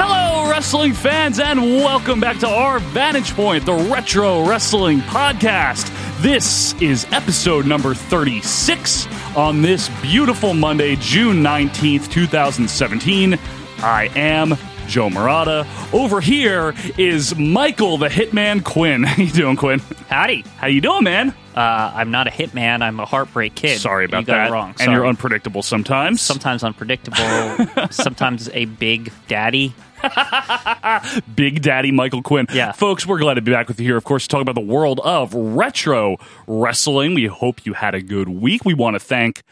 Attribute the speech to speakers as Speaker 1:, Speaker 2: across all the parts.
Speaker 1: Hello, wrestling fans, and welcome back to our Vantage Point, the Retro Wrestling Podcast. This is episode number 36 on this beautiful Monday, June 19th, 2017. I am Joe Murata. Over here is Michael the Hitman Quinn. How you doing, Quinn?
Speaker 2: Howdy.
Speaker 1: How you doing, man?
Speaker 2: Uh, I'm not a hitman. I'm a heartbreak kid.
Speaker 1: Sorry about
Speaker 2: you got
Speaker 1: that.
Speaker 2: It wrong.
Speaker 1: And you're
Speaker 2: Sorry.
Speaker 1: unpredictable sometimes.
Speaker 2: sometimes unpredictable. sometimes a big daddy.
Speaker 1: Big Daddy Michael Quinn.
Speaker 2: Yeah.
Speaker 1: Folks, we're glad to be back with you here, of course, to talk about the world of retro wrestling. We hope you had a good week. We want to thank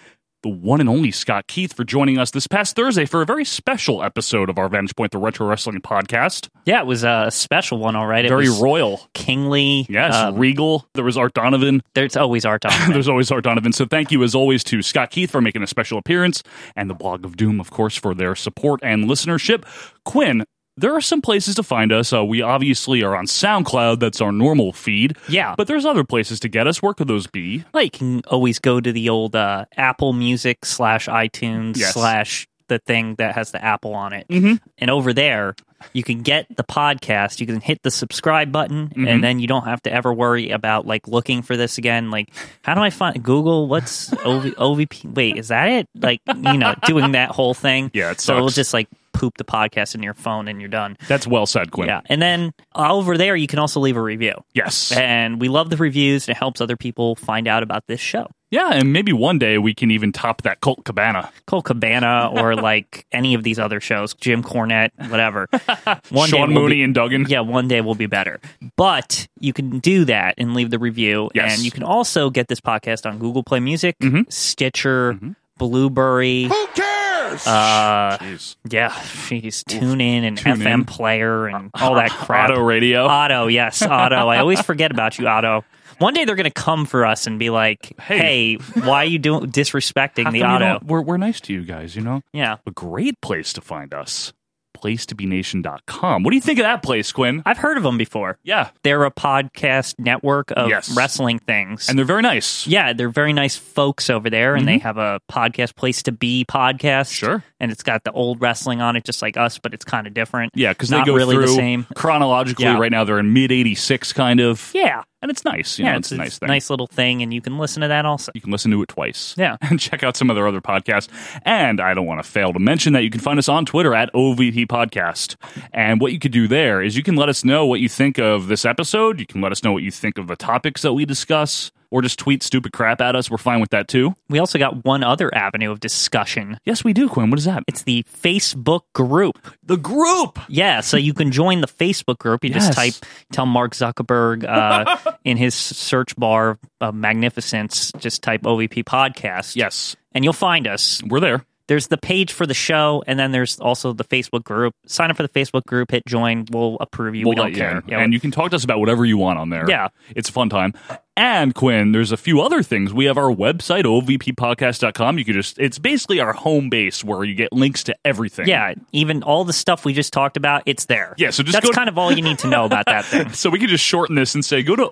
Speaker 1: the one and only Scott Keith for joining us this past Thursday for a very special episode of our Vantage Point, the Retro Wrestling Podcast.
Speaker 2: Yeah, it was a special one. All right, it
Speaker 1: Very
Speaker 2: was
Speaker 1: royal.
Speaker 2: kingly.
Speaker 1: Yes,
Speaker 2: Um,
Speaker 1: regal. There was Art Donovan.
Speaker 2: there's always art on. it.
Speaker 1: There's always Art Donovan. So thank you, as always, to Scott Keith for making a special appearance and the Blog of Doom, of course, for their support and listenership. Quinn, there are some places to find us. Uh, we obviously are on SoundCloud. That's our normal feed.
Speaker 2: Yeah.
Speaker 1: But there's other places to get us. Where could those be?
Speaker 2: Well, you can always go to the old uh, Apple Music slash iTunes
Speaker 1: Yes. Mm-hmm.
Speaker 2: slash the thing that has the Apple on it. And over there, you can get the podcast. You can hit the subscribe button,
Speaker 1: Mm-hmm.
Speaker 2: and then you don't have to ever worry about like looking for this again. Like, how do I find Google? What's OV- OVP? Wait, is that it? Like, you know, doing that whole thing.
Speaker 1: Yeah, it
Speaker 2: so it'll
Speaker 1: sucks.
Speaker 2: just like poop the podcast in your phone, and you're done.
Speaker 1: That's well said, Quinn.
Speaker 2: Yeah, and then uh, over there, you can also leave a review.
Speaker 1: Yes.
Speaker 2: And we love the reviews, and it helps other people find out about this show.
Speaker 1: Yeah, and maybe one day we can even top that Colt Cabana.
Speaker 2: Cole Cabana or like any of these other shows, Jim Cornette, whatever. One
Speaker 1: Sean
Speaker 2: we'll
Speaker 1: Mooney
Speaker 2: be-
Speaker 1: and Duggan.
Speaker 2: yeah, one day we'll be better. But you can do that and leave the review.
Speaker 1: Yes. Mm-hmm.
Speaker 2: And you can also get this podcast on Google Play Music, Stitcher, Blueberry.
Speaker 3: Who cares?
Speaker 2: Uh,
Speaker 1: Jeez.
Speaker 2: yeah, jeez, tune in and
Speaker 1: Tune
Speaker 2: FM
Speaker 1: in.
Speaker 2: player and all that crap.
Speaker 1: Auto radio.
Speaker 2: Otto, yes, Otto. I always forget about you, Otto. One day they're going to come for us and be like,
Speaker 1: Hey.
Speaker 2: "Hey, why are you doing disrespecting
Speaker 1: How
Speaker 2: the
Speaker 1: come you
Speaker 2: Otto?"
Speaker 1: don't- We're, we're nice to you guys, you know?
Speaker 2: Yeah,
Speaker 1: a great place to find us placetobenation.com what do you think of that place quinn
Speaker 2: I've heard of them before.
Speaker 1: yeah
Speaker 2: they're a podcast network of
Speaker 1: Yes.
Speaker 2: wrestling things.
Speaker 1: and they're very nice
Speaker 2: yeah, they're very nice folks over there, and they have a podcast, Place to Be podcast.
Speaker 1: Sure.
Speaker 2: And it's got the old wrestling on it, just like us, but it's kind of different.
Speaker 1: yeah because they
Speaker 2: Not
Speaker 1: go
Speaker 2: really
Speaker 1: through
Speaker 2: the same.
Speaker 1: chronologically
Speaker 2: Yeah.
Speaker 1: right now they're in mid 86 kind of
Speaker 2: Yeah.
Speaker 1: and it's nice you
Speaker 2: yeah,
Speaker 1: know, it's, a nice thing
Speaker 2: nice little thing, and you can listen to that also.
Speaker 1: you can listen to it twice.
Speaker 2: Yeah.
Speaker 1: And check out some of their other podcasts. And I don't want to fail to mention that you can find us on Twitter at OVP Podcast. And what you could do there is you can let us know what you think of this episode. You can let us know what you think of the topics that we discuss or just tweet stupid crap at us. We're fine with that too.
Speaker 2: We also got one other avenue of discussion.
Speaker 1: Yes, we do, Quinn. What is that?
Speaker 2: It's the Facebook group.
Speaker 1: the group.
Speaker 2: Yeah, so you can join the Facebook group. You
Speaker 1: Yes.
Speaker 2: just type, tell Mark Zuckerberg uh, in his search bar of magnificence, just type OVP podcast.
Speaker 1: Yes,
Speaker 2: and you'll find us.
Speaker 1: we're there.
Speaker 2: There's the page for the show, and then there's also the Facebook group. Sign up for the Facebook group, hit join. We'll approve you. we
Speaker 1: We'll
Speaker 2: don't
Speaker 1: let you
Speaker 2: care.
Speaker 1: in. and you can talk to us about whatever you want on there.
Speaker 2: Yeah.
Speaker 1: It's a fun time. And Quinn, there's a few other things. We have our website, ovppodcast.com. You can just, it's basically our home base where you get links to everything.
Speaker 2: yeah, even all the stuff we just talked about, it's there.
Speaker 1: Yeah, so just
Speaker 2: that's
Speaker 1: go to-
Speaker 2: kind of all you need to know about that thing.
Speaker 1: So we can just shorten this and say go to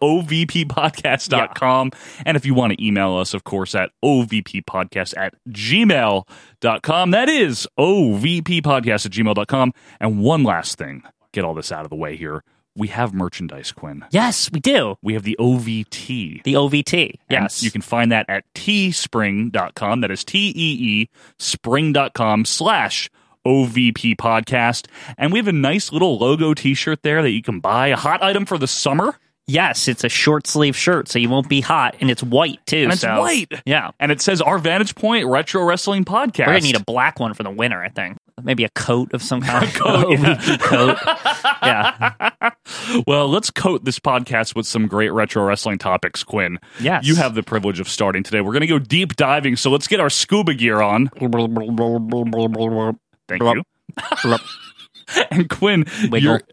Speaker 1: ovppodcast.com. And if you want to email us, of course, at ovppodcast at gmail.com. That is ovppodcast at gmail.com. And one last thing, get all this out of the way here. We have merchandise, Quinn.
Speaker 2: Yes, we do.
Speaker 1: We have the OVT.
Speaker 2: The OVT.
Speaker 1: And
Speaker 2: Yes.
Speaker 1: you can find that at teespring.com. That is T E E spring.com slash OVP podcast. And we have a nice little logo t shirt there that you can buy, a hot item for the summer.
Speaker 2: Yes, it's a short sleeve shirt, so you won't be hot, and it's white too.
Speaker 1: And it's
Speaker 2: so-
Speaker 1: white.
Speaker 2: Yeah.
Speaker 1: And it says Our Vantage Point Retro Wrestling Podcast.
Speaker 2: We're gonna need a black one for the winter, I think. Maybe a coat of some kind.
Speaker 1: coat,
Speaker 2: OVP coat. Yeah.
Speaker 1: Well, let's coat this podcast with some great retro wrestling topics, Quinn.
Speaker 2: Yes.
Speaker 1: You have the privilege of starting today. We're going to go deep diving, so let's get our scuba gear on. Thank you.
Speaker 2: Blup.
Speaker 1: And Quinn,
Speaker 2: Wiggle.
Speaker 1: you're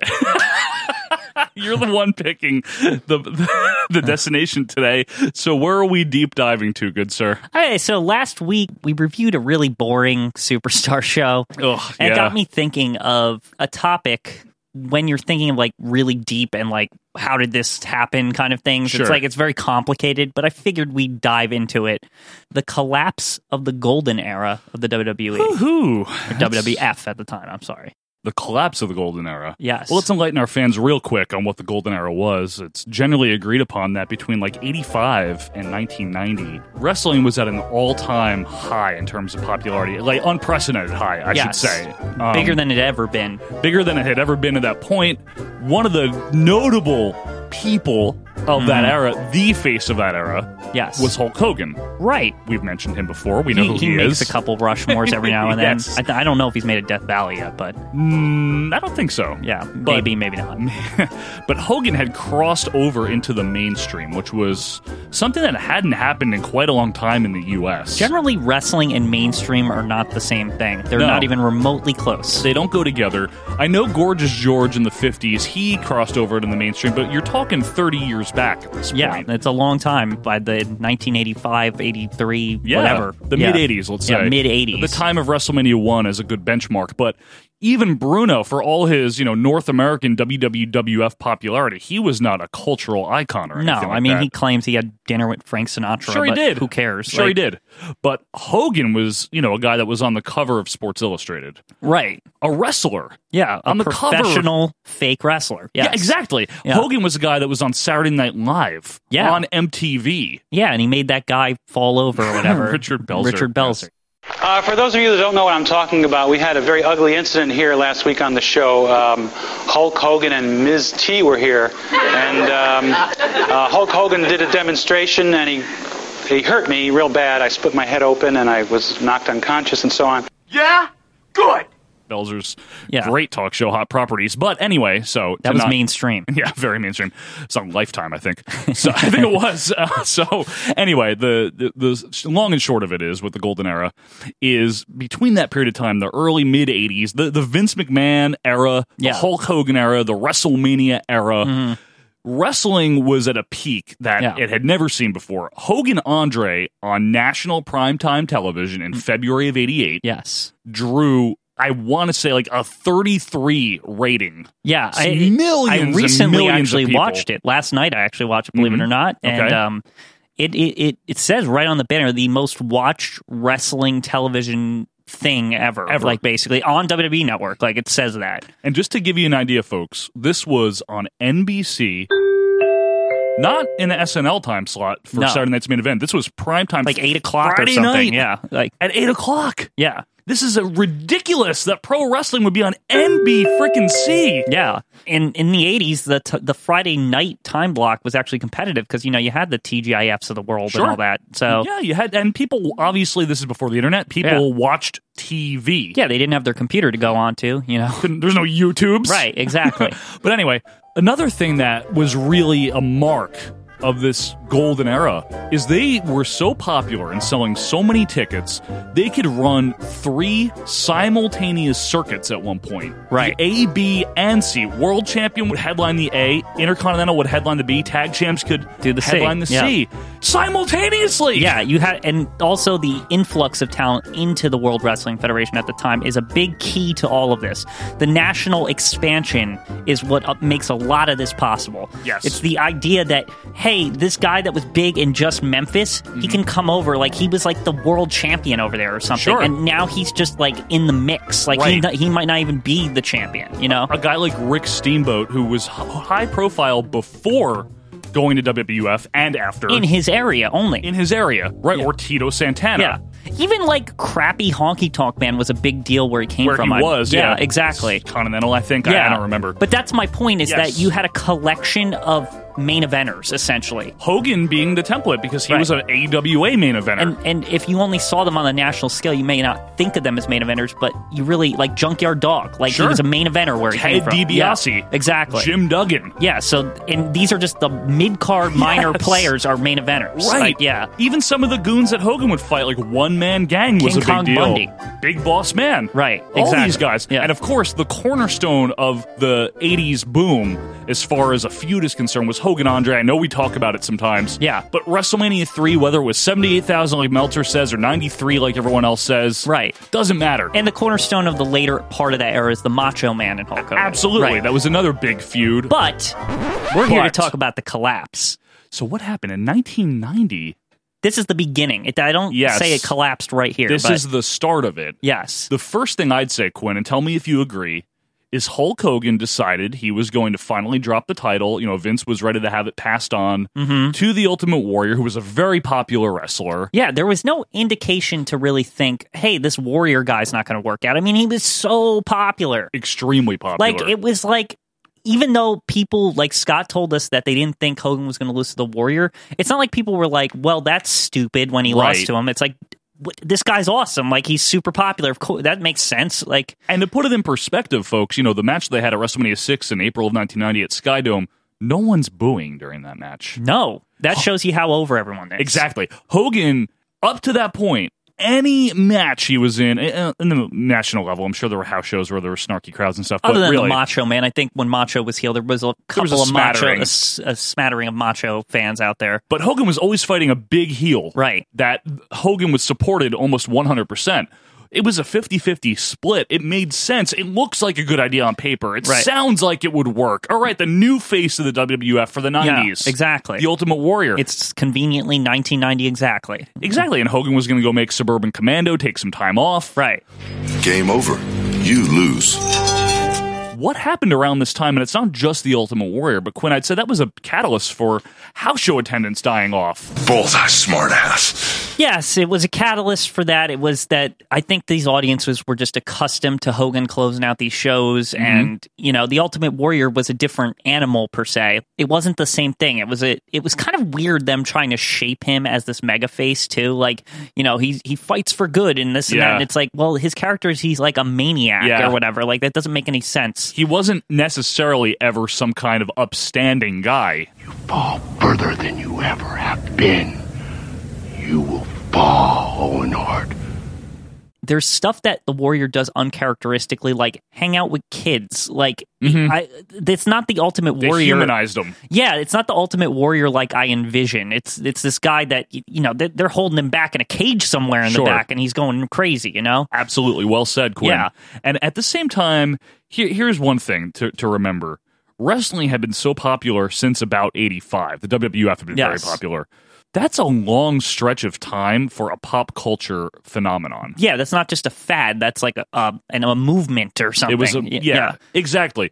Speaker 1: you're the one picking the, the destination today. So where are we deep diving to, good sir?
Speaker 2: All right, so last week we reviewed a really boring superstar show.
Speaker 1: Ugh,
Speaker 2: and
Speaker 1: yeah.
Speaker 2: it got me thinking of a topic when you're thinking of like really deep and like how did this happen kind of things.
Speaker 1: Sure.
Speaker 2: It's like it's very complicated, but I figured we'd dive into it. The collapse of the golden era of the E. WWE.
Speaker 1: Woohoo!
Speaker 2: or
Speaker 1: E.
Speaker 2: WWF at the time, I'm sorry.
Speaker 1: the collapse of the golden era.
Speaker 2: Yes.
Speaker 1: Well, let's enlighten our fans real quick on what the golden era was. It's generally agreed upon that between like 85 and 1990, wrestling was at an all-time high in terms of popularity, like unprecedented high, I
Speaker 2: Yes.
Speaker 1: should say. Um,
Speaker 2: Bigger than it ever been.
Speaker 1: bigger than it had ever been at that point. One of the notable people of
Speaker 2: Mm-hmm.
Speaker 1: that era, the face of that era,
Speaker 2: Yes.
Speaker 1: was Hulk Hogan.
Speaker 2: right.
Speaker 1: We've mentioned him before. We know
Speaker 2: He,
Speaker 1: who
Speaker 2: he
Speaker 1: he,
Speaker 2: makes
Speaker 1: is.
Speaker 2: a couple Rushmores every now and then.
Speaker 1: Yes.
Speaker 2: I, th- I don't know if he's made a Death Valley yet, but
Speaker 1: Mm, I don't think so.
Speaker 2: yeah,
Speaker 1: But-
Speaker 2: maybe, maybe not.
Speaker 1: but Hogan had crossed over into the mainstream, which was something that hadn't happened in quite a long time in the U.S.
Speaker 2: Generally, wrestling and mainstream are not the same thing. They're
Speaker 1: No.
Speaker 2: not even remotely close.
Speaker 1: they don't go together. I know Gorgeous George in the 50s, he crossed over into the mainstream, but you're talking 30 years back at this
Speaker 2: Yeah,
Speaker 1: point.
Speaker 2: it's a long time by the 1985, 83,
Speaker 1: Yeah,
Speaker 2: whatever.
Speaker 1: The
Speaker 2: Yeah.
Speaker 1: mid 80s, let's
Speaker 2: Yeah,
Speaker 1: say.
Speaker 2: mid 80s.
Speaker 1: The time of WrestleMania 1 is a good benchmark, but even Bruno for all his, you know, North American WWF popularity, he was not a cultural icon or
Speaker 2: No,
Speaker 1: anything like
Speaker 2: I mean,
Speaker 1: that.
Speaker 2: he claims he had dinner with Frank Sinatra.
Speaker 1: Sure, he
Speaker 2: but
Speaker 1: did.
Speaker 2: Who cares?
Speaker 1: Sure, he
Speaker 2: Like,
Speaker 1: did. But Hogan was, you know, a guy that was on the cover of Sports Illustrated,
Speaker 2: Right.
Speaker 1: a wrestler.
Speaker 2: Yeah, a
Speaker 1: On the cover.
Speaker 2: professional fake wrestler. Yes.
Speaker 1: Yeah, exactly.
Speaker 2: Yeah.
Speaker 1: Hogan was a guy that was on Saturday Night Live,
Speaker 2: Yeah.
Speaker 1: on MTV.
Speaker 2: Yeah, and he made that guy fall over or whatever.
Speaker 1: Richard Belzer.
Speaker 2: Richard Belzer.
Speaker 4: Uh, for those of you that don't know what I'm talking about, we had a very ugly incident here last week on the show. Um, Hulk Hogan and Ms. T were here, and um, uh, Hulk Hogan did a demonstration, and he he hurt me real bad. I split my head open, and I was knocked unconscious, and so on.
Speaker 5: Yeah? Good.
Speaker 1: Belzer's
Speaker 2: Yeah.
Speaker 1: great talk show, Hot Properties. But anyway, so
Speaker 2: That
Speaker 1: to
Speaker 2: was
Speaker 1: not-
Speaker 2: mainstream.
Speaker 1: Yeah, very mainstream. It's on Lifetime, I think. So I think it was. Uh, so anyway, the, the the s- long and short of it is with the golden era is between that period of time, the early mid '80s, the the Vince McMahon era,
Speaker 2: Yeah.
Speaker 1: the
Speaker 2: Mm-hmm.
Speaker 1: Hulk Hogan era, the WrestleMania era. Wrestling was at a peak that
Speaker 2: Yeah.
Speaker 1: it had never seen before. Hogan Andre on national primetime television
Speaker 2: Mm.
Speaker 1: in February of 88
Speaker 2: Yes.
Speaker 1: drew, I want to say, like a 33 rating.
Speaker 2: Yeah,
Speaker 1: It's millions
Speaker 2: I
Speaker 1: and
Speaker 2: recently
Speaker 1: millions of
Speaker 2: actually
Speaker 1: people. Mm-hmm.
Speaker 2: watched it last night. I actually watched, believe it or not, and
Speaker 1: Okay.
Speaker 2: um, it, it it it says right on the banner the most watched wrestling television thing ever,
Speaker 1: Ever.
Speaker 2: like basically on WWE Network. Like it says that.
Speaker 1: And just to give you an idea, folks, this was on NBC, not in the SNL time slot for
Speaker 2: No.
Speaker 1: Saturday night's main event. This was prime time,
Speaker 2: Like eight o'clock
Speaker 1: Friday
Speaker 2: or something.
Speaker 1: night
Speaker 2: Yeah, like
Speaker 1: at eight o'clock.
Speaker 2: yeah,
Speaker 1: This is a ridiculous that pro wrestling would be on NB freaking C.
Speaker 2: yeah. In in the eighties, the t- the Friday night time block was actually competitive because you know you had the TGIFs of the world
Speaker 1: Sure.
Speaker 2: and all that. So
Speaker 1: Yeah, you had and people obviously this is before the internet. People
Speaker 2: Yeah.
Speaker 1: watched TV.
Speaker 2: yeah, they didn't have their computer to go on to. You know,
Speaker 1: Couldn't- there's no YouTubes.
Speaker 2: right? Exactly.
Speaker 1: But anyway, another thing that was really a mark of this golden era is they were so popular and selling so many tickets, they could run three simultaneous circuits at one point.
Speaker 2: Right.
Speaker 1: The A, B, and C. World champion would headline the A, Intercontinental would headline the B, Tag Champs could
Speaker 2: Do the C,
Speaker 1: headline the
Speaker 2: yeah.
Speaker 1: C. Simultaneously.
Speaker 2: Yeah, you had, and also the influx of talent into the World Wrestling Federation at the time is a big key to all of this. The national expansion is what uh, makes a lot of this possible.
Speaker 1: Yes.
Speaker 2: it's the idea that hey, this guy that was big in just Memphis,
Speaker 1: Mm-hmm.
Speaker 2: he can come over like he was like the world champion over there or something,
Speaker 1: Sure.
Speaker 2: and now he's just like in the mix. Like he
Speaker 1: Right.
Speaker 2: he, he might not even be the champion, you know?
Speaker 1: a guy like Rick Steamboat, who was h- high profile before going to WWF and after.
Speaker 2: In his area only.
Speaker 1: in his area, right?
Speaker 2: Yeah.
Speaker 1: Or Tito Santana.
Speaker 2: Yeah. Even like crappy honky tonk man was a big deal where he came
Speaker 1: Where
Speaker 2: from.
Speaker 1: he
Speaker 2: I-
Speaker 1: was, yeah.
Speaker 2: exactly.
Speaker 1: Continental, I think. I, I don't remember.
Speaker 2: But that's my point is
Speaker 1: Yes.
Speaker 2: that you had a collection of main eventers essentially.
Speaker 1: Hogan being the template because he
Speaker 2: Right.
Speaker 1: was an AWA main eventer.
Speaker 2: And and if you only saw them on the national scale, you may not think of them as main eventers, but you really like Junkyard Dog. Like
Speaker 1: Sure.
Speaker 2: he was a main eventer where he
Speaker 1: Ted
Speaker 2: came from.
Speaker 1: DiBiase.
Speaker 2: Yeah, exactly.
Speaker 1: Jim Duggan.
Speaker 2: Yeah, so and these are just the mid card minor
Speaker 1: Yes.
Speaker 2: players are main eventers.
Speaker 1: Right.
Speaker 2: Like, yeah.
Speaker 1: Even some of the goons that Hogan would fight, like One Man Gang, was
Speaker 2: King
Speaker 1: a big
Speaker 2: Kong
Speaker 1: deal.
Speaker 2: Bundy.
Speaker 1: Big Boss Man.
Speaker 2: Right,
Speaker 1: All these
Speaker 2: exactly.
Speaker 1: guys.
Speaker 2: Yeah.
Speaker 1: And of course, the cornerstone of the 80s boom, as far as a feud is concerned, was Hogan Andre. I know we talk about it sometimes.
Speaker 2: Yeah.
Speaker 1: But WrestleMania 3, whether it was 78,000, like Meltzer says, or 93, like everyone else says,
Speaker 2: Right.
Speaker 1: doesn't matter.
Speaker 2: And the cornerstone of the later part of that era is the Macho Man and Hulk Hogan.
Speaker 1: Absolutely.
Speaker 2: Right.
Speaker 1: That was another big feud.
Speaker 2: But we're here to
Speaker 1: But-
Speaker 2: talk about the collapse.
Speaker 1: so, what happened in 1990?
Speaker 2: This is the beginning. It, I don't
Speaker 1: Yes.
Speaker 2: say it collapsed right here.
Speaker 1: This
Speaker 2: but
Speaker 1: is the start of it.
Speaker 2: yes,
Speaker 1: The first thing I'd say, Quinn, and tell me if you agree, is Hulk Hogan decided he was going to finally drop the title. You know, Vince was ready to have it passed on to the Ultimate Warrior, who was a very popular wrestler.
Speaker 2: Mm-hmm. yeah. There was no indication to really think, hey, this Warrior guy's not going to work out. I mean, he was so popular.
Speaker 1: Extremely popular.
Speaker 2: Like it was like even though people like Scott told us that they didn't think Hogan was going to lose to the Warrior, it's not like people were like, "Well, that's stupid" when he
Speaker 1: Right.
Speaker 2: lost to him. It's like what, this guy's awesome. Like he's super popular. Of course, that makes sense. Like
Speaker 1: and to put it in perspective, folks, you know, the match they had at WrestleMania 6 in April of 1990 at Sky Dome, no one's booing during that match.
Speaker 2: no, that shows you how over everyone is.
Speaker 1: Exactly. Hogan, up to that point, any match he was in, uh, in the national level, I'm sure there were house shows where there were snarky crowds and stuff.
Speaker 2: Other
Speaker 1: but
Speaker 2: than
Speaker 1: really,
Speaker 2: the Macho Man, I think when Macho was healed, there was a
Speaker 1: There
Speaker 2: couple
Speaker 1: was a
Speaker 2: of Macho,
Speaker 1: smattering.
Speaker 2: a, s- a smattering of Macho fans out there.
Speaker 1: But Hogan was always fighting a big heel.
Speaker 2: Right.
Speaker 1: That Hogan was supported almost 100%. It was a 50 50 split. It made sense. It looks like a good idea on paper. It
Speaker 2: Right.
Speaker 1: sounds like it would work. All right, the new face of the WWF for the 90s.
Speaker 2: exactly.
Speaker 1: The Ultimate Warrior.
Speaker 2: It's conveniently 1990 exactly.
Speaker 1: exactly. And Hogan was going to go make Suburban Commando, take some time off.
Speaker 2: Right.
Speaker 5: Game over. You lose.
Speaker 1: What happened around this time, and it's not just the Ultimate Warrior, but Quinn, I'd say that was a catalyst for house show attendance dying off.
Speaker 5: Both are smart ass.
Speaker 2: Yes, it was a catalyst for that. It was that I think these audiences were just accustomed to Hogan closing out these shows,
Speaker 1: Mm-hmm.
Speaker 2: and you know, the Ultimate Warrior was a different animal per se. It wasn't the same thing. It was a, it was kind of weird them trying to shape him as this mega face too. Like you know, he he fights for good and this and
Speaker 1: Yeah.
Speaker 2: that. And it's like, well, his character is he's like a maniac
Speaker 1: Yeah.
Speaker 2: or whatever. Like that doesn't make any sense.
Speaker 1: He wasn't necessarily ever some kind of upstanding guy.
Speaker 6: fall further than you ever have been. You will fall, Owen Hart.
Speaker 2: there's stuff that the warrior does uncharacteristically, like hang out with kids. Like I, it's not the ultimate
Speaker 1: Mm-hmm. They
Speaker 2: warrior.
Speaker 1: humanized him.
Speaker 2: Yeah, it's not the ultimate warrior like I envision. It's it's this guy that y- you know they're, they're holding him back in a cage somewhere in
Speaker 1: Sure.
Speaker 2: the back, and he's going crazy. You know,
Speaker 1: Absolutely. Well said, Quinn.
Speaker 2: Yeah.
Speaker 1: And at the same time, here, here's one thing to, to remember wrestling had been so popular since about 85. The WWF had been very
Speaker 2: Yes.
Speaker 1: popular. That's a long stretch of time for a pop culture phenomenon.
Speaker 2: yeah, that's not just a fad. That's like a, a and a movement or something.
Speaker 1: It was a,
Speaker 2: Y-
Speaker 1: yeah, exactly.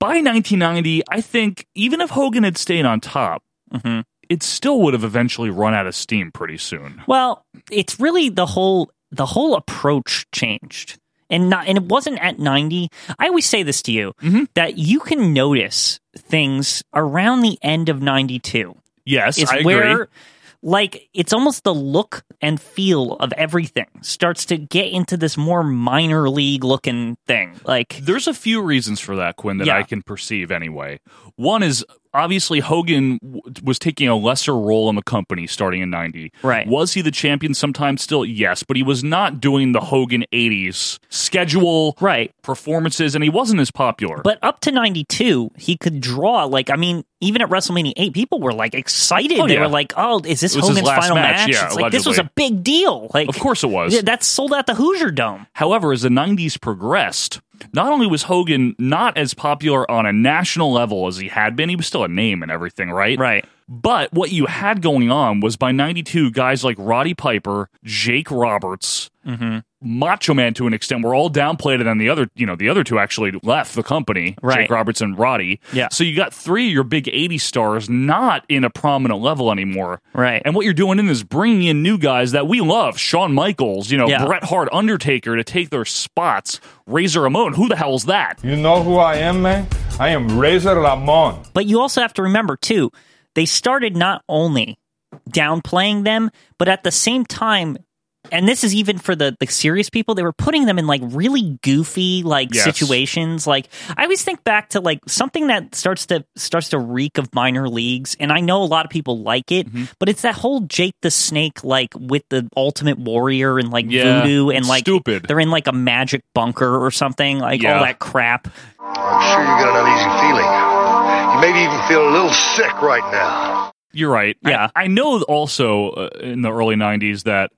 Speaker 1: By 1990, I think even if Hogan had stayed on top, it still would have eventually run out of steam pretty soon.
Speaker 2: Well, it's really the whole the whole approach changed. And not and it wasn't at 90. I always say this to you
Speaker 1: Mm-hmm.
Speaker 2: that you can notice things around the end of 92
Speaker 1: Yes,
Speaker 2: is
Speaker 1: I agree.
Speaker 2: where like it's almost the look and feel of everything starts to get into this more minor league looking thing. Like
Speaker 1: There's a few reasons for that, Quinn, that
Speaker 2: Yeah.
Speaker 1: I can perceive anyway. One is obviously Hogan w- was taking a lesser role in the company starting in 90.
Speaker 2: Right.
Speaker 1: Was he the champion sometimes still? Yes, but he was not doing the Hogan 80s schedule,
Speaker 2: Right.
Speaker 1: performances, and he wasn't as popular.
Speaker 2: but up to 92, he could draw. Like, I mean, even at WrestleMania 8, people were like excited.
Speaker 1: Oh,
Speaker 2: they
Speaker 1: yeah.
Speaker 2: were like, oh, is this
Speaker 1: It was his
Speaker 2: Hogan's
Speaker 1: last
Speaker 2: final
Speaker 1: match,
Speaker 2: match?
Speaker 1: yeah,
Speaker 2: it's like, this was a big deal. Like,
Speaker 1: Of course it was.
Speaker 2: Yeah, that sold out the Hoosier Dome.
Speaker 1: However, as the 90s progressed, not only was Hogan not as popular on a national level as he had been, he was still a name and everything, right?
Speaker 2: Right.
Speaker 1: But what you had going on was by 92, guys like Roddy Piper, Jake Roberts,
Speaker 2: Mm-hmm.
Speaker 1: Macho Man to an extent were all downplayed, and then the other, you know, the other two actually left the company, Jake
Speaker 2: Right.
Speaker 1: Roberts and Roddy.
Speaker 2: Yeah.
Speaker 1: So you got three of your big 80 stars not in a prominent level anymore.
Speaker 2: Right.
Speaker 1: And what you're doing in is bringing in new guys that we love, Shawn Michaels, you know,
Speaker 2: Yeah.
Speaker 1: Bret Hart, Undertaker, to take their spots. Razor Ramon, who the hell's that?
Speaker 7: You know who I am, man? I am Razor Ramon.
Speaker 2: But you also have to remember, too, they started not only downplaying them, but at the same time, and this is even for the, the serious people, they were putting them in like really goofy like
Speaker 1: Yes.
Speaker 2: situations. Like I always think back to like something that starts to starts to reek of minor leagues, and I know a lot of people like it,
Speaker 1: Mm-hmm.
Speaker 2: but it's that whole Jake the Snake like with the Ultimate Warrior and like
Speaker 1: Yeah.
Speaker 2: voodoo and
Speaker 1: It's
Speaker 2: like
Speaker 1: stupid.
Speaker 2: They're in like a magic bunker or something, like
Speaker 1: Yeah.
Speaker 2: all that crap.
Speaker 7: I'm sure you get an uneasy feeling. You maybe even feel a little sick right now.
Speaker 1: You're right. I-
Speaker 2: Yeah.
Speaker 1: I, know also uh, in the early 90s that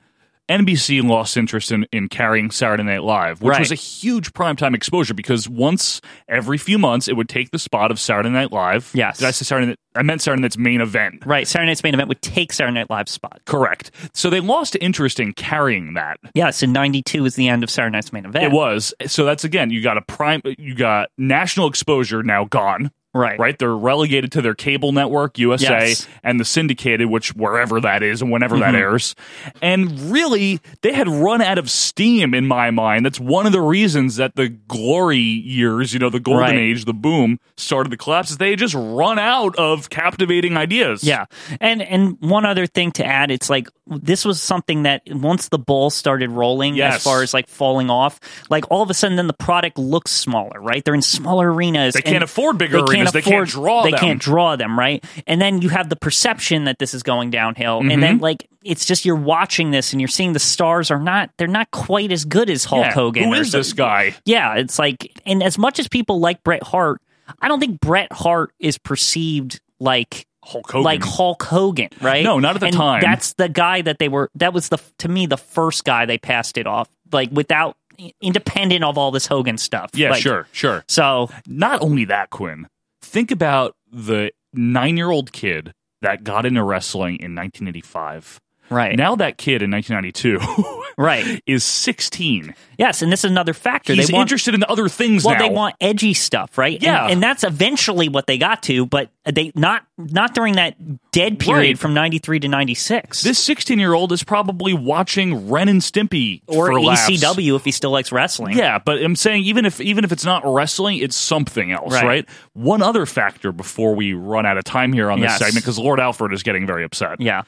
Speaker 1: NBC lost interest in, in carrying Saturday Night Live, which
Speaker 2: Right.
Speaker 1: was a huge primetime exposure because once every few months it would take the spot of Saturday Night Live.
Speaker 2: Yes.
Speaker 1: Did I say Saturday Night? I meant Saturday Night's main event.
Speaker 2: Right, Saturday Night's main event would take Saturday Night Live spot.
Speaker 1: Correct. So they lost interest in carrying that.
Speaker 2: Yes, and '92 is the end of Saturday Night's main event.
Speaker 1: It was. So that's again, you got a prime, you got national exposure now gone.
Speaker 2: right,
Speaker 1: right? They're relegated to their cable network, USA,
Speaker 2: Yes. Mm-hmm.
Speaker 1: and the syndicated, which wherever that is and whenever that airs. And really, they had run out of steam in my mind. That's one of the reasons that the glory years, you know, the golden
Speaker 2: Right.
Speaker 1: age, the boom started to collapse. Is they had just run out of captivating ideas.
Speaker 2: Yeah, and and one other thing to add, it's like this was something that once the ball started rolling,
Speaker 1: Yes.
Speaker 2: as far as like falling off, like all of a sudden, then the product looks smaller, right? They're in smaller arenas.
Speaker 1: They can't
Speaker 2: and
Speaker 1: afford bigger arenas. They can't draw
Speaker 2: They
Speaker 1: them.
Speaker 2: can't draw them, right? And then you have the perception that this is going downhill, and
Speaker 1: Mm-hmm.
Speaker 2: then like it's just you're watching this and you're seeing the stars are not they're not quite as good as Hulk
Speaker 1: Yeah.
Speaker 2: Hogan.
Speaker 1: Who
Speaker 2: or
Speaker 1: is
Speaker 2: some-
Speaker 1: this guy?
Speaker 2: yeah, it's like, and as much as people like Bret Hart, I don't think Bret Hart is perceived like
Speaker 1: Hulk Hogan.
Speaker 2: like Hulk Hogan, right?
Speaker 1: No, not at the
Speaker 2: And
Speaker 1: time.
Speaker 2: That's the guy that they were. That was the to me the first guy they passed it off like without independent of all this Hogan stuff.
Speaker 1: Yeah,
Speaker 2: Like,
Speaker 1: sure, sure.
Speaker 2: So
Speaker 1: Not only that, Quinn, think about the nine year old kid that got into wrestling in 1985.
Speaker 2: right
Speaker 1: Now that kid in 1992
Speaker 2: right
Speaker 1: is 16.
Speaker 2: yes, and this is another factor.
Speaker 1: He's
Speaker 2: they want,
Speaker 1: interested in other things
Speaker 2: Well,
Speaker 1: now.
Speaker 2: they want edgy stuff, right? And-
Speaker 1: Yeah.
Speaker 2: and, that's eventually what they got to, but they not not during that dead period
Speaker 1: Right.
Speaker 2: from ninety three to ninety six.
Speaker 1: this 16 year old is probably watching Ren and Stimpy
Speaker 2: or E
Speaker 1: for laughs.
Speaker 2: ECW if he still likes wrestling.
Speaker 1: Yeah, but I'm saying even if even if it's not wrestling, it's something else, right?
Speaker 2: Right.
Speaker 1: One other factor before we run out of time here on this
Speaker 2: Yes.
Speaker 1: segment because Lord Alfred is getting very upset.
Speaker 2: Yeah.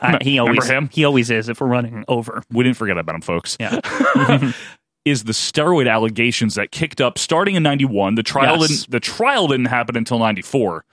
Speaker 2: Uh, he
Speaker 1: Remember
Speaker 2: always
Speaker 1: him?
Speaker 2: he always is if we're running over.
Speaker 1: we didn't forget about him, folks.
Speaker 2: Yeah.
Speaker 1: is the steroid allegations that kicked up starting in 91 the trial
Speaker 2: Yes.
Speaker 1: didn't, the trial didn't happen until 94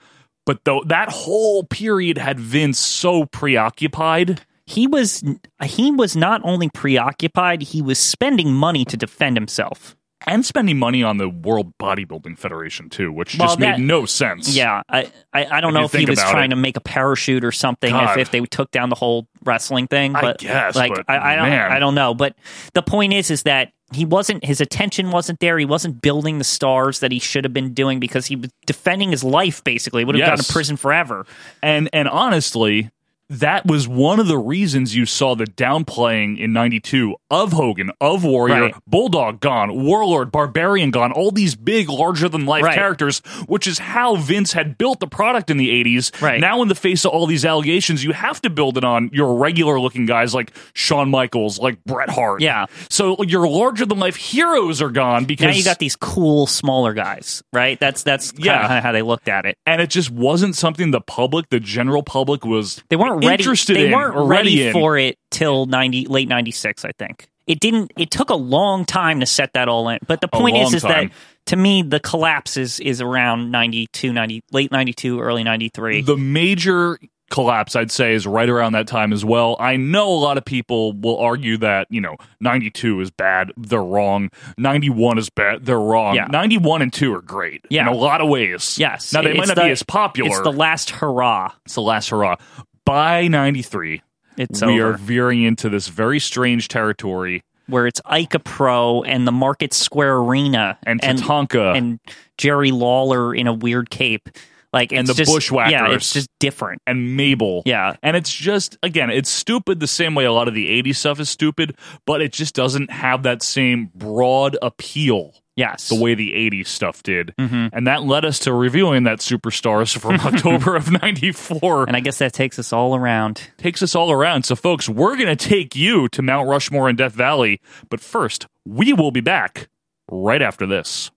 Speaker 1: but though that whole period had Vince so preoccupied
Speaker 2: He was he was not only preoccupied, he was spending money to defend himself.
Speaker 1: and spending money on the World Bodybuilding Federation too which
Speaker 2: Well,
Speaker 1: just
Speaker 2: that-
Speaker 1: made no sense
Speaker 2: Yeah, I I, I don't
Speaker 1: If you
Speaker 2: know if he
Speaker 1: think
Speaker 2: was
Speaker 1: about
Speaker 2: trying
Speaker 1: it.
Speaker 2: to make a parachute or something. If,
Speaker 1: God.
Speaker 2: if they took down the whole wrestling thing,
Speaker 1: I
Speaker 2: but
Speaker 1: guess,
Speaker 2: like
Speaker 1: but
Speaker 2: I, I don't
Speaker 1: man.
Speaker 2: I don't know. But the point is, is that he wasn't his attention wasn't there. He wasn't building the stars that he should have been doing because he was defending his life. Basically, would have gone
Speaker 1: Yes.
Speaker 2: to prison forever.
Speaker 1: and and honestly that was one of the reasons you saw the downplaying in 92 of Hogan, of Warrior,
Speaker 2: Right.
Speaker 1: Bulldog gone, Warlord, Barbarian gone, all these big, larger than life
Speaker 2: Right.
Speaker 1: characters, which is how Vince had built the product in the 80s.
Speaker 2: Right.
Speaker 1: Now, in the face of all these allegations, you have to build it on your regular looking guys like Shawn Michaels, like Bret Hart.
Speaker 2: Yeah.
Speaker 1: So your larger than life heroes are gone because.
Speaker 2: now you got these cool smaller guys, right? That's that's
Speaker 1: Yeah.
Speaker 2: yeah how they looked at it.
Speaker 1: and it just wasn't something the public, the general public, was
Speaker 2: They weren't ready.
Speaker 1: interested
Speaker 2: they
Speaker 1: in
Speaker 2: weren't
Speaker 1: or
Speaker 2: ready,
Speaker 1: in.
Speaker 2: for it till ninety late ninety six. I think it didn't. It took a long time to set that all in. But the point
Speaker 1: long
Speaker 2: is, is
Speaker 1: time.
Speaker 2: that to me the collapse is is around 92, 90, late ninety two, early ninety three.
Speaker 1: The major collapse, I'd say, is right around that time as well. I know a lot of people will argue that, you know, 92 is bad. They're wrong. 91 is bad. They're wrong.
Speaker 2: Yeah.
Speaker 1: 91 and 2 are great
Speaker 2: Yeah.
Speaker 1: in a lot of ways.
Speaker 2: Yes.
Speaker 1: Now, they might
Speaker 2: It's
Speaker 1: not
Speaker 2: the-
Speaker 1: be as popular.
Speaker 2: It's the last hurrah.
Speaker 1: It's the last hurrah. By 93,
Speaker 2: It's
Speaker 1: we
Speaker 2: over.
Speaker 1: are veering into this very strange territory.
Speaker 2: where it's Ica Pro and the Market Square Arena
Speaker 1: And Tatanka.
Speaker 2: and Jerry Lawler in a weird cape. Like
Speaker 1: And
Speaker 2: it's
Speaker 1: the
Speaker 2: just, Yeah,
Speaker 1: Bushwhackers.
Speaker 2: it's just different.
Speaker 1: and Mabel.
Speaker 2: Yeah.
Speaker 1: And it's just, again, it's stupid the same way a lot of the 80s stuff is stupid, but it just doesn't have that same broad appeal
Speaker 2: Yes.
Speaker 1: the way the 80s stuff did.
Speaker 2: Mm-hmm.
Speaker 1: And that led us to reviewing that Superstars from October of 94.
Speaker 2: and
Speaker 1: And it
Speaker 2: I guess that takes us all around.
Speaker 1: takes us all around. So, folks, we're going to take you to Mount Rushmore and Death Valley. But first, we will be back right after this.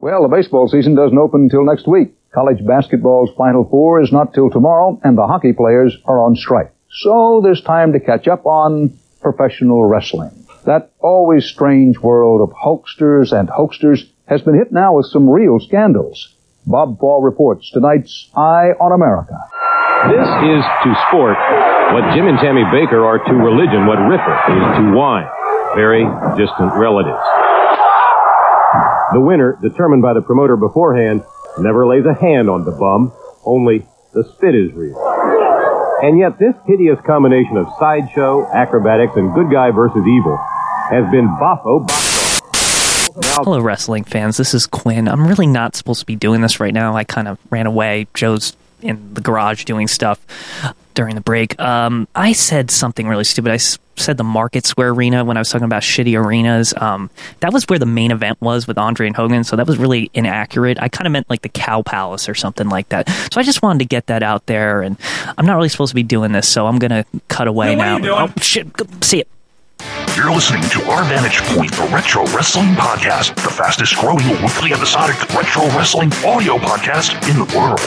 Speaker 8: Well, the baseball season doesn't open until next week. College basketball's Final Four is not till tomorrow, and the hockey players are on strike. So there's time to catch up on professional wrestling. That always strange world of hoaxsters and hoaxsters has been hit now with some real scandals. Bob Fall reports tonight's Eye on America.
Speaker 9: This is to sport what Jim and Tammy Baker are to religion, what Ripper is to wine. Very distant relatives. The winner, determined by the promoter beforehand, never lays a hand on the bum, only the spit is real. And yet this hideous combination of sideshow, acrobatics, and good guy versus evil has been boffo
Speaker 2: Hello, wrestling fans. This is Quinn. I'm really not supposed to be doing this right now. I kind of ran away. Joe's in the garage doing stuff during the break. Um, I said something really stupid. I s- said the Market Square Arena when I was talking about shitty arenas. Um, that was where the main event was with Andre and Hogan, so that was really inaccurate. I kind of meant like the Cow Palace or something like that. So I just wanted to get that out there, and I'm not really supposed to be doing this, so I'm going to cut away
Speaker 1: what
Speaker 2: now.
Speaker 1: are you doing?
Speaker 2: Oh, shit. Go- See it.
Speaker 5: You're listening to Our Vantage Point, the Retro Wrestling Podcast, the fastest growing weekly episodic retro wrestling audio podcast in the world.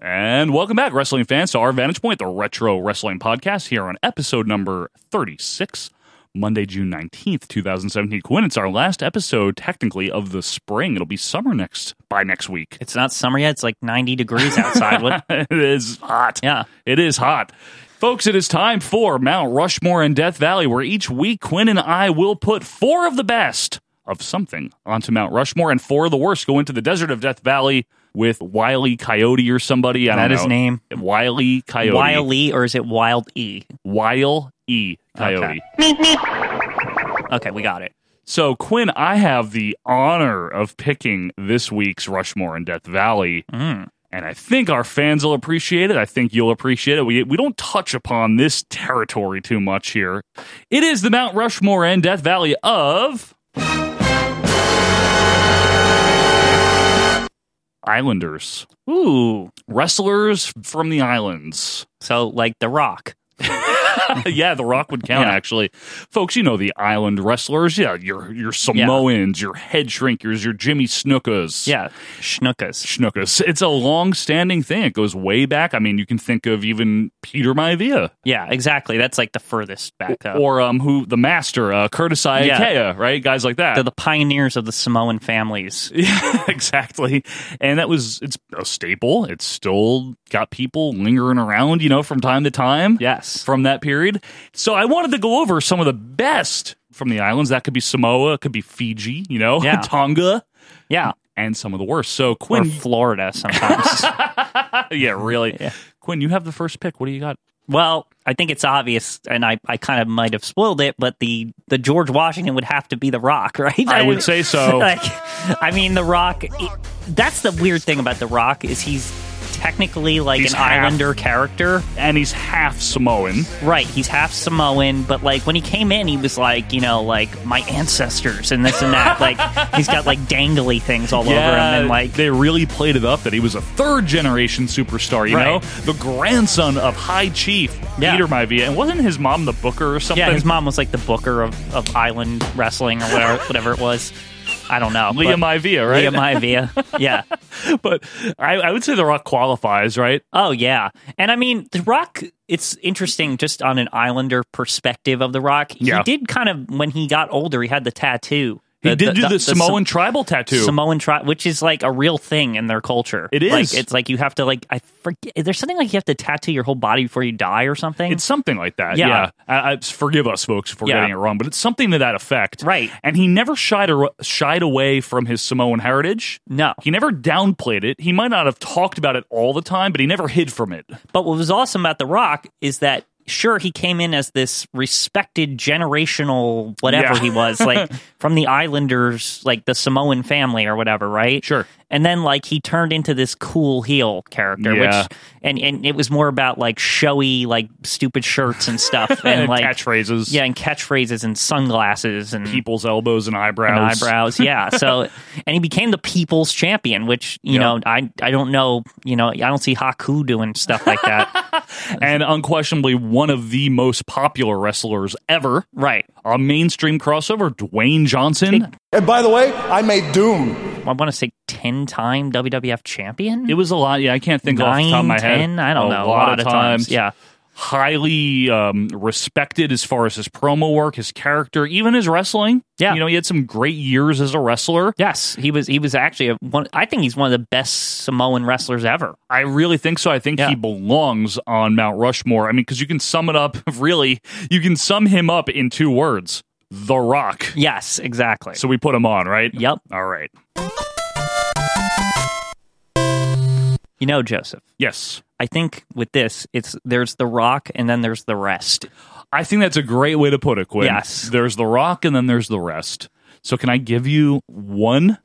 Speaker 1: And welcome back, wrestling fans, to our Vantage Point, the Retro Wrestling Podcast, here on episode number 36, Monday, June 19th, 2017. Quinn, it's our last episode, technically, of the spring. It'll be summer next by next week.
Speaker 2: It's not summer yet. It's like 90 degrees outside. What?
Speaker 1: it is hot.
Speaker 2: Yeah.
Speaker 1: It is hot. Folks, it is time for Mount Rushmore and Death Valley, where each week Quinn and I will put four of the best of something onto Mount Rushmore, and four of the worst go into the desert of Death Valley with Wiley Coyote or somebody. I don't
Speaker 2: That
Speaker 1: know.
Speaker 2: his name?
Speaker 1: Wiley Coyote.
Speaker 2: Wiley or is it Wild E?
Speaker 1: Wile E. Coyote.
Speaker 2: Okay. Okay, we got it.
Speaker 1: So, Quinn, I have the honor of picking this week's Rushmore and Death Valley. And I think our fans will appreciate it. I think you'll appreciate it. We, we don't touch upon this territory too much here. It is the Mount Rushmore and Death Valley of. Islanders.
Speaker 2: Ooh.
Speaker 1: Wrestlers from the islands.
Speaker 2: So like The Rock.
Speaker 1: yeah, The Rock would count
Speaker 2: Yeah.
Speaker 1: actually, folks. You know the island wrestlers. Yeah, your your Samoans, your head shrinkers, your Jimmy Snookas.
Speaker 2: Yeah. Schnookas.
Speaker 1: Snookas. It's a long-standing thing. It goes way back. I mean, you can think of even Peter Maivia
Speaker 2: Yeah, exactly. That's like the furthest back though.
Speaker 1: or um who the master uh, Curtis Iakea, right? Guys like that.
Speaker 2: They're the pioneers of the Samoan families.
Speaker 1: yeah, exactly. And that was it's a staple. It's still got people lingering around, you know, from time to time.
Speaker 2: Yes.
Speaker 1: from that period. So I wanted to go over some of the best from the islands. That could be Samoa, it could be Fiji, you know,
Speaker 2: Yeah.
Speaker 1: Tonga,
Speaker 2: Yeah.
Speaker 1: and some of the worst. So
Speaker 2: Or
Speaker 1: Quinn,
Speaker 2: Florida sometimes.
Speaker 1: yeah, really, Quinn, you have the first pick. What do you got?
Speaker 2: well, I think it's obvious and I, I kind of might have spoiled it, but the, the George Washington would have to be The Rock, right?
Speaker 1: I would say so.
Speaker 2: like I mean The Rock i- that's the weird thing about The Rock is he's technically like
Speaker 1: He's
Speaker 2: an
Speaker 1: half-
Speaker 2: islander character
Speaker 1: And he's half Samoan.
Speaker 2: Right, he's half Samoan, but like when he came in, he was like, you know, like my ancestors and this and that. like he's got like dangly things all over him, and like
Speaker 1: they really played it up that he was a third generation superstar. You
Speaker 2: Right.
Speaker 1: know, the grandson of High Chief
Speaker 2: Yeah.
Speaker 1: Peter Maivia, and wasn't his mom the Booker or something?
Speaker 2: yeah, his mom was like the booker of, of island wrestling or whatever, whatever it was. I don't know.
Speaker 1: Leah Maivia, right?
Speaker 2: Leah Maivia, yeah.
Speaker 1: but I, I would say The Rock qualifies, right?
Speaker 2: Oh yeah, and I mean The Rock. It's interesting just on an islander perspective of The Rock.
Speaker 1: Yeah.
Speaker 2: He did kind of when he got older, he had the tattoo.
Speaker 1: He did do the, Samoan tribal tattoo.
Speaker 2: Samoan tribe, which is like a real thing in their culture.
Speaker 1: It is.
Speaker 2: Like, it's like you have to like I forget. There's something like you have to tattoo your whole body before you die or something.
Speaker 1: It's something like that. Yeah.
Speaker 2: Yeah.
Speaker 1: I, I, forgive us, folks, for
Speaker 2: Yeah.
Speaker 1: getting it wrong, but it's something to that effect.
Speaker 2: Right.
Speaker 1: And he never shied, ar- shied away from his Samoan heritage.
Speaker 2: No.
Speaker 1: He never downplayed it. He might not have talked about it all the time, but he never hid from it.
Speaker 2: but what was awesome about The Rock is that sure he came in as this respected generational whatever
Speaker 1: Yeah.
Speaker 2: he was like from the Islanders, like the Samoan family or whatever, right?
Speaker 1: Sure.
Speaker 2: And then like he turned into this cool heel character,
Speaker 1: Yeah.
Speaker 2: which and and it was more about like showy like stupid shirts and stuff and,
Speaker 1: And
Speaker 2: like
Speaker 1: catchphrases.
Speaker 2: Yeah, and catchphrases and sunglasses and
Speaker 1: People's elbows and
Speaker 2: and
Speaker 1: eyebrows.
Speaker 2: eyebrows. Yeah. So, and he became the people's champion, which you
Speaker 1: Yeah.
Speaker 2: know, I I don't know, you know, I don't see Haku doing stuff like that.
Speaker 1: And unquestionably one of the most popular wrestlers ever.
Speaker 2: right.
Speaker 1: A mainstream crossover, Dwayne Johnson.
Speaker 10: And by the way, I made Doom.
Speaker 2: I want to say ten time WWF champion.
Speaker 1: It was a lot. Yeah, I can't think off the top of my
Speaker 2: Nine,
Speaker 1: head.
Speaker 2: 10? I don't know. A lot of times, yeah.
Speaker 1: Highly um, respected as far as his promo work, his character, even his wrestling.
Speaker 2: Yeah.
Speaker 1: You know, he had some great years as a wrestler.
Speaker 2: Yes, he was. He was actually a, one. I think he's one of the best Samoan wrestlers ever.
Speaker 1: I really think so. I think
Speaker 2: Yeah.
Speaker 1: he belongs on Mount Rushmore. I mean, because you can sum it up, really, you can sum him up in two words The Rock.
Speaker 2: Yes, exactly.
Speaker 1: So we put him on, right?
Speaker 2: Yep.
Speaker 1: All right.
Speaker 2: you know, Joseph.
Speaker 1: Yes.
Speaker 2: I think with this, it's there's the Rock, and then there's the rest.
Speaker 1: I think that's a great way to put it, Quinn.
Speaker 2: Yes.
Speaker 1: There's The Rock and then there's the rest. So can I give you one?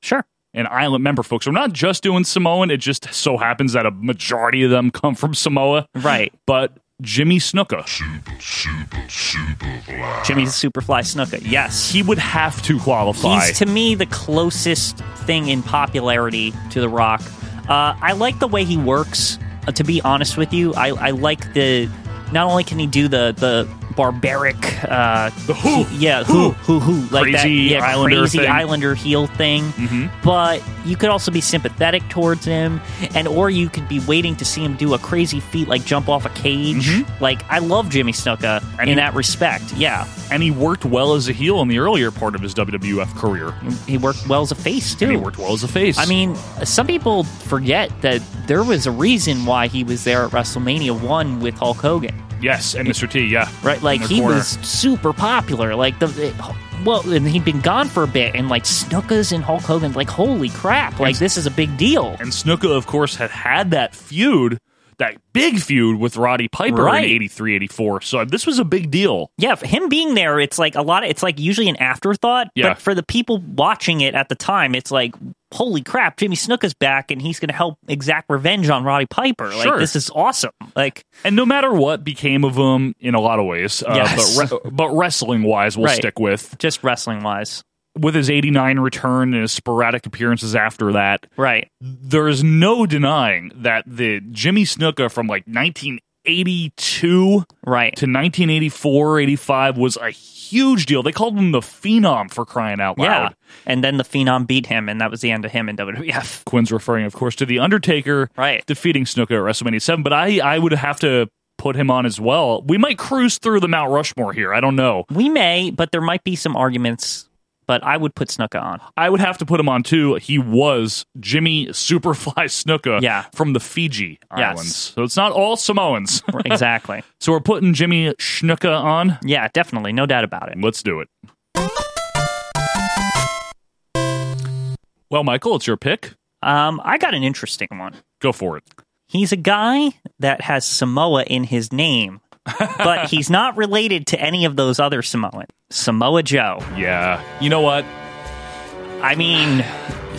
Speaker 2: Sure.
Speaker 1: and island member folks. We're not just doing Samoan. It just so happens that a majority of them come from Samoa.
Speaker 2: Right.
Speaker 1: But Jimmy Snuka,
Speaker 2: Jimmy Superfly Snuka. Yes.
Speaker 1: he would have to qualify.
Speaker 2: He's to me the closest thing in popularity to The Rock. Uh, I like the way he works. Uh, to be honest with you, I, I like the. Not only can he do the the barbaric, uh,
Speaker 1: The who?
Speaker 2: he- yeah, who, who, who, like that,
Speaker 1: Crazy
Speaker 2: yeah,
Speaker 1: Islander
Speaker 2: crazy
Speaker 1: thing. Mm-hmm.
Speaker 2: Islander heel thing. But you could also be sympathetic towards him, and or you could be waiting to see him do a crazy feat like jump off a cage. Like I love Jimmy Snuka in
Speaker 1: Mm-hmm. he-
Speaker 2: that respect. Yeah,
Speaker 1: and he worked well as a heel in the earlier part of his WWF career.
Speaker 2: he worked well as a face too.
Speaker 1: And he worked well as a face.
Speaker 2: I mean, some people forget that there was a reason why he was there at WrestleMania 1 with Hulk Hogan,
Speaker 1: yes, and Mr. T, yeah.
Speaker 2: right? Like,
Speaker 1: their
Speaker 2: he
Speaker 1: corner.
Speaker 2: was super popular. Like, the. It, well, and he'd been gone for a bit, and like Snookas and Hulk Hogan, like, holy crap, like, this is a big deal.
Speaker 1: And Snuka, of course, had had that feud, that big feud with Roddy Piper
Speaker 2: Right.
Speaker 1: in 83, 84. So this was a big deal.
Speaker 2: Yeah, for him being there, it's like a lot of, it's like usually an afterthought,
Speaker 1: Yeah.
Speaker 2: but for the people watching it at the time, it's like, holy crap, Jimmy Snooka's back, and he's going to help exact revenge on Roddy Piper.
Speaker 1: Sure.
Speaker 2: Like, this is awesome. Like,
Speaker 1: And no matter what became of him in a lot of ways, uh,
Speaker 2: Yes.
Speaker 1: but, re- but wrestling wise, we'll
Speaker 2: Right.
Speaker 1: stick with.
Speaker 2: just wrestling wise.
Speaker 1: with his 89 return and his sporadic appearances after that,
Speaker 2: Right.
Speaker 1: there is no denying that the Jimmy Snuka from like 1982
Speaker 2: Right.
Speaker 1: to 1984, 85 was a huge deal. They called him the Phenom for crying out
Speaker 2: Yeah.
Speaker 1: loud.
Speaker 2: And then the Phenom beat him, and that was the end of him in WWF.
Speaker 1: Quinn's referring, of course, to The Undertaker
Speaker 2: Right.
Speaker 1: defeating Snuka at WrestleMania 7, but I, I would have to put him on as well. We might cruise through the Mount Rushmore here. I don't know.
Speaker 2: We may, but there might be some arguments, but I would put Snuka on.
Speaker 1: I would have to put him on too. He was Jimmy Superfly Snuka
Speaker 2: Yeah.
Speaker 1: from the Fiji
Speaker 2: Yes.
Speaker 1: Islands. So it's not all Samoans.
Speaker 2: exactly.
Speaker 1: so we're putting Jimmy Snuka on.
Speaker 2: Yeah, definitely. No doubt about it.
Speaker 1: Let's do it. Well, Michael, it's your pick.
Speaker 2: Um, I got an interesting one.
Speaker 1: Go for it.
Speaker 2: He's a guy that has Samoa in his name, but he's not related to any of those other Samoans. Samoa Joe.
Speaker 1: Yeah. You know what?
Speaker 2: I mean,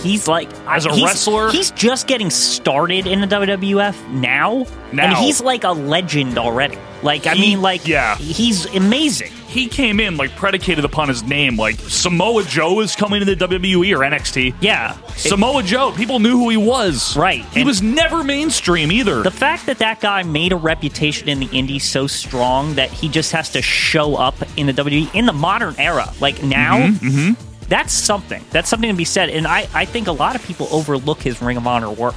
Speaker 2: he's like
Speaker 1: As a
Speaker 2: he's-
Speaker 1: wrestler?
Speaker 2: he's just getting started in the WWF now,
Speaker 1: Now.
Speaker 2: and he's like a legend already. Like, I
Speaker 1: He-
Speaker 2: mean, like,
Speaker 1: yeah.
Speaker 2: he's amazing.
Speaker 1: He came in like predicated upon his name. Like Samoa Joe is coming to the WWE or NXT.
Speaker 2: Yeah,
Speaker 1: Samoa Joe, people knew who he was.
Speaker 2: Right.
Speaker 1: He
Speaker 2: And-
Speaker 1: was never mainstream either.
Speaker 2: the fact that that guy made a reputation in the indies so strong that he just has to show up in the WWE in the modern era, like now.
Speaker 1: Mm-hmm,
Speaker 2: That's something. That's something to be said, and I, I think a lot of people overlook his Ring of Honor work.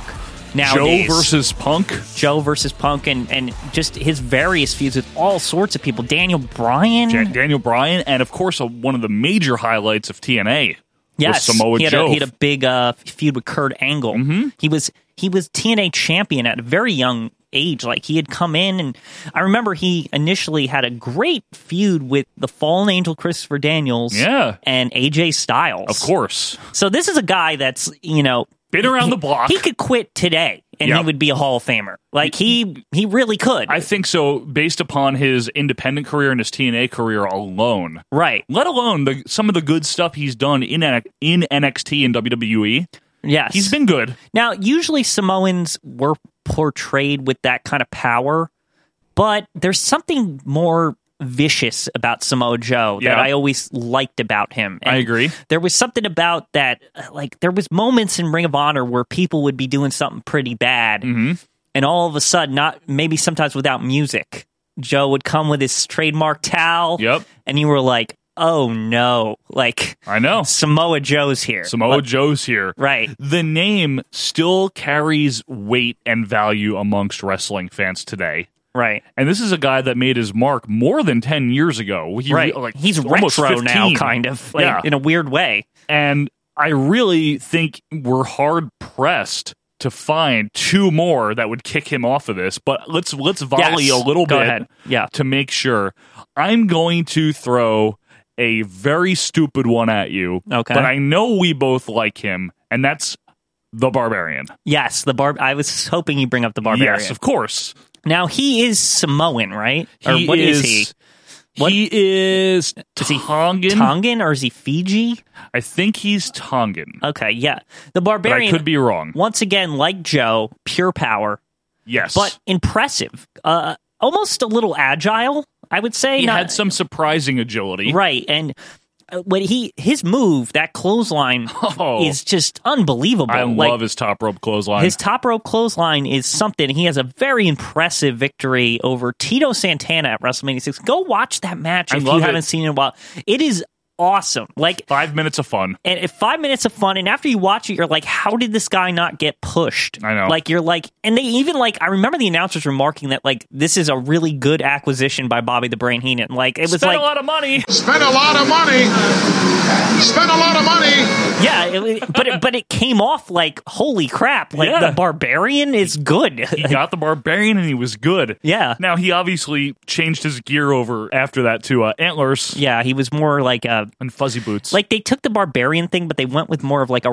Speaker 2: Now
Speaker 1: Joe versus Punk.
Speaker 2: Joe versus Punk and, and just his various feuds with all sorts of people. Daniel Bryan.
Speaker 1: Dan- Daniel Bryan, and of course, uh, one of the major highlights of TNA
Speaker 2: yes,
Speaker 1: was Samoa
Speaker 2: he had
Speaker 1: Joe. Mm-hmm.
Speaker 2: A, he had a big uh, feud with Kurt Angle. He was he was TNA champion at a very young age. Like he had come in, and I remember he initially had a great feud with the Fallen Angel Christopher Daniels.
Speaker 1: Yeah.
Speaker 2: and AJ Styles.
Speaker 1: of course,
Speaker 2: So this is a guy that's you know
Speaker 1: been around the block.
Speaker 2: he could quit today and
Speaker 1: Yep.
Speaker 2: he would be a Hall of Famer. Like he he really could.
Speaker 1: I think so, based upon his independent career and his TNA career alone.
Speaker 2: right.
Speaker 1: Let alone the, some of the good stuff he's done in N- in NXT and WWE.
Speaker 2: Yes.
Speaker 1: He's been good.
Speaker 2: Now, usually Samoans were portrayed with that kind of power, but there's something more vicious about Samoa Joe that
Speaker 1: Yeah.
Speaker 2: I always liked about him.
Speaker 1: I agree.
Speaker 2: There was something about that uh, like there was moments in Ring of Honor where people would be doing something pretty bad
Speaker 1: Mm-hmm.
Speaker 2: and all of a sudden not maybe sometimes without music. Joe would come with his trademark towel
Speaker 1: Yep.
Speaker 2: and you were like oh no, like
Speaker 1: I know.
Speaker 2: Samoa Joe's here.
Speaker 1: Samoa Joe's here.
Speaker 2: Right.
Speaker 1: The name still carries weight and value amongst wrestling fans today.
Speaker 2: Right.
Speaker 1: And this is a guy that made his mark more than 10 years ago. He,
Speaker 2: right.
Speaker 1: like,
Speaker 2: He's
Speaker 1: almost
Speaker 2: retro now,
Speaker 1: 15.
Speaker 2: kind of, like,
Speaker 1: yeah.
Speaker 2: in a weird way.
Speaker 1: and I really think we're hard pressed to find two more that would kick him off of this. But let's let's volley
Speaker 2: Yes.
Speaker 1: a little
Speaker 2: Go
Speaker 1: bit
Speaker 2: ahead. Yeah.
Speaker 1: to make sure. I'm going to throw a very stupid one at you.
Speaker 2: Okay.
Speaker 1: But I know we both like him, and that's the Barbarian.
Speaker 2: Yes, the barb. I was hoping you bring up the barbarian.
Speaker 1: Yes, of course.
Speaker 2: Now he is Samoan, right?
Speaker 1: He
Speaker 2: or what is
Speaker 1: he? He is
Speaker 2: he
Speaker 1: Tongan.
Speaker 2: he? Tongan or is he Fiji?
Speaker 1: I think he's Tongan.
Speaker 2: Okay, yeah. The
Speaker 1: but I
Speaker 2: barbarian
Speaker 1: could be wrong.
Speaker 2: once again like Joe, pure power,
Speaker 1: Yes.
Speaker 2: but impressive. Uh, almost a little agile, I would say.
Speaker 1: he
Speaker 2: Not-
Speaker 1: had some surprising agility.
Speaker 2: right and uh, when he his move that clothesline
Speaker 1: Oh.
Speaker 2: is just unbelievable.
Speaker 1: I
Speaker 2: Like,
Speaker 1: love his top rope clothesline.
Speaker 2: His top rope clothesline is something. He has a very impressive victory over Tito Santana at WrestleMania 6. Go watch that match
Speaker 1: I
Speaker 2: if you
Speaker 1: love it.
Speaker 2: haven't seen it in a while. It is awesome. Like,
Speaker 1: Five minutes of fun.
Speaker 2: and if five minutes of fun, and after you watch it, you're like, how did this guy not get pushed?
Speaker 1: I know.
Speaker 2: Like, you're like, and they even like, I remember the announcers remarking that, like, this is a really good acquisition by Bobby the Brain Heenan. Like, it was
Speaker 1: Spent
Speaker 2: like,
Speaker 1: a lot of money.
Speaker 3: Spent a lot of money. Spent a lot of money.
Speaker 2: yeah, it, it- but it, but it came off like, holy crap, like,
Speaker 1: Yeah.
Speaker 2: the barbarian is good.
Speaker 1: He got the barbarian and he was good.
Speaker 2: yeah.
Speaker 1: Now he obviously changed his gear over after that to uh, antlers
Speaker 2: Yeah, he was more like a
Speaker 1: and fuzzy boots.
Speaker 2: like they took the barbarian thing, but they went with more of like a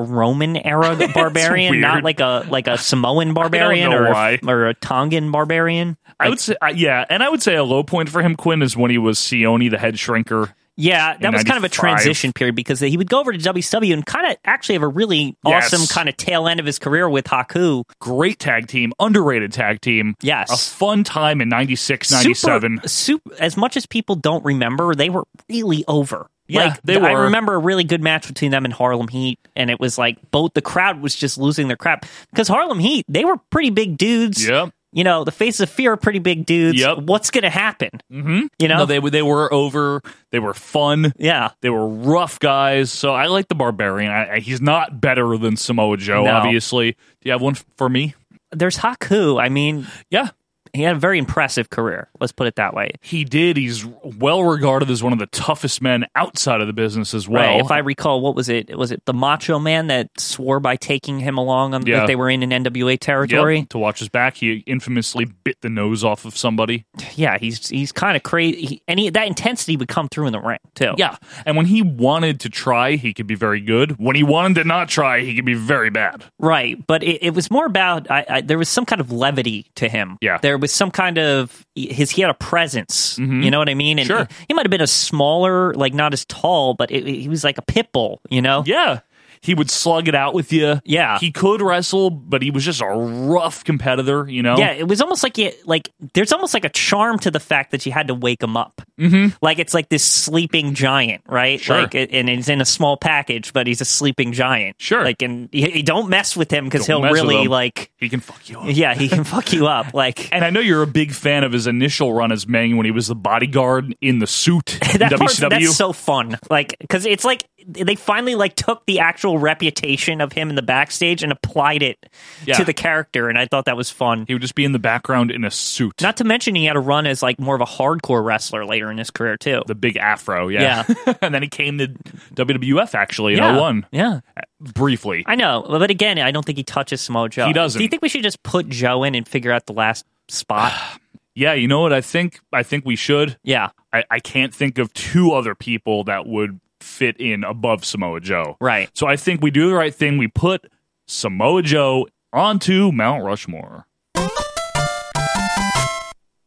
Speaker 2: Roman era barbarian,
Speaker 1: weird.
Speaker 2: not like a like a Samoan barbarian
Speaker 1: know
Speaker 2: or
Speaker 1: why.
Speaker 2: or a Tongan barbarian.
Speaker 1: I would say, uh, yeah, and I would say a low point for him, Quinn, is when he was Sione the head shrinker.
Speaker 2: Yeah, that
Speaker 1: In
Speaker 2: was kind of a
Speaker 1: 95.
Speaker 2: transition period because he would go over to WCW and kind of actually have a really
Speaker 1: Yes.
Speaker 2: awesome kind of tail end of his career with Haku.
Speaker 1: Great tag team, underrated tag team.
Speaker 2: Yes.
Speaker 1: A fun time in 96, 97.
Speaker 2: Super, super, as much as people don't remember, they were really over.
Speaker 1: Yeah,
Speaker 2: like,
Speaker 1: they
Speaker 2: th- I
Speaker 1: were.
Speaker 2: remember a really good match between them and Harlem Heat, and it was like both the crowd was just losing their crap because Harlem Heat they were pretty big dudes.
Speaker 1: Yep.
Speaker 2: You know, the faces of fear are pretty big dudes.
Speaker 1: Yep.
Speaker 2: What's going to happen? Mm-hmm. You know,
Speaker 1: No, they, they were over. They were fun.
Speaker 2: yeah.
Speaker 1: They were rough guys, so I like the Barbarian. I, I- he's not better than Samoa Joe,
Speaker 2: No.
Speaker 1: obviously. Do you have one f- for me?
Speaker 2: There's Haku. I mean,
Speaker 1: Yeah,
Speaker 2: he had a very impressive career. Let's put it that way.
Speaker 1: he did. He's well regarded as one of the toughest men outside of the business as well.
Speaker 2: Right. If I recall, what was it? Was it the Macho Man that swore by taking him along on,
Speaker 1: Yeah.
Speaker 2: that they were in an NWA
Speaker 1: Yep,
Speaker 2: territory?
Speaker 1: to watch his back, he infamously bit the nose off of somebody.
Speaker 2: Yeah, he's he's kind of crazy, he, and he, that intensity would come through in the ring too.
Speaker 1: Yeah, and when he wanted to try, he could be very good. When he wanted to not try, he could be very bad.
Speaker 2: right. But it, it was more about I, I, there was some kind of levity to him.
Speaker 1: Yeah.
Speaker 2: there was some kind of his he had a presence. You know what I mean? And
Speaker 1: Mm-hmm. Sure.
Speaker 2: He, he might have been a smaller, like not as tall, but it, he was like a pit bull. You know?
Speaker 1: Yeah. He would slug it out with you.
Speaker 2: Yeah.
Speaker 1: He could wrestle, but he was just a rough competitor, you know?
Speaker 2: Yeah, it was almost like you like there's almost like a charm to the fact that you had to wake him up. Mm-hmm. Like it's like this sleeping giant, right?
Speaker 1: Sure.
Speaker 2: Like and he's in a small package, but he's a sleeping giant.
Speaker 1: Sure.
Speaker 2: Like and you, you don't mess with him because
Speaker 1: Don't
Speaker 2: he'll
Speaker 1: mess with
Speaker 2: really
Speaker 1: him.
Speaker 2: like
Speaker 1: He can fuck you up.
Speaker 2: yeah he can fuck you up. Like
Speaker 1: And I know you're a big fan of his initial run as Meng when he was the bodyguard in the suit in
Speaker 2: that part,
Speaker 1: WCW.
Speaker 2: that's so fun. Like because it's like they finally like took the actual reputation of him in the backstage and applied it
Speaker 1: Yeah.
Speaker 2: to the character, and I thought that was fun.
Speaker 1: he would just be in the background in a suit.
Speaker 2: Not to mention he had a run as like more of a hardcore wrestler later in his career too.
Speaker 1: the big afro, yeah. and then he came to WWF actually in
Speaker 2: yeah.
Speaker 1: 01,
Speaker 2: Yeah.
Speaker 1: briefly.
Speaker 2: I know. But again, I don't think he touches Samoa Joe.
Speaker 1: He doesn't.
Speaker 2: Do you think we should just put Joe in and figure out the last spot?
Speaker 1: yeah, you know what? I think I think we should.
Speaker 2: yeah.
Speaker 1: I, I can't think of two other people that would fit in above Samoa Joe.
Speaker 2: Right.
Speaker 1: So I think we do the right thing. We put Samoa Joe onto Mount Rushmore.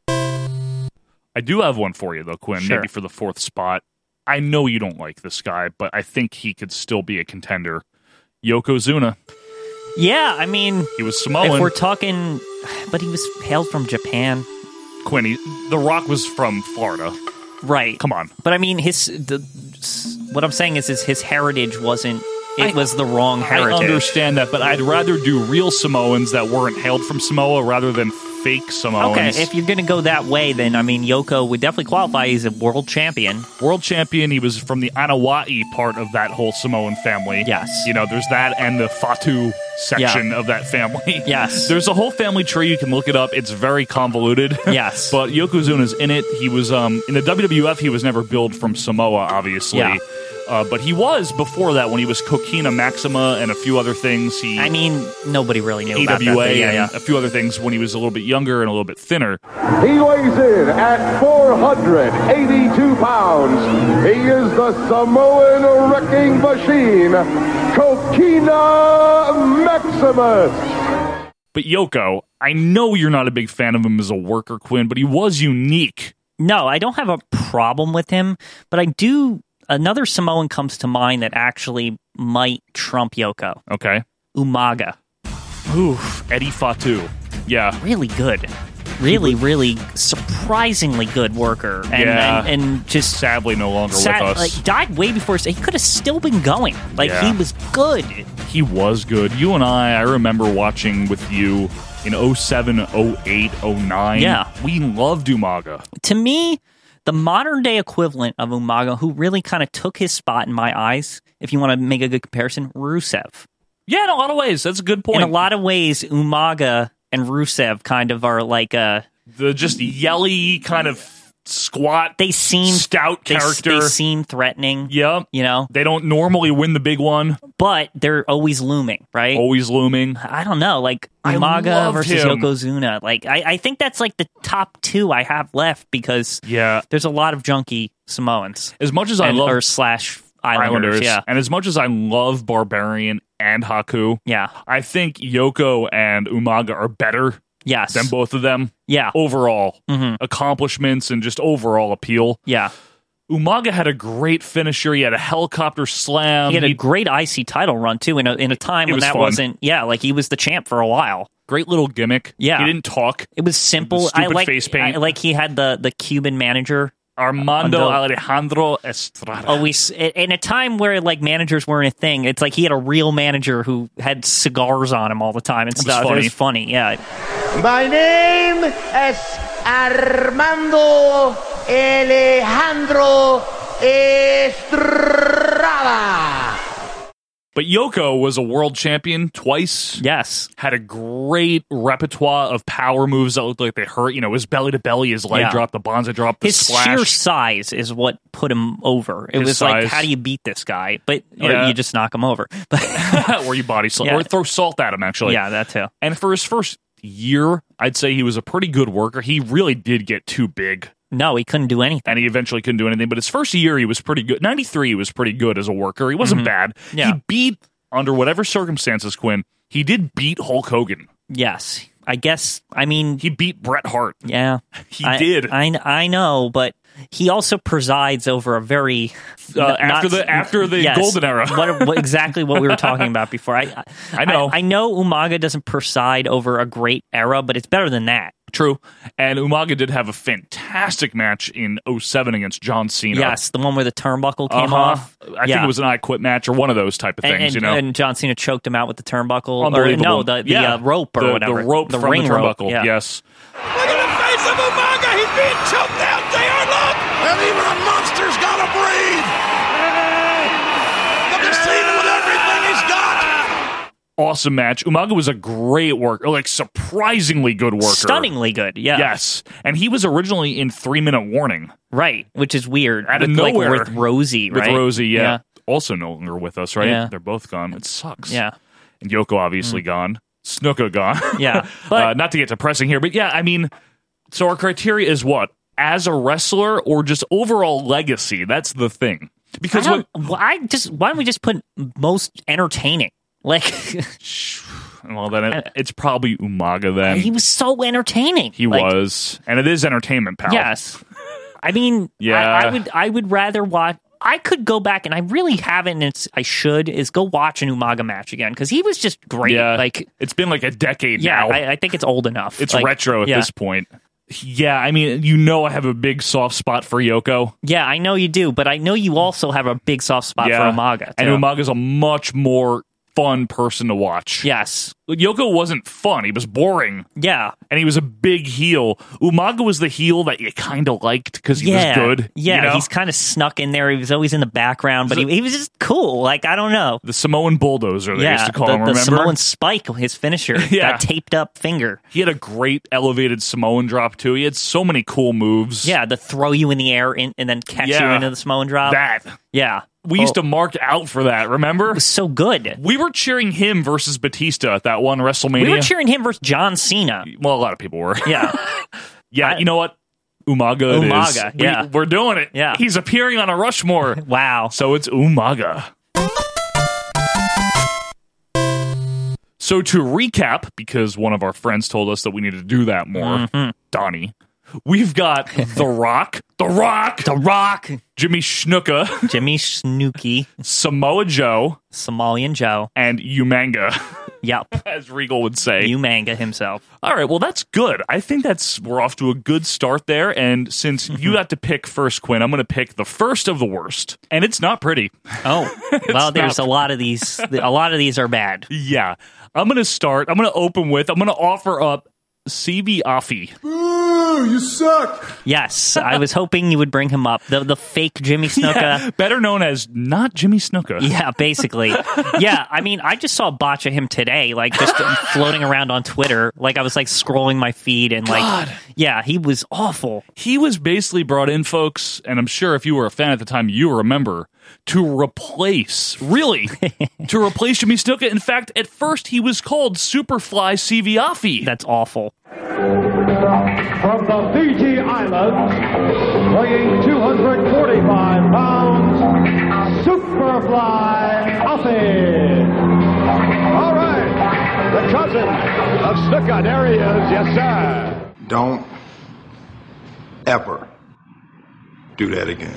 Speaker 1: I do have one for you though, Quinn.
Speaker 2: Sure.
Speaker 1: Maybe for the fourth spot. I know you don't like this guy, but I think he could still be a contender. Yokozuna.
Speaker 2: Yeah, I mean
Speaker 1: He was
Speaker 2: if we're
Speaker 1: Samoan.
Speaker 2: talking but he was hailed from Japan.
Speaker 1: Quinn. he- the Rock was from Florida.
Speaker 2: Right.
Speaker 1: Come on.
Speaker 2: But I mean his the what I'm saying is is his heritage wasn't it
Speaker 1: I-
Speaker 2: was the wrong
Speaker 1: I
Speaker 2: heritage.
Speaker 1: understand that, but I'd rather do real Samoans that weren't hailed from Samoa rather than fake Samoans.
Speaker 2: Okay, if you're going to go that way, then I mean, Yoko would definitely qualify. He's a world champion.
Speaker 1: world champion. He was from the Anawai part of that whole Samoan family.
Speaker 2: Yes.
Speaker 1: You know, there's that and the Fatu section of that family.
Speaker 2: Yes.
Speaker 1: There's a whole family tree. You can look it up. It's very convoluted.
Speaker 2: Yes.
Speaker 1: but Yokozuna's in it. He was um, in the WWF. He was never billed from Samoa, obviously.
Speaker 2: Yeah.
Speaker 1: Uh, but he was before that when he was Kokina Maxima and a few other things. He
Speaker 2: I mean, nobody really knew about that.
Speaker 1: AWA
Speaker 2: but yeah,
Speaker 1: and
Speaker 2: yeah.
Speaker 1: E a few other things when he was a little bit younger and a little bit thinner.
Speaker 10: He weighs in at 482 pounds. He is the Samoan wrecking machine, Coquina Maximus.
Speaker 1: But Yoko, I know you're not a big fan of him as a worker, Quinn, but he was unique.
Speaker 2: No, I don't have a problem with him, but I do. Another Samoan comes to mind that actually might trump Yoko.
Speaker 1: Okay.
Speaker 2: Umaga.
Speaker 1: Oof. Eddie Fatu. Yeah.
Speaker 2: Really good. Really, really surprisingly good worker. And,
Speaker 1: Yeah.
Speaker 2: and, and just
Speaker 1: Sadly, no longer
Speaker 2: sad-
Speaker 1: with us.
Speaker 2: like died way before his- he could have still been going. Like
Speaker 1: Yeah.
Speaker 2: he was good.
Speaker 1: he was good. You and I, I remember watching with you in 07, 08, 09.
Speaker 2: Yeah.
Speaker 1: We loved Umaga.
Speaker 2: To me, the modern day equivalent of Umaga, who really kind of took his spot in my eyes, if you want to make a good comparison, Rusev.
Speaker 1: Yeah, in a lot of ways. That's a good point.
Speaker 2: In a lot of ways, Umaga and Rusev kind of are like uh
Speaker 1: The just yelly kind of squat,
Speaker 2: they seem
Speaker 1: stout
Speaker 2: they,
Speaker 1: character.
Speaker 2: they seem threatening.
Speaker 1: yeah.
Speaker 2: You know,
Speaker 1: They don't normally win the big one.
Speaker 2: but they're always looming, right?
Speaker 1: Always looming.
Speaker 2: I don't know, like
Speaker 1: I
Speaker 2: Umaga
Speaker 1: loved
Speaker 2: versus
Speaker 1: him.
Speaker 2: Yokozuna. Like I, I think that's like the top two I have left because
Speaker 1: Yeah.
Speaker 2: there's a lot of junky Samoans
Speaker 1: As much as I
Speaker 2: and,
Speaker 1: love
Speaker 2: or slash Islanders.
Speaker 1: Islanders,
Speaker 2: Yeah,
Speaker 1: and as much as I love Barbarian and Haku,
Speaker 2: yeah,
Speaker 1: I think Yoko and Umaga are better
Speaker 2: yes,
Speaker 1: than both of them
Speaker 2: yeah,
Speaker 1: overall
Speaker 2: Mhm.
Speaker 1: accomplishments and just overall appeal.
Speaker 2: yeah.
Speaker 1: Umaga had a great finisher. He had a helicopter slam.
Speaker 2: He had a
Speaker 1: Um, He-
Speaker 2: great IC title run too in a in a time
Speaker 1: It
Speaker 2: when
Speaker 1: was
Speaker 2: that
Speaker 1: fun.
Speaker 2: wasn't. Yeah, like he was the champ for a while.
Speaker 1: great little gimmick.
Speaker 2: Yeah.
Speaker 1: he didn't talk.
Speaker 2: It was simple. I
Speaker 1: stupid
Speaker 2: like
Speaker 1: face paint.
Speaker 2: I like he had the the Cuban manager
Speaker 1: Armando
Speaker 2: Undo-
Speaker 1: Alejandro Estrada.
Speaker 2: always in a time where like managers weren't a thing. It's like he had a real manager who had cigars on him all the time and
Speaker 1: was
Speaker 2: stuff. It
Speaker 1: funny.
Speaker 2: was funny. Yeah,
Speaker 10: My name is Armando Alejandro Estrada.
Speaker 1: but Yoko was a world champion twice.
Speaker 2: yes,
Speaker 1: Had a great repertoire of power moves that looked like they hurt. You know, his belly to belly, his leg
Speaker 2: Yeah.
Speaker 1: drop, the bonza drop, the
Speaker 2: his
Speaker 1: splash.
Speaker 2: sheer size is what put him over. It
Speaker 1: His
Speaker 2: was like,
Speaker 1: size.
Speaker 2: how do you beat this guy? But or
Speaker 1: Yeah.
Speaker 2: you just knock him over. But
Speaker 1: or you body slam,
Speaker 2: Yeah.
Speaker 1: or throw salt at him. Actually,
Speaker 2: yeah, that too.
Speaker 1: And for his first year, I'd say he was a pretty good worker. He really did get too big,
Speaker 2: No, he couldn't do anything.
Speaker 1: and he eventually couldn't do anything. But his first year, he was pretty good. Ninety three, he was pretty good as a worker. He wasn't bad.
Speaker 2: Mm-hmm. Yeah.
Speaker 1: He beat under whatever circumstances, Quinn. He did beat Hulk Hogan.
Speaker 2: Yes, I guess. I mean,
Speaker 1: He beat Bret Hart.
Speaker 2: yeah,
Speaker 1: He
Speaker 2: I,
Speaker 1: did.
Speaker 2: I I know, but he also presides over a very
Speaker 1: Uh, after the- after the golden era.
Speaker 2: what, what- exactly what we were talking about before. I I,
Speaker 1: I know.
Speaker 2: I, know Umaga doesn't preside over a great era, but it's better than that.
Speaker 1: True. And Umaga did have a fantastic match in 07 against John Cena.
Speaker 2: Yes, the one where the turnbuckle came
Speaker 1: Uh-huh.
Speaker 2: off.
Speaker 1: I
Speaker 2: Yeah.
Speaker 1: think it was an I Quit match or one of those type of
Speaker 2: And-
Speaker 1: things,
Speaker 2: and,
Speaker 1: you know?
Speaker 2: and John Cena choked him out with the turnbuckle. Or,
Speaker 1: Unbelievable.
Speaker 2: no, the, the
Speaker 1: Yeah.
Speaker 2: uh, rope or
Speaker 1: The-
Speaker 2: whatever.
Speaker 1: The rope from
Speaker 2: ring
Speaker 1: the
Speaker 2: rope,
Speaker 1: turnbuckle,
Speaker 2: yeah.
Speaker 1: yes.
Speaker 10: Look at the face of Umaga. He's being choked out. They are not. And even a monster's got to breathe. Look at Cena with everything he's got.
Speaker 1: Awesome match. Umaga was a great worker, like surprisingly good worker.
Speaker 2: Stunningly good, yeah.
Speaker 1: Yes. And he was originally in Three Minute Warning
Speaker 2: Right, which is weird.
Speaker 1: Out of
Speaker 2: with, like,
Speaker 1: nowhere.
Speaker 2: with Rosie,
Speaker 1: with
Speaker 2: right?
Speaker 1: Rosie, yeah. Also no longer with us, right?
Speaker 2: Yeah.
Speaker 1: They're both gone. It sucks.
Speaker 2: Yeah.
Speaker 1: And Yoko obviously gone. Snuka gone.
Speaker 2: Yeah,
Speaker 1: uh,
Speaker 2: but-
Speaker 1: not to get depressing here, but yeah, I mean, so our criteria is what? As a wrestler or just overall legacy? That's the thing. Because
Speaker 2: I
Speaker 1: what,
Speaker 2: don't, wh- I just why don't we just put most entertaining? Like
Speaker 1: well, then it, it's probably Umaga then.
Speaker 2: he
Speaker 1: He,
Speaker 2: was so entertaining. Like,
Speaker 1: was. And it is entertainment, pal.
Speaker 2: Yes. I mean,
Speaker 1: Yeah.
Speaker 2: I, I would I would rather watch. I could go back and I really haven't. And it's, I should is go watch an Umaga match again because he was just great.
Speaker 1: Yeah.
Speaker 2: Like
Speaker 1: it's been like a decade
Speaker 2: yeah,
Speaker 1: now.
Speaker 2: I, I think it's old enough.
Speaker 1: it's
Speaker 2: Like,
Speaker 1: retro at
Speaker 2: yeah.
Speaker 1: this point. Yeah, I mean, you know, I have a big soft spot for Yoko.
Speaker 2: Yeah, I know you do, but I know you also have a big soft spot
Speaker 1: yeah.
Speaker 2: for Umaga.
Speaker 1: And
Speaker 2: too.
Speaker 1: Umaga's a much more fun person to watch.
Speaker 2: Yes.
Speaker 1: Yoko wasn't fun. He was boring.
Speaker 2: Yeah.
Speaker 1: And he was a big heel. Umaga was the heel that you kind of liked because he
Speaker 2: yeah,
Speaker 1: was good.
Speaker 2: Yeah,
Speaker 1: you know?
Speaker 2: he's kind of snuck in there. He was always in the background, but he, he was just cool. Like I don't know.
Speaker 1: the Samoan bulldozer, they
Speaker 2: yeah,
Speaker 1: used to call
Speaker 2: the,
Speaker 1: him,
Speaker 2: the
Speaker 1: remember?
Speaker 2: Samoan Spike, his finisher,
Speaker 1: Yeah.
Speaker 2: that taped up finger.
Speaker 1: he had a great elevated Samoan drop, too. He had so many cool moves.
Speaker 2: Yeah, uh, the throw you in the air in, and then catch you
Speaker 1: Yeah.
Speaker 2: into the Samoan drop.
Speaker 1: That.
Speaker 2: Yeah,
Speaker 1: We used
Speaker 2: Oh.
Speaker 1: to mark out for that, remember?
Speaker 2: so good.
Speaker 1: We were cheering him versus Batista at that one WrestleMania.
Speaker 2: We were cheering him versus John Cena.
Speaker 1: well, a lot of people were.
Speaker 2: Yeah,
Speaker 1: Yeah, you know what? Umaga. it is.
Speaker 2: Umaga,
Speaker 1: We-
Speaker 2: yeah.
Speaker 1: we're doing it.
Speaker 2: Yeah.
Speaker 1: he's appearing on a Rushmore,
Speaker 2: wow.
Speaker 1: so it's Umaga. So to recap, because one of our friends told us that we needed to do that more,
Speaker 2: Mm-hmm.
Speaker 1: Donnie, we've got The Rock, The Rock,
Speaker 2: The Rock,
Speaker 1: Jimmy Snuka,
Speaker 2: Jimmy Snooki,
Speaker 1: Samoa Joe,
Speaker 2: Somalian Joe.
Speaker 1: and Umanga,
Speaker 2: Yep,
Speaker 1: as Regal would say.
Speaker 2: you manga himself.
Speaker 1: All right, well that's good. I think that's we're off to a good start there. And since you got to pick first, Quinn, I'm going to pick the first of the worst, and it's not pretty.
Speaker 2: Oh, well, there's
Speaker 1: not-
Speaker 2: a lot of these. A lot of these are bad.
Speaker 1: yeah, I'm going to start. I'm going to open with. I'm going to offer up CB Offie.
Speaker 2: Yes, I was hoping you would bring him up. The the fake Jimmy Snuka.
Speaker 1: better known as not Jimmy Snuka.
Speaker 2: Yeah, basically. yeah, I mean, I just saw a botch of him today, like just floating around on Twitter. Like I was like scrolling my feed and like, yeah, he was awful.
Speaker 1: He was basically brought in, folks, and I'm sure if you were a fan at the time, you remember to replace really to replace Jimmy Snuka. In fact, at first he was called Superfly CB Offie.
Speaker 2: That's awful.
Speaker 10: From the Fiji Islands, weighing 245 pounds, Superfly Aussie. All right, the cousin of Snooker. There he is. Yes, sir.
Speaker 6: Don't ever do that again.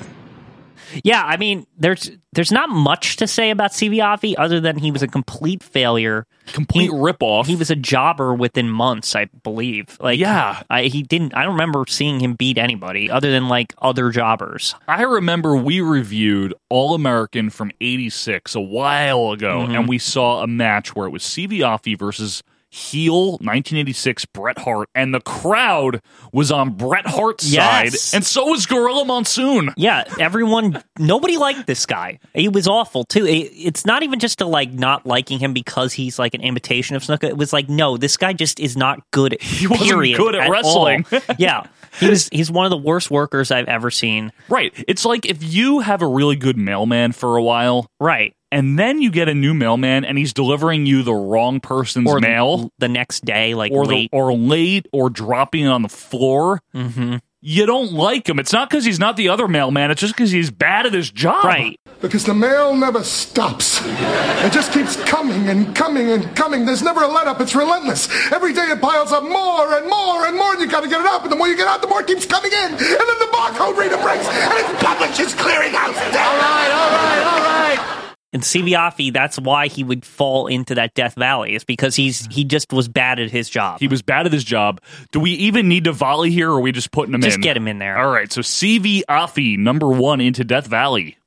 Speaker 2: Yeah, I mean, there's there's not much to say about Siviavi other than he was a complete failure.
Speaker 1: Complete ripoff.
Speaker 2: He was a jobber within months, I believe. Like,
Speaker 1: Yeah.
Speaker 2: I, he didn't. I don't remember seeing him beat anybody other than like other jobbers.
Speaker 1: I remember we reviewed All American from '86 a while ago,
Speaker 2: Mm-hmm.
Speaker 1: and we saw a match where it was CV Offee versus heel 1986 Bret Hart, and the crowd was on Bret Hart's
Speaker 2: Yes.
Speaker 1: side, and so was Gorilla Monsoon.
Speaker 2: Yeah, everyone, nobody liked this guy. He was awful too. It, it's not even just to like not liking him because he's like an imitation of Snuka. It was like, no, this guy just is not good. At, he
Speaker 1: wasn't good at wrestling.
Speaker 2: yeah, he was. He's one of the worst workers I've ever seen.
Speaker 1: Right? It's like if you have a really good mailman for a while,
Speaker 2: Right
Speaker 1: and then you get a new mailman, and he's delivering you the wrong person's
Speaker 2: or
Speaker 1: mail,
Speaker 2: the next day, like
Speaker 1: or
Speaker 2: late.
Speaker 1: the or late or dropping it on the floor.
Speaker 2: Mm-hmm.
Speaker 1: You don't like him. It's not because he's not the other mailman. It's just because he's bad at his job.
Speaker 2: right.
Speaker 10: Because the mail never stops. It just keeps coming and coming and coming. There's never a let up. It's relentless. Every day it piles up more and more and more, and you gotta get it out. But the more you get out, the more it keeps coming in. And then the barcode reader breaks, and it's publishes clearinghouse. All right, all right, all right.
Speaker 2: And Siviafi, that's why he would fall into that Death Valley. Is because he's he just was bad at his job.
Speaker 1: He was bad at his job. Do we even need to volley here, or are we just putting him
Speaker 2: just
Speaker 1: in?
Speaker 2: get him in there.
Speaker 1: All right. So CV Afi, number one into Death Valley.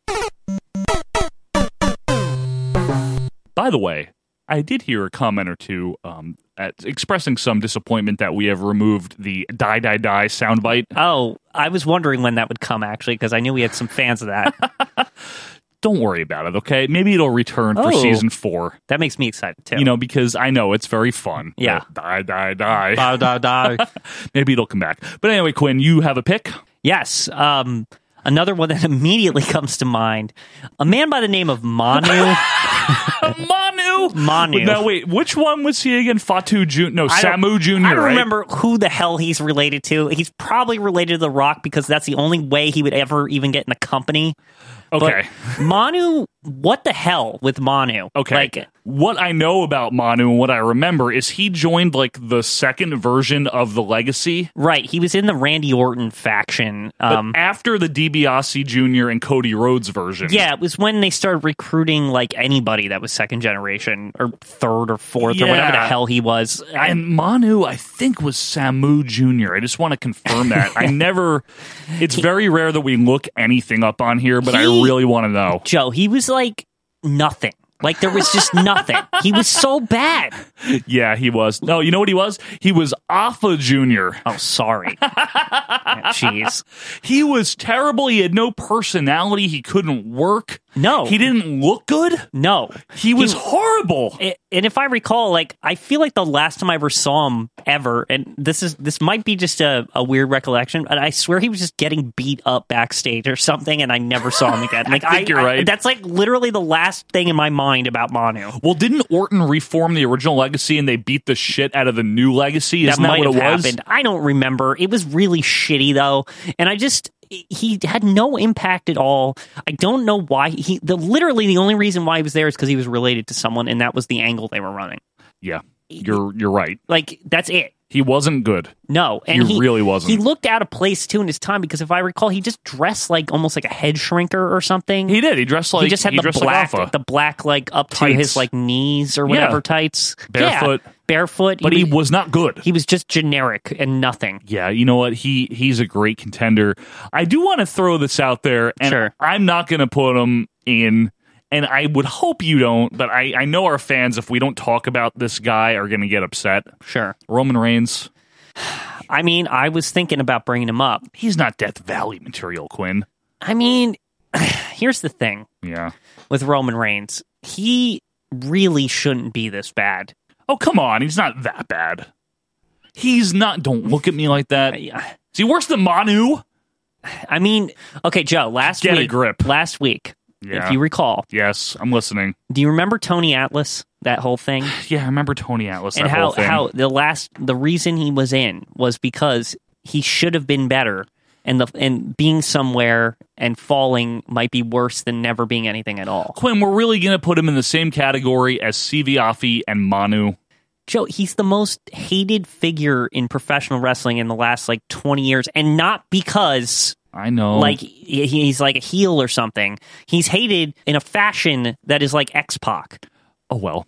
Speaker 1: By the way, I did hear a comment or two um, at expressing some disappointment that we have removed the die die die soundbite.
Speaker 2: Oh, I was wondering when that would come actually because I knew we had some fans of that.
Speaker 1: Don't worry about it, okay? Maybe it'll return for
Speaker 2: Oh.
Speaker 1: season four.
Speaker 2: That makes me excited too.
Speaker 1: you know, because I know it's very fun.
Speaker 2: Yeah.
Speaker 1: Die, die, die.
Speaker 2: Da, da, da.
Speaker 1: Maybe it'll come back. But anyway, Quinn, you have a pick.
Speaker 2: yes. Um, another one that immediately comes to mind: a man by the name of Manu.
Speaker 1: Manu!
Speaker 2: Manu.
Speaker 1: Now, wait, which one was he again? Fatu Jr. No,
Speaker 2: I don't-
Speaker 1: Samu Jr.
Speaker 2: I don't
Speaker 1: right?
Speaker 2: remember who the hell he's related to. He's probably related to The Rock because that's the only way he would ever even get in the company. But
Speaker 1: Okay.
Speaker 2: Manu, what the hell with Manu?
Speaker 1: Okay.
Speaker 2: Like,
Speaker 1: what I know about Manu and what I remember is he joined like the second version of the Legacy.
Speaker 2: right. He was in the Randy Orton faction.
Speaker 1: But
Speaker 2: Um,
Speaker 1: after the DiBiase Jr. and Cody Rhodes version.
Speaker 2: Yeah, it was when they started recruiting like anybody that was second generation or third or fourth or whatever the
Speaker 1: Yeah.
Speaker 2: hell he was. And
Speaker 1: And Manu, I think, was Samu Jr. I just want to confirm that. I never, it's very rare that we look anything up on here, but I
Speaker 2: He-
Speaker 1: really want to know.
Speaker 2: Joe, he was like nothing. Like there was just nothing. He was so bad.
Speaker 1: Yeah, he was. No, you know what he was? He was Alpha Jr.
Speaker 2: Oh, sorry. Jeez.
Speaker 1: He was terrible. He had no personality. He couldn't work.
Speaker 2: No.
Speaker 1: He didn't look good.
Speaker 2: No.
Speaker 1: He was horrible.
Speaker 2: A- and if I recall, like I feel like the last time I ever saw him ever, and this is this might be just a, a weird recollection, but I swear he was just getting beat up backstage or something, and I never saw him again. Like
Speaker 1: think you're right.
Speaker 2: that's like literally the last thing in my mind about Manu.
Speaker 1: well, didn't Orton reform the original legacy and they beat the shit out of the new legacy? Isn't that,
Speaker 2: might
Speaker 1: what it
Speaker 2: have
Speaker 1: was?
Speaker 2: happened. I don't remember. It was really shitty though, and I just he had no impact at all. I don't know why he. The literally the only reason why he was there is because he was related to someone, and that was the angle they were running.
Speaker 1: Yeah, you're you're right.
Speaker 2: Like that's it.
Speaker 1: He wasn't good.
Speaker 2: No, and
Speaker 1: He
Speaker 2: he
Speaker 1: really wasn't.
Speaker 2: He looked out of place too in his time because if I recall, he just dressed like almost like a head shrinker or something.
Speaker 1: He did. He dressed like
Speaker 2: he just had the
Speaker 1: dressed
Speaker 2: black,
Speaker 1: like Alpha.
Speaker 2: the black like up to
Speaker 1: Tights.
Speaker 2: his like knees or whatever
Speaker 1: Yeah.
Speaker 2: tights,
Speaker 1: Barefoot.
Speaker 2: Yeah, barefoot.
Speaker 1: but he
Speaker 2: was,
Speaker 1: was not good.
Speaker 2: he was just generic and nothing.
Speaker 1: yeah, you know what? He he's a great contender. I do want to throw this out there, and
Speaker 2: Sure.
Speaker 1: I'm not going to put him in. And I would hope you don't, but I, I know our fans, if we don't talk about this guy, are going to get upset.
Speaker 2: Sure.
Speaker 1: Roman Reigns,
Speaker 2: I mean, I was thinking about bringing him up.
Speaker 1: he's not Death Valley material, Quinn.
Speaker 2: I mean, here's the thing
Speaker 1: Yeah.
Speaker 2: with Roman Reigns. He really shouldn't be this bad.
Speaker 1: Oh, come on. He's not that bad. He's not. Don't look at me like that. Is
Speaker 2: uh,
Speaker 1: he worse than Manu?
Speaker 2: I mean, okay, Joe, last
Speaker 1: Get a
Speaker 2: week
Speaker 1: grip.
Speaker 2: last week,
Speaker 1: Yeah.
Speaker 2: if you recall,
Speaker 1: Yes, I'm listening.
Speaker 2: Do you remember Tony Atlas? That whole thing,
Speaker 1: Yeah, I remember Tony Atlas.
Speaker 2: and
Speaker 1: that
Speaker 2: how
Speaker 1: whole thing.
Speaker 2: how the last the reason he was in was because he should have been better, and the and being somewhere and falling might be worse than never being anything at all.
Speaker 1: Quinn, we're really going to put him in the same category as Siviafi and Manu.
Speaker 2: Joe, he's the most hated figure in professional wrestling in the last like twenty years, and not because
Speaker 1: I know.
Speaker 2: like he, he's like a heel or something. He's hated in a fashion that is like X Pac.
Speaker 1: oh well,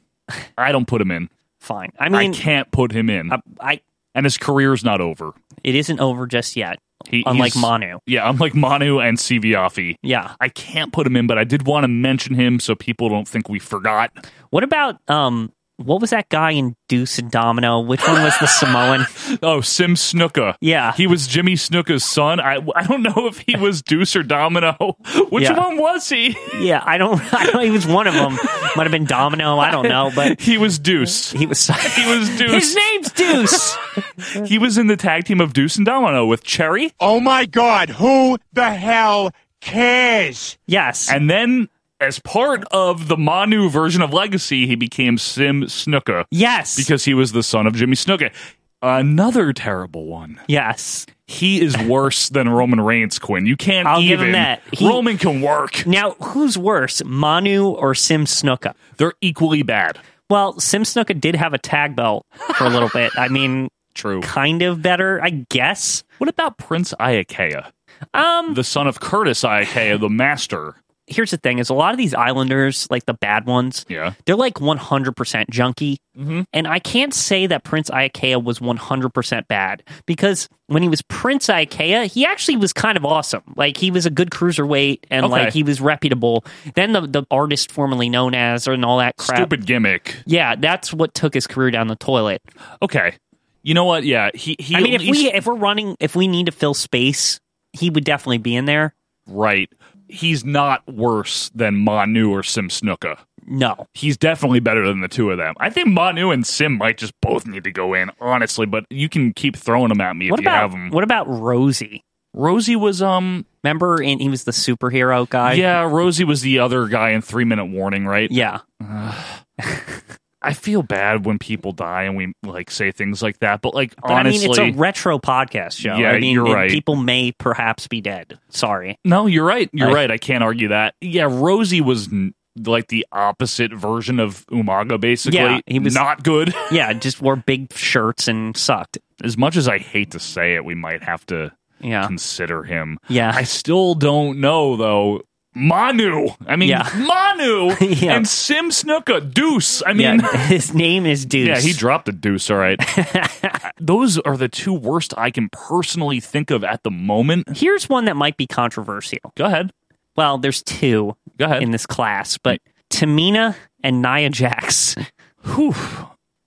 Speaker 1: I don't put him in.
Speaker 2: Fine, I
Speaker 1: I,
Speaker 2: mean,
Speaker 1: can't put him in,
Speaker 2: I, I
Speaker 1: and his career's not over.
Speaker 2: it isn't over just yet.
Speaker 1: He,
Speaker 2: unlike
Speaker 1: he's-
Speaker 2: Manu.
Speaker 1: Yeah, unlike Manu and Siviafi.
Speaker 2: Yeah.
Speaker 1: I can't put him in, but I did want to mention him so people don't think we forgot.
Speaker 2: What about um? What was that guy in Deuce and Domino? Which one was the Samoan?
Speaker 1: Oh, Sim Snuka.
Speaker 2: Yeah.
Speaker 1: He was Jimmy Snuka's son. I, I don't know if he was Deuce or Domino. Which
Speaker 2: Yeah.
Speaker 1: one was he?
Speaker 2: yeah, I don't. I don't. He was one of them. Might have been Domino. I don't know, but
Speaker 1: He was Deuce.
Speaker 2: he was.
Speaker 1: He was Deuce.
Speaker 2: His name's Deuce.
Speaker 1: He was in the tag team of Deuce and Domino with Cherry.
Speaker 3: Oh my God, who the hell cares?
Speaker 2: yes.
Speaker 1: And then, as part of the Manu version of Legacy, he became Sim Snuka
Speaker 2: yes.
Speaker 1: because he was the son of Jimmy Snuka. Another terrible one.
Speaker 2: yes.
Speaker 1: He is worse than Roman Reigns, Quinn. You can't
Speaker 2: I'll
Speaker 1: even.
Speaker 2: give him that. He-
Speaker 1: Roman can work.
Speaker 2: Now, who's worse, Manu or Sim Snuka?
Speaker 1: They're equally bad.
Speaker 2: Well, Sim Snuka did have a tag belt for a little bit. I mean,
Speaker 1: True.
Speaker 2: kind of better, I guess.
Speaker 1: What about Prince Iakea,
Speaker 2: Um,
Speaker 1: the son of Curtis Iakea, the master?
Speaker 2: here's the thing: is a lot of these Islanders, like the bad ones,
Speaker 1: Yeah. Mm-hmm.
Speaker 2: they're like 100% junky. And I can't say that Prince Iakea was 100% bad because when he was Prince Iakea, he actually was kind of awesome. Like he was a good cruiserweight and
Speaker 1: Okay.
Speaker 2: like he was reputable. Then the, the artist formerly known as and all that crap.
Speaker 1: Stupid gimmick.
Speaker 2: Yeah, that's what took his career down the toilet.
Speaker 1: Okay. You know what? Yeah. He. he
Speaker 2: I mean, if
Speaker 1: he's-
Speaker 2: we if we're running, if we need to fill space, he would definitely be in there.
Speaker 1: right. He's not worse than Manu or Sim Snuka.
Speaker 2: No,
Speaker 1: He's definitely better than the two of them. I think Manu and Sim might just both need to go in, honestly. But you can keep throwing them at me
Speaker 2: what
Speaker 1: if you have
Speaker 2: about
Speaker 1: them.
Speaker 2: what about Rosie?
Speaker 1: Rosie was um
Speaker 2: Remember, and he was the superhero guy.
Speaker 1: yeah Rosie was the other guy in Three Minute Warning, right?
Speaker 2: yeah.
Speaker 1: I feel bad when people die and we like say things like that, but like
Speaker 2: But
Speaker 1: honestly,
Speaker 2: I mean, it's a retro podcast show.
Speaker 1: Yeah,
Speaker 2: I mean,
Speaker 1: you're
Speaker 2: and
Speaker 1: right.
Speaker 2: people may perhaps be dead. Sorry.
Speaker 1: No, you're right. You're
Speaker 2: I-
Speaker 1: right. I can't argue that. Yeah, Rosie was n- like the opposite version of Umaga, basically.
Speaker 2: Yeah, he was-
Speaker 1: not good.
Speaker 2: Yeah, just wore big shirts and sucked.
Speaker 1: As much as I hate to say it, we might have to
Speaker 2: Yeah.
Speaker 1: consider him.
Speaker 2: Yeah.
Speaker 1: I still don't know though. Manu, I mean
Speaker 2: Yeah.
Speaker 1: Manu
Speaker 2: Yeah.
Speaker 1: and Sim Snuka Deuce. I mean,
Speaker 2: yeah, his name is Deuce.
Speaker 1: yeah, he dropped a Deuce. All right, those are the two worst I can personally think of at the moment.
Speaker 2: Here's one that might be controversial.
Speaker 1: Go ahead,
Speaker 2: Well, there's two
Speaker 1: go ahead.
Speaker 2: in this class, but Tamina and Nia Jax.
Speaker 1: Whew.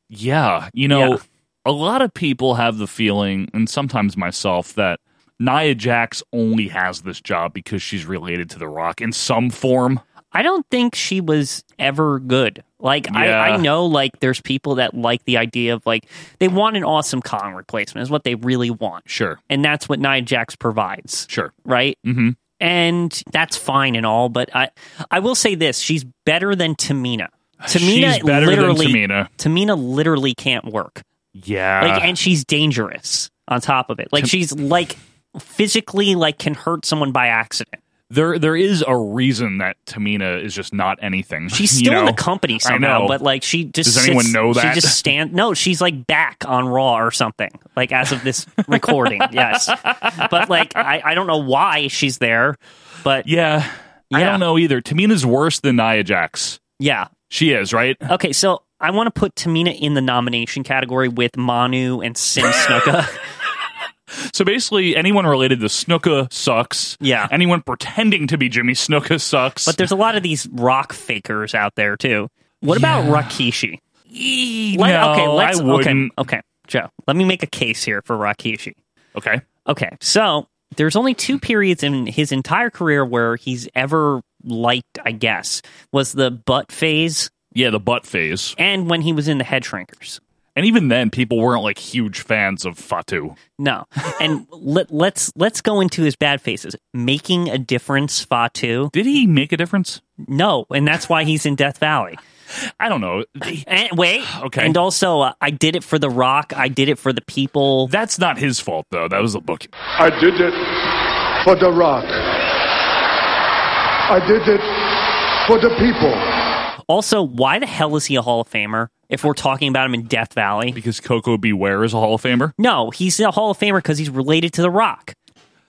Speaker 1: Yeah. You know, a lot of people have the feeling, and sometimes myself, that Nia Jax only has this job because she's related to The Rock in some form.
Speaker 2: I don't think she was ever good. Like I,
Speaker 1: Yeah.
Speaker 2: I know like there's people that like the idea of like they want an awesome Kong replacement is what they really want.
Speaker 1: Sure.
Speaker 2: And that's what Nia Jax provides.
Speaker 1: Sure.
Speaker 2: Right?
Speaker 1: Mm-hmm.
Speaker 2: And that's fine and all, but I I will say this, she's better than Tamina. Tamina
Speaker 1: She's better than
Speaker 2: literally
Speaker 1: Tamina.
Speaker 2: Tamina literally can't work.
Speaker 1: Yeah.
Speaker 2: Like and she's dangerous on top of it. Like
Speaker 1: Tam-
Speaker 2: she's like physically like can hurt someone by accident.
Speaker 1: there, there is a reason that Tamina is just not anything.
Speaker 2: She's
Speaker 1: you
Speaker 2: still in
Speaker 1: know?
Speaker 2: the company
Speaker 1: I
Speaker 2: somehow,
Speaker 1: know.
Speaker 2: but like she just
Speaker 1: Does anyone
Speaker 2: sits-
Speaker 1: know that?
Speaker 2: she just stand. No, she's like back on Raw or something. Like as of this recording, yes. But like I, I don't know why she's there, but
Speaker 1: yeah, I
Speaker 2: Yeah.
Speaker 1: don't know either. Tamina's worse than Nia Jax.
Speaker 2: yeah.
Speaker 1: She is right.
Speaker 2: Okay, so I want to put Tamina in the nomination category with Manu and Sim Snuka.
Speaker 1: So basically, anyone related to Snuka sucks.
Speaker 2: Yeah.
Speaker 1: Anyone pretending to be Jimmy Snuka sucks.
Speaker 2: but there's a lot of these rock fakers out there too. What about Rakishi? Let-
Speaker 1: E, no,
Speaker 2: okay, let's
Speaker 1: I wouldn't.
Speaker 2: okay, okay, Joe. Let me make a case here for Rakishi.
Speaker 1: Okay.
Speaker 2: Okay, so there's only two periods in his entire career where he's ever liked, I guess, was the butt phase
Speaker 1: Yeah, the butt phase.
Speaker 2: and when he was in the head shrinkers.
Speaker 1: And even then, people weren't like huge fans of Fatu.
Speaker 2: No, and let, let's let's go into his bad faces. Making a difference, Fatu.
Speaker 1: Did he make a difference?
Speaker 2: No, and that's why he's in Death Valley.
Speaker 1: I don't know.
Speaker 2: And wait,
Speaker 1: Okay.
Speaker 2: And also, uh, I did it for the Rock. I did it for the people.
Speaker 1: That's not his fault, though. That was the book.
Speaker 10: I did it for The Rock. I did it for the people.
Speaker 2: Also, why the hell is he a Hall of Famer if we're talking about him in Death Valley?
Speaker 1: Because Coco Beware is a Hall of Famer.
Speaker 2: No, he's a Hall of Famer because he's related to The Rock.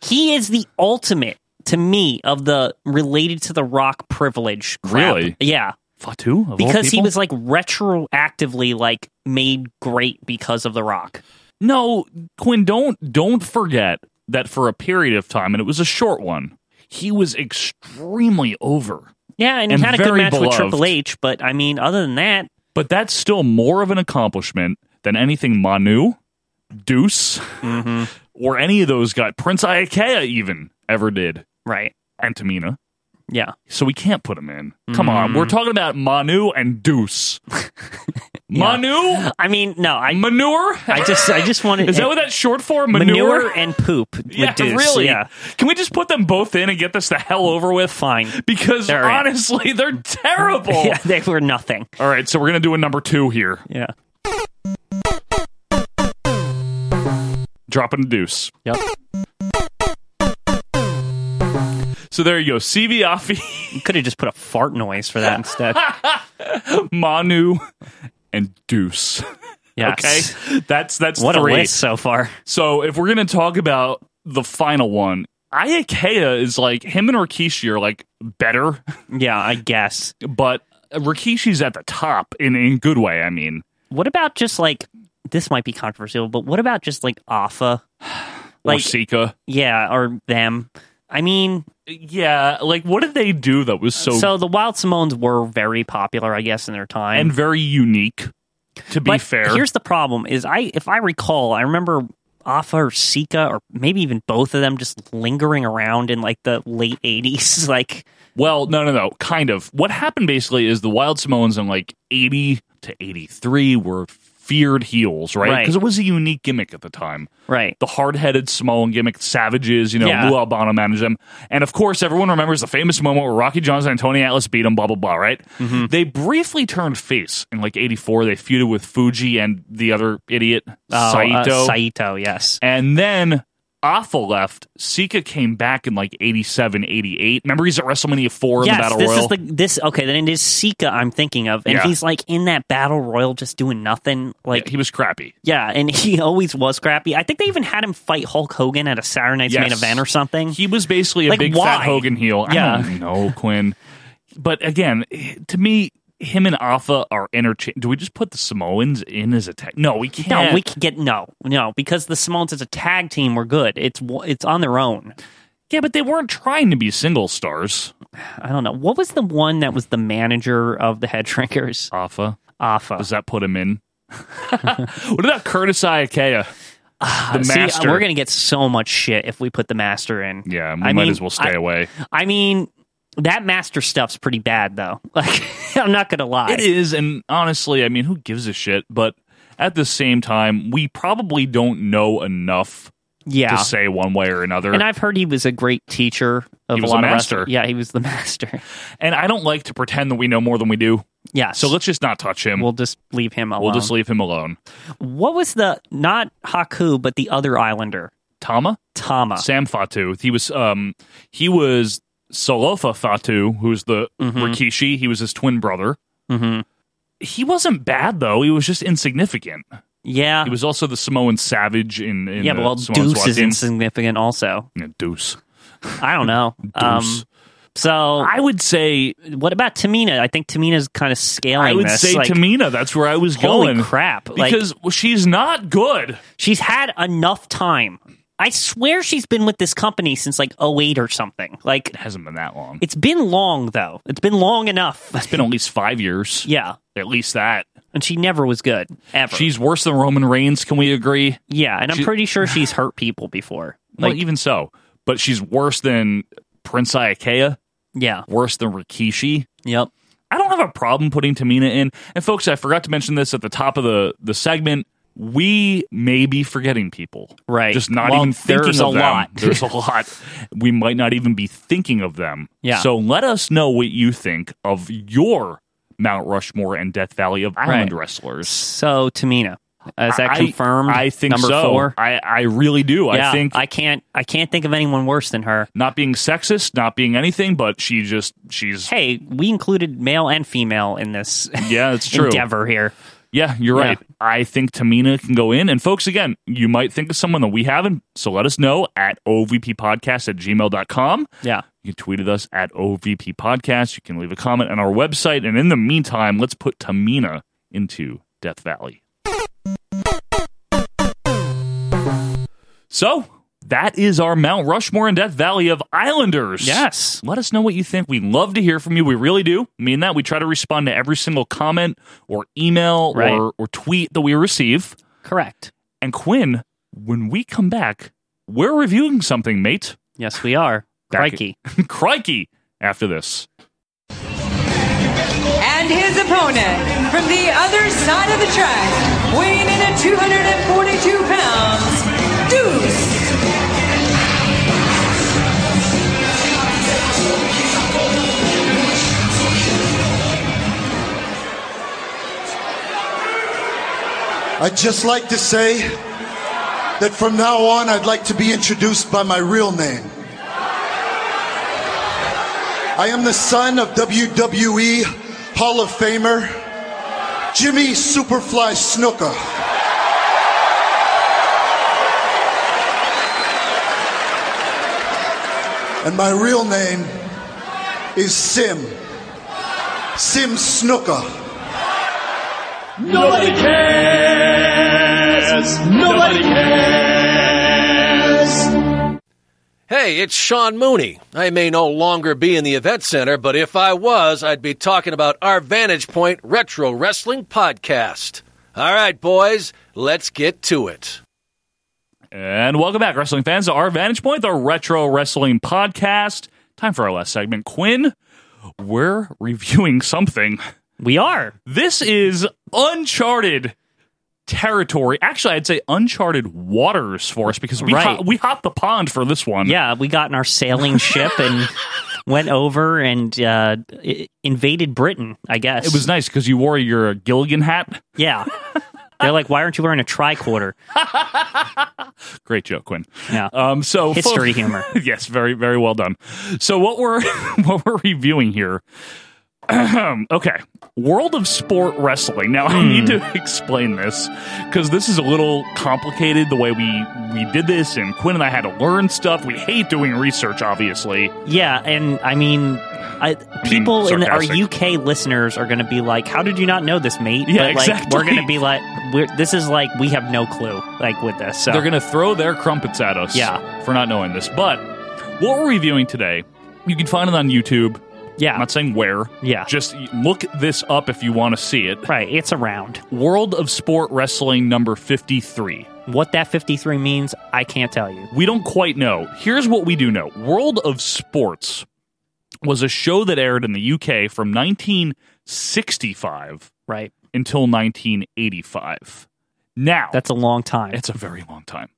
Speaker 2: He is the ultimate to me of the related to The Rock privilege. Crap.
Speaker 1: Really?
Speaker 2: Yeah.
Speaker 1: Fatu? Of all
Speaker 2: Because he
Speaker 1: people?
Speaker 2: was like retroactively like made great because of The Rock.
Speaker 1: No, Quinn, don't don't forget that for a period of time, and it was a short one, he was extremely over.
Speaker 2: Yeah, and,
Speaker 1: And
Speaker 2: he had a good
Speaker 1: very
Speaker 2: match with
Speaker 1: beloved.
Speaker 2: Triple H, but I mean, other than that,
Speaker 1: But that's still more of an accomplishment than anything Manu, Deuce, or any of those guys, Prince Iakea even ever did,
Speaker 2: right.
Speaker 1: and Tamina.
Speaker 2: Yeah.
Speaker 1: So we can't put him in. Come on,
Speaker 2: Mm.
Speaker 1: we're talking about Manu and Deuce. Manu,
Speaker 2: I mean, no, I
Speaker 1: manure.
Speaker 2: I just I just wanted
Speaker 1: Is that what that's short for?
Speaker 2: manure, and poop.
Speaker 1: Yeah,
Speaker 2: Meduce,
Speaker 1: really.
Speaker 2: Yeah.
Speaker 1: Can we just put them both in and get this the hell over with?
Speaker 2: Fine.
Speaker 1: Because
Speaker 2: They're in.
Speaker 1: honestly, they're terrible.
Speaker 2: Yeah, they were nothing.
Speaker 1: All right, so we're gonna do a number two here.
Speaker 2: Yeah.
Speaker 1: Dropping a deuce.
Speaker 2: Yep.
Speaker 1: So there you go. CV Afi,
Speaker 2: Could have just put a fart noise for that instead.
Speaker 1: Manu, and Deuce.
Speaker 2: Yes.
Speaker 1: Okay, that's that's
Speaker 2: What
Speaker 1: three.
Speaker 2: a list so far.
Speaker 1: So if we're gonna talk about the final one, Ayakea is like him and Rikishi are like better,
Speaker 2: Yeah, I guess.
Speaker 1: but Rikishi's at the top in in good way. I mean,
Speaker 2: What about just like this might be controversial, but what about just like Alpha?
Speaker 1: like,
Speaker 2: Like yeah, or them. I mean,
Speaker 1: Yeah, like what did they do that was so,
Speaker 2: so, the Wild Simones were very popular, I guess, in their time.
Speaker 1: and very unique? To be
Speaker 2: but
Speaker 1: fair,
Speaker 2: here's the problem: is I, if I recall, I remember Alpha or Sika, or maybe even both of them, just lingering around in like the late '80s. Like,
Speaker 1: well, no, no, no, kind of. What happened basically is the Wild Samoans in like eighty to eighty three were feared heels, right?
Speaker 2: Right.
Speaker 1: Because it was a unique gimmick at the time.
Speaker 2: right?
Speaker 1: The hard headed Samoan gimmick, savages, you know,
Speaker 2: Yeah.
Speaker 1: Lou Albano managed them. And of course, everyone remembers the famous moment where Rocky Johnson and Tony Atlas beat him, blah, blah, blah, right?
Speaker 2: Mm-hmm.
Speaker 1: They briefly turned face in like 84. They feuded with Fuji and the other idiot,
Speaker 2: Oh, uh,
Speaker 1: Saito.
Speaker 2: Saito, yes.
Speaker 1: And then Alpha left. Sika came back in like 87, 88. Remember, he's at WrestleMania 4 in the Battle
Speaker 2: this
Speaker 1: Royal?
Speaker 2: is the this okay. Then it is Sika I'm thinking of, and
Speaker 1: Yeah.
Speaker 2: he's like in that battle royal, just doing nothing. Like,
Speaker 1: Yeah, he was crappy.
Speaker 2: yeah, and he always was crappy. I think they even had him fight Hulk Hogan at a Saturday Night's Main
Speaker 1: Yes.
Speaker 2: Event or something.
Speaker 1: He was basically a
Speaker 2: Like,
Speaker 1: big
Speaker 2: why?
Speaker 1: fat Hogan heel.
Speaker 2: Yeah.
Speaker 1: I don't know, Quinn. But again, to me, him and Alpha are interchangeable. Do we just put the Samoans in as a tag? No, we can't.
Speaker 2: no, we could get no, no, because the Simones as a tag team were good. It's wa- it's on their own.
Speaker 1: Yeah, but they weren't trying to be single stars.
Speaker 2: I don't know. What was the one that was the manager of the head shrinkers?
Speaker 1: Alpha.
Speaker 2: Alpha.
Speaker 1: Does that put him in? what about Curtis Iakea? The
Speaker 2: Ah, See, uh,
Speaker 1: master.
Speaker 2: we're gonna get so much shit if we put the master in.
Speaker 1: Yeah, we
Speaker 2: I
Speaker 1: might
Speaker 2: mean,
Speaker 1: as well stay
Speaker 2: I-
Speaker 1: away.
Speaker 2: I mean, that master stuff's pretty bad though. Like, I'm not gonna lie.
Speaker 1: It is, and honestly, I mean, who gives a shit? But at the same time, we probably don't know enough
Speaker 2: Yeah.
Speaker 1: to say one way or another.
Speaker 2: And I've heard he was a great teacher of
Speaker 1: He was
Speaker 2: a lot
Speaker 1: a
Speaker 2: of wrestling.
Speaker 1: master.
Speaker 2: Yeah, he was the master.
Speaker 1: And I don't like to pretend that we know more than we do.
Speaker 2: Yeah.
Speaker 1: So let's just not touch him.
Speaker 2: we'll just leave him alone.
Speaker 1: We'll just leave him alone.
Speaker 2: What was the not Haku, but the other Islander?
Speaker 1: Tama?
Speaker 2: Tama.
Speaker 1: Sam Fatu. He was um he was Solofa Fatu, who's the Rikishi. He was his twin brother.
Speaker 2: Mm-hmm.
Speaker 1: He wasn't bad though. He was just insignificant.
Speaker 2: Yeah.
Speaker 1: He was also the Samoan Savage in, in uh,
Speaker 2: yeah,
Speaker 1: the
Speaker 2: but well,
Speaker 1: Samoan
Speaker 2: Deuce
Speaker 1: SWAT
Speaker 2: is
Speaker 1: team.
Speaker 2: insignificant also.
Speaker 1: Yeah, Deuce.
Speaker 2: I don't know.
Speaker 1: Deuce.
Speaker 2: Um, so
Speaker 1: I would say
Speaker 2: what about Tamina? I think Tamina's kind of scaling.
Speaker 1: I would
Speaker 2: this.
Speaker 1: say
Speaker 2: like,
Speaker 1: Tamina. That's where I was
Speaker 2: Holy
Speaker 1: going.
Speaker 2: crap! like,
Speaker 1: Because well, she's not good.
Speaker 2: she's had enough time. I swear she's been with this company since like 08 or something. Like
Speaker 1: It hasn't been that long.
Speaker 2: it's been long though. It's been long enough.
Speaker 1: It's been at least five years.
Speaker 2: yeah,
Speaker 1: At least that.
Speaker 2: and she never was good ever.
Speaker 1: She's worse than Roman Reigns, can we agree?
Speaker 2: yeah, and I'm
Speaker 1: she-
Speaker 2: pretty sure she's hurt people before.
Speaker 1: Like,
Speaker 2: Like
Speaker 1: even so. But she's worse than Prince Iakea,
Speaker 2: yeah,
Speaker 1: worse than Rikishi.
Speaker 2: yep.
Speaker 1: I don't have a problem putting Tamina in. And folks, I forgot to mention this at the top of the, the segment. We may be forgetting people.
Speaker 2: Right.
Speaker 1: Just not
Speaker 2: Well,
Speaker 1: even thinking
Speaker 2: there's
Speaker 1: of
Speaker 2: a
Speaker 1: them.
Speaker 2: lot.
Speaker 1: There's a lot. We might not even be thinking of them.
Speaker 2: Yeah.
Speaker 1: So let us know what you think of your Mount Rushmore and Death Valley of Island
Speaker 2: Right.
Speaker 1: wrestlers.
Speaker 2: So Tamina, is that
Speaker 1: I-
Speaker 2: confirmed?
Speaker 1: I think
Speaker 2: number
Speaker 1: so.
Speaker 2: Four?
Speaker 1: I, I really do.
Speaker 2: yeah,
Speaker 1: I think
Speaker 2: I can't. I can't think of anyone worse than her.
Speaker 1: not being sexist, not being anything, but she just she's
Speaker 2: Hey, we included male and female in this
Speaker 1: yeah, it's true.
Speaker 2: endeavor here.
Speaker 1: Yeah, you're
Speaker 2: Yeah.
Speaker 1: right. I think Tamina can go in. And folks, again, you might think of someone that we haven't, so let us know at ovppodcast at gmail.com.
Speaker 2: Yeah.
Speaker 1: You can tweet at us at OVP Podcast. You can leave a comment on our website. And in the meantime, let's put Tamina into Death Valley. So that is our Mount Rushmore and Death Valley of Islanders.
Speaker 2: Yes.
Speaker 1: Let us know what you think. We love to hear from you. We really do. I mean that. We try to respond to every single comment or email
Speaker 2: Right.
Speaker 1: or, or tweet that we receive.
Speaker 2: Correct.
Speaker 1: And Quinn, when we come back, we're reviewing something, mate.
Speaker 2: Yes, we are.
Speaker 1: Back-
Speaker 2: Crikey.
Speaker 1: Crikey. After this.
Speaker 11: And his opponent from the other side of the track, weighing in at 242 pounds, Deuce.
Speaker 12: I'd just like to say that from now on, I'd like to be introduced by my real name. I am the son of WWE Hall of Famer Jimmy Superfly Snooker. And my real name is Sim. Sim Snooker.
Speaker 3: Nobody cares. Nobody cares.
Speaker 13: Hey, it's Sean Mooney. I may no longer be in the event center, but if I was, I'd be talking about our Vantage Point Retro Wrestling Podcast. All right, boys, let's get to it.
Speaker 1: And welcome back, wrestling fans, to our Vantage Point, the Retro Wrestling Podcast. Time for our last segment. Quinn, we're reviewing something.
Speaker 2: We are.
Speaker 1: This is uncharted territory. Actually, I'd say uncharted waters for us because we,
Speaker 2: Right.
Speaker 1: ho- we hopped the pond for this one.
Speaker 2: Yeah, we got in our sailing ship and went over and uh, i- invaded Britain, I guess.
Speaker 1: It was nice because you wore your Gilligan hat.
Speaker 2: Yeah. They're like, why aren't you wearing a tricorder?
Speaker 1: Great joke, Quinn.
Speaker 2: Yeah.
Speaker 1: Um, so
Speaker 2: History humor.
Speaker 1: yes, very very well done. So what we're what we're reviewing here. okay, World of Sport Wrestling. Now I need to
Speaker 2: Hmm.
Speaker 1: explain this because this is a little complicated the way we we did this, and Quinn and I had to learn stuff. We hate doing research, obviously.
Speaker 2: Yeah, and I mean, I, people in the, our
Speaker 1: sarcastic.
Speaker 2: UK listeners are going to be like, "How did you not know this, mate?"
Speaker 1: Yeah,
Speaker 2: but like,
Speaker 1: exactly.
Speaker 2: We're going to be like, we're, "This is like we have no clue." Like with this, so
Speaker 1: They're going to throw their crumpets at us
Speaker 2: Yeah.
Speaker 1: for not knowing this. But What we're reviewing today, you can find it on YouTube.
Speaker 2: Yeah. I'm
Speaker 1: not saying where.
Speaker 2: Yeah.
Speaker 1: Just look this up if you want to see it.
Speaker 2: Right. It's around.
Speaker 1: World of Sport Wrestling number 53.
Speaker 2: What that 53 means, I can't tell you.
Speaker 1: We don't quite know. Here's what we do know World of Sports was a show that aired in the UK from 1965
Speaker 2: right
Speaker 1: until 1985. Now,
Speaker 2: that's a long time.
Speaker 1: It's a very long time.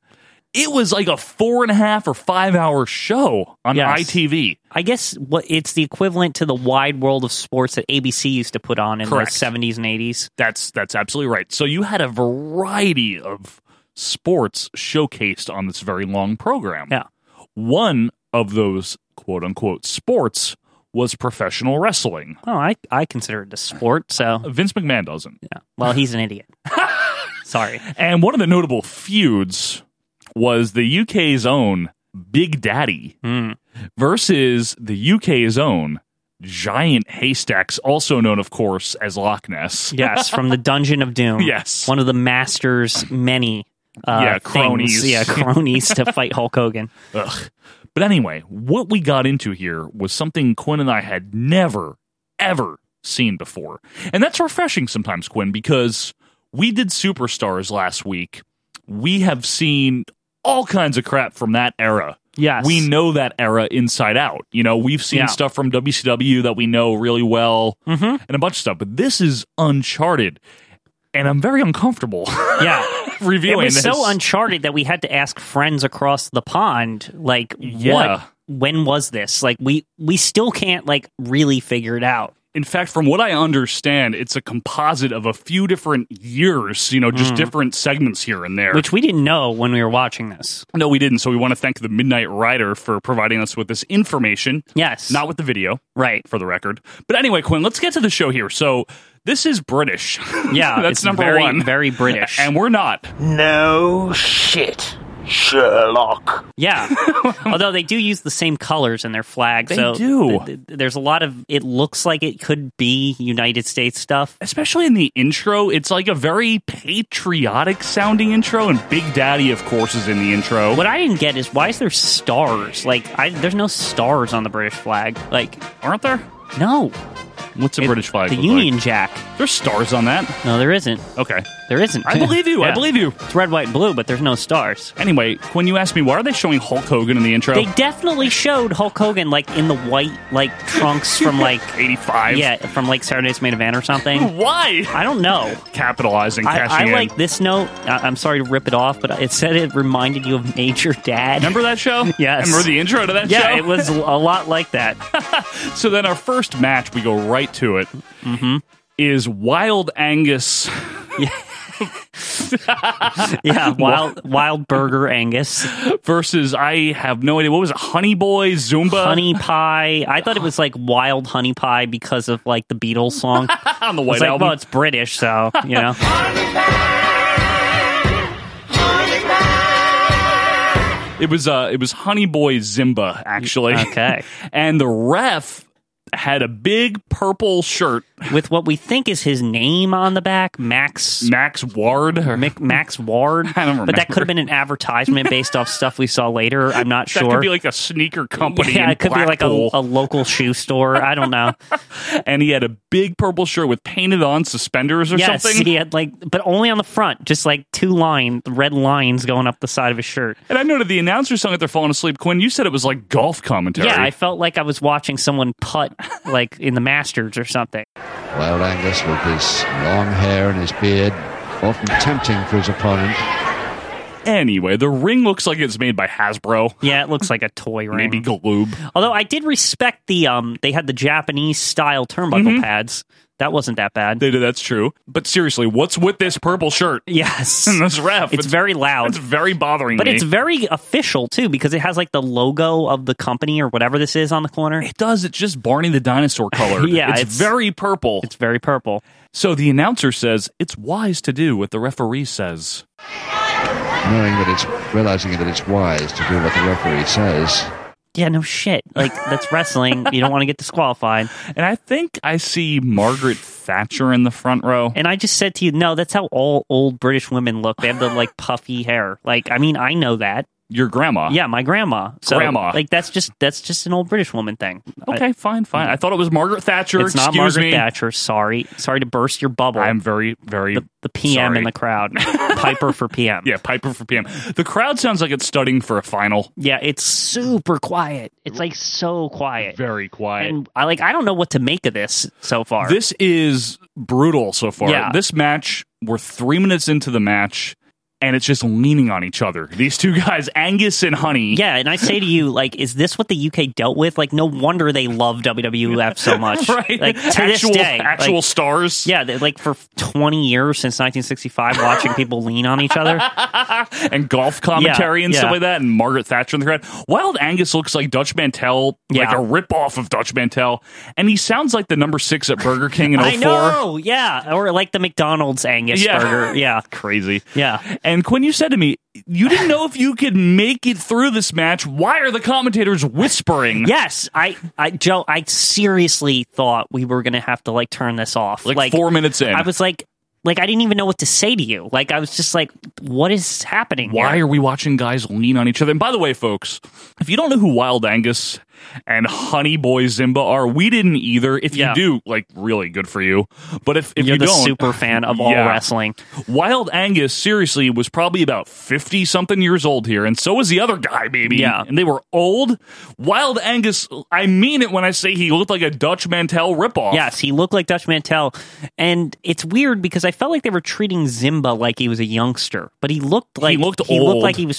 Speaker 1: It was like a four and a half or five hour show on
Speaker 2: Yes.
Speaker 1: ITV.
Speaker 2: I guess what it's the equivalent to the wide world of sports that ABC used to put on in
Speaker 1: Correct.
Speaker 2: the 70s and 80s.
Speaker 1: That's that's absolutely right. So you had a variety of sports showcased on this very long program.
Speaker 2: Yeah.
Speaker 1: One of those quote unquote sports was professional wrestling.
Speaker 2: Oh, I I consider it a sport, so
Speaker 1: Vince McMahon doesn't.
Speaker 2: Yeah. Well, he's an idiot. Sorry.
Speaker 1: And one of the notable feuds was the UK's own Big Daddy versus the UK's own Giant Haystacks, also known, of course, as Loch Ness.
Speaker 2: Yes, from the Dungeon of Doom.
Speaker 1: Yes.
Speaker 2: One of the master's many uh,
Speaker 1: Yeah,
Speaker 2: things.
Speaker 1: cronies.
Speaker 2: Yeah, cronies to fight Hulk Hogan.
Speaker 1: Ugh. But anyway, what we got into here was something Quinn and I had never, ever seen before. And that's refreshing sometimes, Quinn, because we did Superstars last week. We have seen all kinds of crap from that era.
Speaker 2: Yes.
Speaker 1: We know that era inside out. You know, we've seen
Speaker 2: Yeah. Mm-hmm.
Speaker 1: stuff from WCW that we know really well and a bunch of stuff, but this is uncharted. And I'm very uncomfortable
Speaker 2: Yeah.
Speaker 1: reviewing
Speaker 2: it was
Speaker 1: this.
Speaker 2: so uncharted that we had to ask friends across the pond like
Speaker 1: Yeah.
Speaker 2: what when was this like we we still can't like really figure it out
Speaker 1: in fact, from what I understand, it's a composite of a few different years, you know, just different segments here and there.
Speaker 2: Hmm. which we didn't know when we were watching this
Speaker 1: no, we didn't. So we want to thank the Midnight Rider for providing us with this information.
Speaker 2: yes
Speaker 1: Not with the video,
Speaker 2: right
Speaker 1: for the record. But anyway, Quinn, let's get to the show here. So this is British.
Speaker 2: yeah
Speaker 1: that's
Speaker 2: it's
Speaker 1: number
Speaker 2: very,
Speaker 1: one.
Speaker 2: very british
Speaker 1: and we're not.
Speaker 14: No shit, Sherlock.
Speaker 2: yeah although they do use the same colors in their flag
Speaker 1: They
Speaker 2: so
Speaker 1: do.
Speaker 2: th- th- there's a lot of it looks like it could be united states stuff
Speaker 1: Especially in the intro, it's like a very patriotic sounding intro, and Big Daddy, of course, is in the intro.
Speaker 2: what i didn't get is why is there stars like I, there's no stars on the british flag like
Speaker 1: Aren't there?
Speaker 2: no
Speaker 1: What's a
Speaker 2: It-
Speaker 1: British flag?
Speaker 2: the
Speaker 1: look like?
Speaker 2: Union Jack.
Speaker 1: There's stars on that.
Speaker 2: No, there isn't.
Speaker 1: Okay.
Speaker 2: There isn't.
Speaker 1: I believe you. I believe you.
Speaker 2: It's red, white, and blue, but there's no stars.
Speaker 1: Anyway, when you asked me why are they showing Hulk Hogan in the intro?
Speaker 2: They definitely showed Hulk Hogan like in the white like trunks from like
Speaker 1: 85.
Speaker 2: yeah from like Saturday's Main Event or something.
Speaker 1: Why?
Speaker 2: I don't know.
Speaker 1: Capitalizing,
Speaker 2: I,
Speaker 1: cashing
Speaker 2: I
Speaker 1: in.
Speaker 2: like this note. I, I'm sorry to rip it off, but it said it reminded you of Major Dad.
Speaker 1: Remember that show?
Speaker 2: Yes.
Speaker 1: Remember the intro to that show?
Speaker 2: yeah, it was a lot like that.
Speaker 1: So then our first match, we go right to it. Mm-hmm. Is Wild Angus.
Speaker 2: Yeah, wild wild burger Angus,
Speaker 1: Versus, I have no idea. What was it? Honey Boy, Zumba?
Speaker 2: honey pie. I thought it was like wild honey pie because of like the Beatles song.
Speaker 1: on the
Speaker 2: I was
Speaker 1: White
Speaker 2: like,
Speaker 1: Album.
Speaker 2: well, it's British, so you know.
Speaker 1: It was uh it was Honey Boy Zimba actually.
Speaker 2: Okay.
Speaker 1: and the ref had a big purple shirt,
Speaker 2: with what we think is his name on the back, Max
Speaker 1: Max Ward. or-
Speaker 2: Mick, Max Ward.
Speaker 1: I don't
Speaker 2: But that could
Speaker 1: remember.
Speaker 2: have been an advertisement based off stuff we saw later. I'm not
Speaker 1: that
Speaker 2: sure.
Speaker 1: could be like a sneaker company.
Speaker 2: yeah,
Speaker 1: in
Speaker 2: it could be like a,
Speaker 1: Blackpool.
Speaker 2: a local shoe store. I don't know.
Speaker 1: and he had a big purple shirt with painted on suspenders or
Speaker 2: yes,
Speaker 1: something.
Speaker 2: he had like, but only on the front, just like two line red lines going up the side of his shirt.
Speaker 1: And I noted the announcer sung it they're falling asleep. Quinn, you said it was like golf commentary.
Speaker 2: Yeah, I felt like I was watching someone putt, like in the Masters or something.
Speaker 15: Wild Angus with his long hair and his beard, often tempting for his opponent.
Speaker 1: anyway, the ring looks like it's made by Hasbro.
Speaker 2: Yeah, it looks like a toy ring.
Speaker 1: Maybe Galoob.
Speaker 2: Although I did respect the um, they had the Japanese style turnbuckle pads. That wasn't that bad.
Speaker 1: Mm-hmm. They did, that's true. But seriously, what's with this purple shirt?
Speaker 2: Yes.
Speaker 1: And this ref.
Speaker 2: It's very loud.
Speaker 1: It's very bothering
Speaker 2: but
Speaker 1: me.
Speaker 2: it's very official too because it has like the logo of the company or whatever this is on the corner.
Speaker 1: it does. It's just Barney the dinosaur colored.
Speaker 2: Yeah,
Speaker 1: it's,
Speaker 2: it's-
Speaker 1: very purple.
Speaker 2: It's very purple.
Speaker 1: so the announcer says it's wise to do what the referee says.
Speaker 15: Knowing that it's, realizing that it's wise to do what the referee says.
Speaker 2: Yeah, no shit. Like that's wrestling. You don't want to get disqualified.
Speaker 1: And I think I see Margaret Thatcher in the front row.
Speaker 2: And I just said to you, no, that's how all old British women look. They have the like puffy hair. Like I mean, I know that.
Speaker 1: Your grandma.
Speaker 2: Yeah, my grandma. So,
Speaker 1: Grandma.
Speaker 2: Like that's just that's just an old British woman thing.
Speaker 1: Okay, fine, fine. I thought it was Margaret Thatcher.
Speaker 2: It's not
Speaker 1: Excuse
Speaker 2: Margaret
Speaker 1: me.
Speaker 2: Thatcher. Sorry, sorry to burst your bubble. I'm
Speaker 1: very, very
Speaker 2: the, the PM
Speaker 1: sorry.
Speaker 2: in the crowd. Piper for PM.
Speaker 1: Yeah, Piper for PM. The crowd sounds like it's studying for a final.
Speaker 2: Yeah, it's super quiet. It's like so quiet.
Speaker 1: Very quiet.
Speaker 2: Eh, And I like I don't know what to make of this so far.
Speaker 1: This is brutal so far.
Speaker 2: Yeah.
Speaker 1: This match, we're three minutes into the match, and it's just leaning on each other. These two guys, Angus and Honey.
Speaker 2: Yeah, and I say to you, like, is this what the UK dealt with? Like, no wonder they love WWF so much.
Speaker 1: Right.
Speaker 2: Like to
Speaker 1: Actual-
Speaker 2: this day,
Speaker 1: actual
Speaker 2: like-
Speaker 1: stars.
Speaker 2: Yeah, they- like for 20 years since 1965, watching people lean on each other.
Speaker 1: and golf commentary
Speaker 2: Yeah,
Speaker 1: and
Speaker 2: yeah.
Speaker 1: stuff like that, and Margaret Thatcher in the crowd. Wild Angus looks like Dutch Mantel, like
Speaker 2: Yeah.
Speaker 1: a ripoff of Dutch Mantel, and he sounds like the number six at Burger King in 04.
Speaker 2: I know. Yeah, or like the McDonald's Angus
Speaker 1: Yeah.
Speaker 2: burger. Yeah,
Speaker 1: Crazy.
Speaker 2: yeah.
Speaker 1: And Quinn, you said to me, you didn't know if you could make it through this match. Why are the commentators whispering?
Speaker 2: Yes, I, I, Joe, I seriously thought we were gonna have to like turn this off.
Speaker 1: Like, four minutes in.
Speaker 2: I was like, like I didn't even know what to say to you. Like I was just like, what is happening? here?
Speaker 1: Why are we watching guys lean on each other? And by the way, folks, if you don't know who Wild Angus and Honey Boy Zimba are, we didn't either. If
Speaker 2: Yeah.
Speaker 1: you do, like, really good for you. But if, if
Speaker 2: You're
Speaker 1: you
Speaker 2: the
Speaker 1: don't,
Speaker 2: super fan of all
Speaker 1: Yeah.
Speaker 2: wrestling.
Speaker 1: Wild Angus seriously was probably about 50 something years old here, and so was the other guy, baby.
Speaker 2: Yeah.
Speaker 1: And they were old. Wild Angus, I mean it when I say he looked like a Dutch Mantel ripoff.
Speaker 2: Yes, he looked like Dutch Mantel. And it's weird because I felt like they were treating Zimba like he was a youngster, but he looked like
Speaker 1: looked
Speaker 2: he looked
Speaker 1: old.
Speaker 2: like he was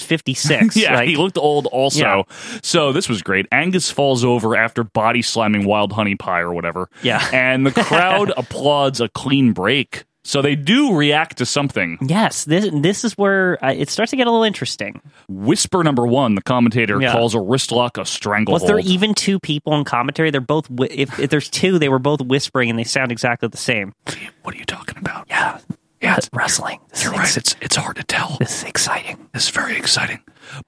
Speaker 2: 56.
Speaker 1: Yeah,
Speaker 2: like,
Speaker 1: he looked old also.
Speaker 2: Yeah.
Speaker 1: So this was great. Angus falls over after body slamming Wild Honey Pie or whatever.
Speaker 2: Yeah.
Speaker 1: And the crowd applauds a clean break. So they do react to something.
Speaker 2: Yes, this this is where uh, it starts to get a little interesting.
Speaker 1: Whisper number one, the commentator
Speaker 2: Yeah.
Speaker 1: calls a wrist lock a
Speaker 2: Was
Speaker 1: stranglehold.
Speaker 2: there even two people in commentary? They're both whi- if, if there's two, they were both whispering and they sound exactly the same.
Speaker 1: what are you talking about?
Speaker 2: Yeah, yeah, wrestling. This
Speaker 1: You're
Speaker 2: is
Speaker 1: right.
Speaker 2: ex-
Speaker 1: It's it's hard to tell.
Speaker 2: This is exciting.
Speaker 1: This is very exciting.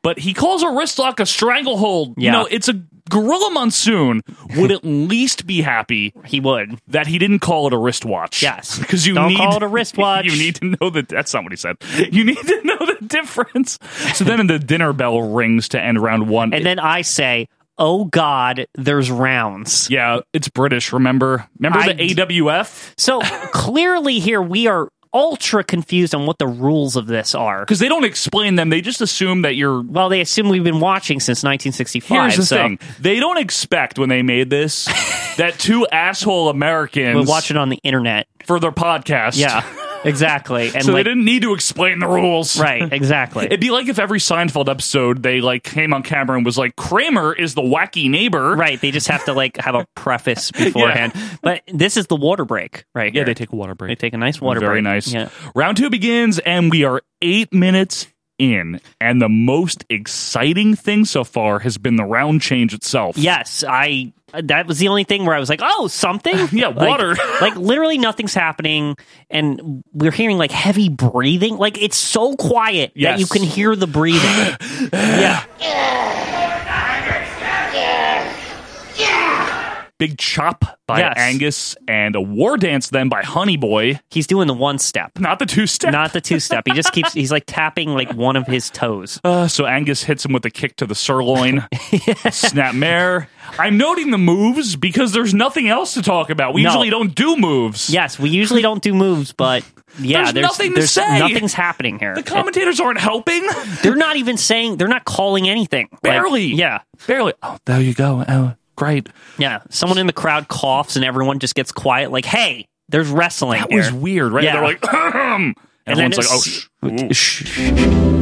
Speaker 1: But he calls a wrist lock a stranglehold. You
Speaker 2: Yeah.
Speaker 1: know, it's a gorilla monsoon would at least be happy
Speaker 2: He would.
Speaker 1: that he didn't call it a wristwatch.
Speaker 2: Yes.
Speaker 1: Because you
Speaker 2: Don't
Speaker 1: need
Speaker 2: call it a wristwatch.
Speaker 1: You need to know that that's not what he said. You need to know the difference. So then the dinner bell rings to end round one.
Speaker 2: And then I say, "Oh God, there's rounds."
Speaker 1: yeah, it's British, remember? Remember
Speaker 2: I
Speaker 1: the AWF?
Speaker 2: So clearly, here we are ultra confused on what the rules of this are.
Speaker 1: Because they don't explain them, they just assume that you're
Speaker 2: Well, they assume we've been watching since 1965.
Speaker 1: Here's the
Speaker 2: so
Speaker 1: thing. They don't expect when they made this that two asshole Americans
Speaker 2: we watch it on the internet.
Speaker 1: for their podcast.
Speaker 2: Yeah, exactly. And
Speaker 1: so
Speaker 2: like,
Speaker 1: they didn't need to explain the rules.
Speaker 2: right, exactly.
Speaker 1: It'd be like if every Seinfeld episode they like came on camera and was like, Kramer is the wacky neighbor.
Speaker 2: right, they just have to like have a preface beforehand. But this is the water break, right?
Speaker 1: Yeah,
Speaker 2: here.
Speaker 1: they take a water break.
Speaker 2: They take a nice water
Speaker 1: Very
Speaker 2: break.
Speaker 1: nice.
Speaker 2: Yeah.
Speaker 1: Round two begins, and we are eight minutes in. And the most exciting thing so far has been the round change itself.
Speaker 2: Yes, I. That was the only thing where I was like, "Oh, something."
Speaker 1: Yeah,
Speaker 2: Like-
Speaker 1: water.
Speaker 2: Like, literally nothing's happening, and we're hearing like heavy breathing. Like it's so quiet
Speaker 1: Yes.
Speaker 2: that you can hear the breathing. yeah,
Speaker 1: Big chop by
Speaker 2: Yes.
Speaker 1: Angus and a war dance then by Honey Boy.
Speaker 2: he's doing the one step,
Speaker 1: Not the two step.
Speaker 2: not the two step. He just keeps. He's like tapping like one of his toes.
Speaker 1: Uh, so Angus hits him with a kick to the sirloin. Snap mare. I'm noting the moves because there's nothing else to talk about. We
Speaker 2: No.
Speaker 1: usually don't do moves.
Speaker 2: Yes, we usually don't do moves, but yeah,
Speaker 1: There's
Speaker 2: there's,
Speaker 1: nothing to
Speaker 2: there's-
Speaker 1: say.
Speaker 2: Nothing's happening here.
Speaker 1: The commentators aren't helping.
Speaker 2: they're not even saying. They're not calling anything. Like,
Speaker 1: Barely.
Speaker 2: yeah.
Speaker 1: Barely. Oh, there you go. Oh, great.
Speaker 2: Yeah, someone in the crowd coughs and everyone just gets quiet. Like, hey, there's wrestling.
Speaker 1: That was
Speaker 2: here."
Speaker 1: weird, right?
Speaker 2: Yeah.
Speaker 1: They're like, and
Speaker 2: And then
Speaker 1: everyone's like, oh,
Speaker 2: it's-
Speaker 1: shh. Ooh.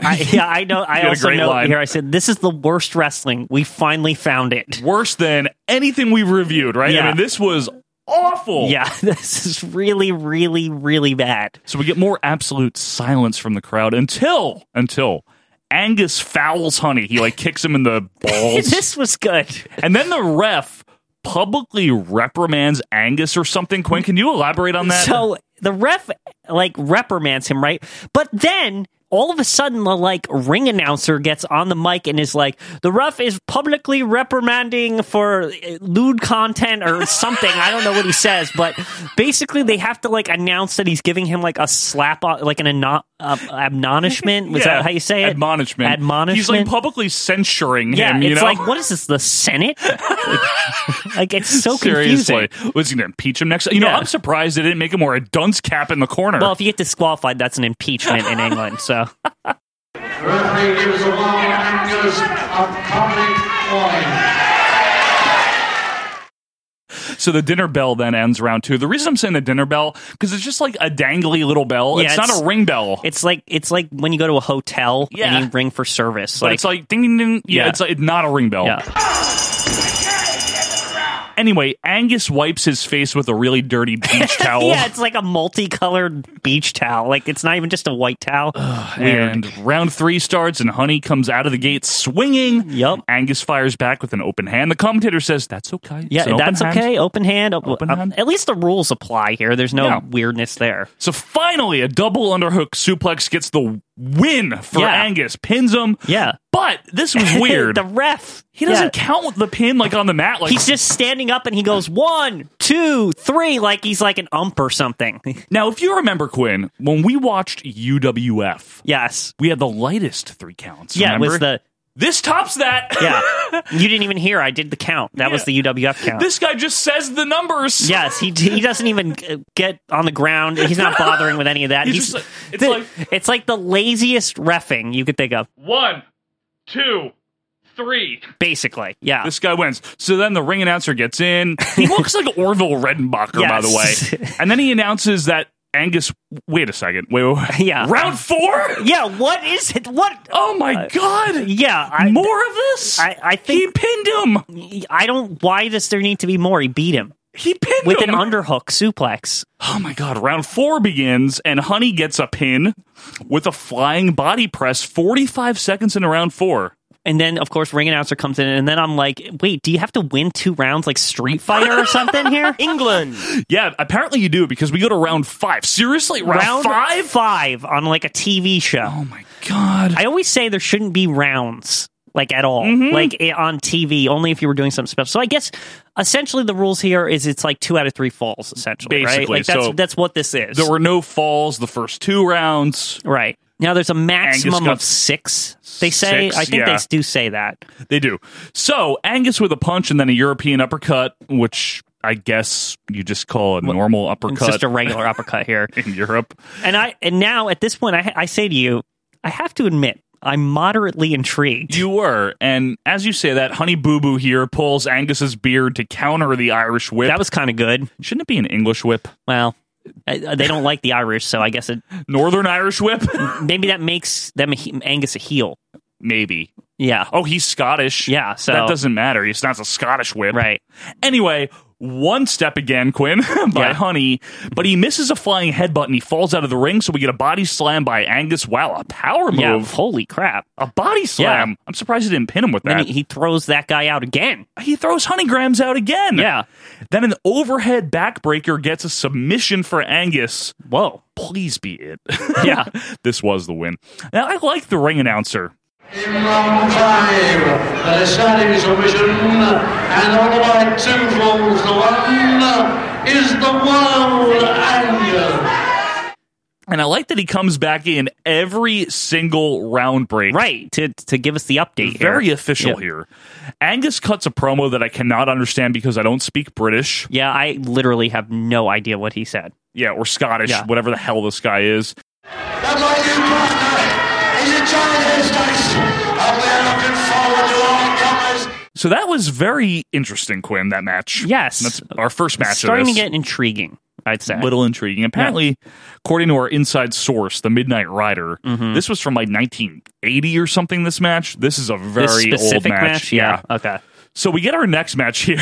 Speaker 2: I, yeah, I know.
Speaker 1: You
Speaker 2: I
Speaker 1: had a
Speaker 2: also
Speaker 1: great
Speaker 2: know
Speaker 1: line.
Speaker 2: here. I said this is the worst wrestling. We finally found it.
Speaker 1: worse than anything we've reviewed, right? I
Speaker 2: Yeah.
Speaker 1: mean, this was awful.
Speaker 2: Yeah, this is really, really, really bad.
Speaker 1: So we get more absolute silence from the crowd until until Angus fouls Honey. He like kicks him in the balls.
Speaker 2: this was good.
Speaker 1: And then the ref publicly reprimands Angus or something. Quinn, can you elaborate on that?
Speaker 2: So the ref like reprimands him, right? But then all of a sudden the like ring announcer gets on the mic and is like, the ref is publicly reprimanding for uh, lewd content or something. I don't know what he says, but basically they have to like announce that he's giving him like a slap on, like an ano- uh, admonishment. Was
Speaker 1: Yeah.
Speaker 2: that how you say it?
Speaker 1: Admonishment.
Speaker 2: Admonishment.
Speaker 1: He's like publicly censuring
Speaker 2: yeah,
Speaker 1: him.
Speaker 2: it's
Speaker 1: You know,
Speaker 2: like what is this? The Senate? like it's so
Speaker 1: seriously,
Speaker 2: confusing.
Speaker 1: was he going to impeach him next? You know,
Speaker 2: Yeah.
Speaker 1: I'm surprised they didn't make him wear a dunce cap in the corner.
Speaker 2: Well, if you get disqualified, that's an impeachment in England. So
Speaker 3: is the law and is of common law.
Speaker 1: So the dinner bell then ends round two. The reason I'm saying the dinner bell because it's just like a dangly little bell.
Speaker 2: Yeah,
Speaker 1: it's, not
Speaker 2: it's-
Speaker 1: a ring bell.
Speaker 2: it's like it's like when you go to a hotel
Speaker 1: Yeah.
Speaker 2: and you ring for service.
Speaker 1: but
Speaker 2: like
Speaker 1: it's like oh, ding ding ding. Yeah,
Speaker 2: Yeah.
Speaker 1: it's like, not a ring bell.
Speaker 2: Yeah.
Speaker 1: Anyway, Angus wipes his face with a really dirty beach towel.
Speaker 2: yeah, it's like a multicolored beach towel. Like it's not even just a white towel. Weird.
Speaker 1: And round three starts, and Honey comes out of the gate swinging. Yep. Angus fires back with an open hand. The commentator says, "That's okay. It's
Speaker 2: yeah,
Speaker 1: an open
Speaker 2: that's
Speaker 1: hand."
Speaker 2: okay. Open hand. Op- uh, At least the rules apply here. There's no
Speaker 1: Yeah.
Speaker 2: weirdness there.
Speaker 1: So finally, a double underhook suplex gets the win for
Speaker 2: Yeah.
Speaker 1: Angus, pins him.
Speaker 2: Yeah.
Speaker 1: But this was weird.
Speaker 2: the ref.
Speaker 1: he doesn't count the pin like on the mat. Like
Speaker 2: he's just standing up and he goes one, two, three, like he's like an ump or something.
Speaker 1: Now, if you remember, Quinn, when we watched UWF,
Speaker 2: yes,
Speaker 1: we had the lightest three counts.
Speaker 2: yeah, it was
Speaker 1: remember?
Speaker 2: the
Speaker 1: this tops that.
Speaker 2: yeah. you didn't even hear. I did the count. That was the UWF count.
Speaker 1: this guy just says the numbers.
Speaker 2: Yes, he he doesn't even uh, get on the ground. He's not bothering with any of that.
Speaker 1: He's
Speaker 2: He's,
Speaker 1: just like- it's
Speaker 2: it's, the,
Speaker 1: like-
Speaker 2: like, it's like the laziest refing you could think of,
Speaker 1: One, two, three.
Speaker 2: basically. Yeah.
Speaker 1: This guy wins. So then the ring announcer gets in. He looks like Orville Redenbacher, by
Speaker 2: Yes.
Speaker 1: the way. And then he announces that Angus. Wait a second. Wait, wait, wait.
Speaker 2: Yeah.
Speaker 1: Round four?
Speaker 2: yeah, what is it? What?
Speaker 1: Oh my God.
Speaker 2: Yeah, Uh, I,
Speaker 1: More of this?
Speaker 2: I, I
Speaker 1: he
Speaker 2: think
Speaker 1: pinned him.
Speaker 2: I don't. Why does there need to be more? He beat him
Speaker 1: He pinned
Speaker 2: with
Speaker 1: him.
Speaker 2: an underhook suplex.
Speaker 1: Oh my god, round four begins, and Honey gets a pin with a flying body press 45 seconds into round four.
Speaker 2: And then, of course, ring announcer comes in, and then I'm like, "Wait, do you have to win two rounds like Street Fighter or something here?" England
Speaker 1: Yeah, apparently you do because we go to round five. Seriously, round,
Speaker 2: round
Speaker 1: five?
Speaker 2: five, five on like a TV show.
Speaker 1: Oh my god.
Speaker 2: I always say there shouldn't be rounds like at all,
Speaker 1: Mhm.
Speaker 2: like i- on TV, only if you were doing something special. So I guess essentially the rules here is it's like two out of three falls, essentially, right?
Speaker 1: Basically,
Speaker 2: Like that's
Speaker 1: so-
Speaker 2: that's what this is,
Speaker 1: there were no falls the first two rounds.
Speaker 2: right? Now there's a maximum
Speaker 1: got
Speaker 2: of six. They say,
Speaker 1: six,
Speaker 2: I think
Speaker 1: yeah.
Speaker 2: they do say that.
Speaker 1: They do. So Angus with a punch and then a European uppercut, which I guess you just call a normal
Speaker 2: It's
Speaker 1: uppercut
Speaker 2: just a regular uppercut here.
Speaker 1: in Europe.
Speaker 2: And I and now at this point, I, ha- I say to you, I have to admit, I'm moderately intrigued.
Speaker 1: You were, and as you say that, Honey Boo Boo here pulls Angus's beard to counter the Irish whip.
Speaker 2: That was kind of good.
Speaker 1: Shouldn't it be an English whip?
Speaker 2: Well, uh, they don't like the Irish, so I guess it
Speaker 1: Northern Irish whip?
Speaker 2: maybe that makes them a, he- Angus a heel.
Speaker 1: Maybe.
Speaker 2: Yeah.
Speaker 1: Oh, he's Scottish.
Speaker 2: Yeah, so-
Speaker 1: that doesn't matter. He's not a Scottish whip.
Speaker 2: Right.
Speaker 1: Anyway, one step again, Quinn, by
Speaker 2: Yeah.
Speaker 1: Honey, but he misses a flying headbutt and he falls out of the ring, so we get a body slam by Angus. Wow, a power move.
Speaker 2: Yeah. Holy crap.
Speaker 1: A body slam. I'm surprised he didn't pin him with
Speaker 2: Then
Speaker 1: that.
Speaker 2: he, he throws that guy out again.
Speaker 1: he throws honeygrams out again.
Speaker 2: Yeah.
Speaker 1: Then an overhead backbreaker gets a submission for Angus.
Speaker 2: Whoa.
Speaker 1: Please be it.
Speaker 2: Yeah.
Speaker 1: this was the win. Now I like the ring announcer.
Speaker 3: In round five, the deciding submission, and all by two falls, the one is the world and
Speaker 1: And I like that he comes back in every single round break.
Speaker 2: Right. To to give us the update. here.
Speaker 1: Very official
Speaker 2: Yeah.
Speaker 1: here. Angus cuts a promo that I cannot understand because I don't speak British.
Speaker 2: Yeah, I literally have no idea what he said.
Speaker 1: Yeah, or Scottish,
Speaker 2: Yeah.
Speaker 1: whatever the hell this guy is.
Speaker 3: That's like you, partner, is a giant haystack, and we're looking forward to all comers.
Speaker 1: So that was very interesting, Quinn, that match.
Speaker 2: Yes.
Speaker 1: That's our first match.
Speaker 2: It's starting
Speaker 1: of
Speaker 2: to
Speaker 1: this.
Speaker 2: get intriguing, I'd say.
Speaker 1: little intriguing. Apparently, according to our inside source, the Midnight Rider,
Speaker 2: Mhm.
Speaker 1: this was from like 1980 or something. This match. This is a very old
Speaker 2: this specific
Speaker 1: match.
Speaker 2: Yeah. Okay.
Speaker 1: So we get our next match here.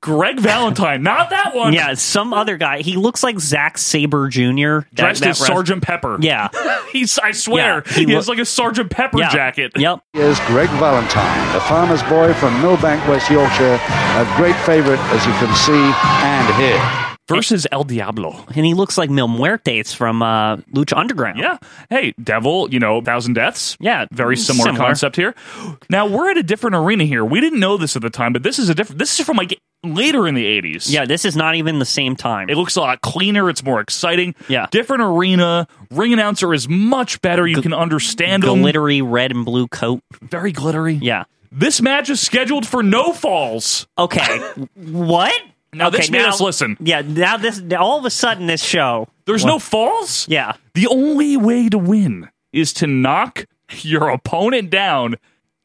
Speaker 1: Greg Valentine, not that one.
Speaker 2: Yeah, some other guy. He looks like Zack Saber Jr. that-
Speaker 1: dressed
Speaker 2: that
Speaker 1: as
Speaker 2: rest-
Speaker 1: Sergeant Pepper.
Speaker 2: Yeah.
Speaker 1: he's. I swear,
Speaker 2: Yeah,
Speaker 1: he,
Speaker 2: he
Speaker 1: has
Speaker 2: loo-
Speaker 1: like a Sergeant Pepper
Speaker 2: yeah.
Speaker 1: jacket.
Speaker 2: Yep.
Speaker 16: is Greg Valentine, the farmer's boy from Millbank, West Yorkshire, a great favourite, as you can see and hear.
Speaker 1: versus El Diablo.
Speaker 2: And he looks like Mil Muerte. It's from uh, Lucha Underground.
Speaker 1: Yeah. Hey, Devil, you know, Thousand Deaths.
Speaker 2: Yeah.
Speaker 1: Very similar,
Speaker 2: Similar.
Speaker 1: concept here. Now, we're at a different arena here. We didn't know this at the time, but this is a different, this is from like later in the 80s.
Speaker 2: Yeah, this is not even the same time.
Speaker 1: It looks a lot cleaner. It's more exciting.
Speaker 2: Yeah.
Speaker 1: Different arena. Ring announcer is much better. You can understand them.
Speaker 2: Glittery red and blue coat.
Speaker 1: Very glittery.
Speaker 2: Yeah.
Speaker 1: This match is scheduled for no falls.
Speaker 2: Okay. what?
Speaker 1: Now
Speaker 2: Okay,
Speaker 1: this made us listen.
Speaker 2: Yeah, now this now all of a sudden this show.
Speaker 1: There's
Speaker 2: What?
Speaker 1: no falls?
Speaker 2: Yeah.
Speaker 1: The only way to win is to knock your opponent down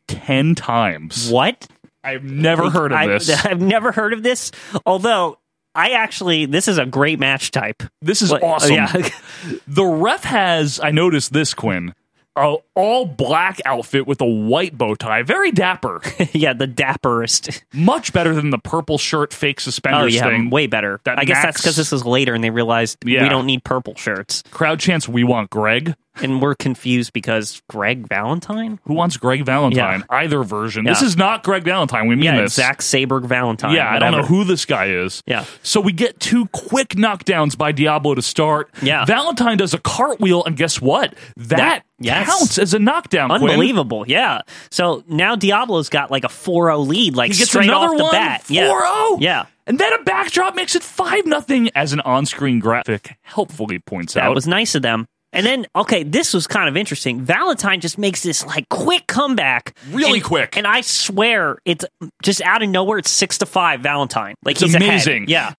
Speaker 1: 10 times.
Speaker 2: What?
Speaker 1: I've never
Speaker 2: Like,
Speaker 1: heard of
Speaker 2: I-
Speaker 1: this.
Speaker 2: I've never heard of this. Although I actually this is a great match type.
Speaker 1: This is
Speaker 2: Like, oh,
Speaker 1: awesome.
Speaker 2: Yeah.
Speaker 1: the ref has, I noticed this, Quinn, a all black outfit with a white bow tie. Very dapper.
Speaker 2: yeah, the dapperest.
Speaker 1: Much better than the purple shirt fake suspenders
Speaker 2: Oh yeah,
Speaker 1: thing.
Speaker 2: way better.
Speaker 1: That
Speaker 2: I guess that's
Speaker 1: Max-
Speaker 2: because this is later, and they realized
Speaker 1: Yeah.
Speaker 2: we don't need purple shirts,
Speaker 1: Crowd chants, we want Greg.
Speaker 2: and we're confused because Greg Valentine.
Speaker 1: Who wants Greg Valentine? Either version. This
Speaker 2: Yeah.
Speaker 1: is not Greg Valentine. We mean
Speaker 2: yeah,
Speaker 1: this.
Speaker 2: Zach Saberg Valentine.
Speaker 1: Yeah, I don't know
Speaker 2: whatever.
Speaker 1: who this guy is.
Speaker 2: Yeah.
Speaker 1: So we get two quick knockdowns by Diablo to start.
Speaker 2: Yeah.
Speaker 1: Valentine does a cartwheel, and guess what? That,
Speaker 2: That- yes.
Speaker 1: counts as a knockdown. Quinn.
Speaker 2: Unbelievable, yeah. So now Diablo's got like a 4-0 lead, like
Speaker 1: He gets
Speaker 2: straight
Speaker 1: another
Speaker 2: off the
Speaker 1: one, oh?
Speaker 2: bat.
Speaker 1: 4-0.
Speaker 2: Yeah. yeah.
Speaker 1: And then a backdrop makes it 5 nothing, as an on screen graphic helpfully points
Speaker 2: That
Speaker 1: out.
Speaker 2: was nice of them. And then, okay, this was kind of interesting. Valentine just makes this like quick comeback,
Speaker 1: Really
Speaker 2: And-
Speaker 1: quick.
Speaker 2: and I swear it's just out of nowhere. It's six to five. Valentine, like
Speaker 1: It's
Speaker 2: he's ahead.
Speaker 1: amazing.
Speaker 2: Yeah,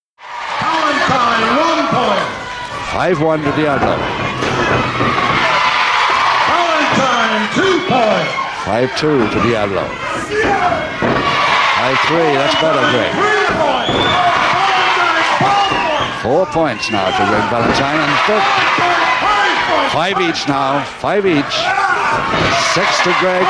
Speaker 3: Valentine, one point.
Speaker 16: 5 1 to Diablo.
Speaker 3: Valentine, two points.
Speaker 16: 5 2 to Diablo. 5 3, that's better, Greg. 4 points now to Greg Valentine. And fifth. 5 each now. 5 each. 6 to Greg.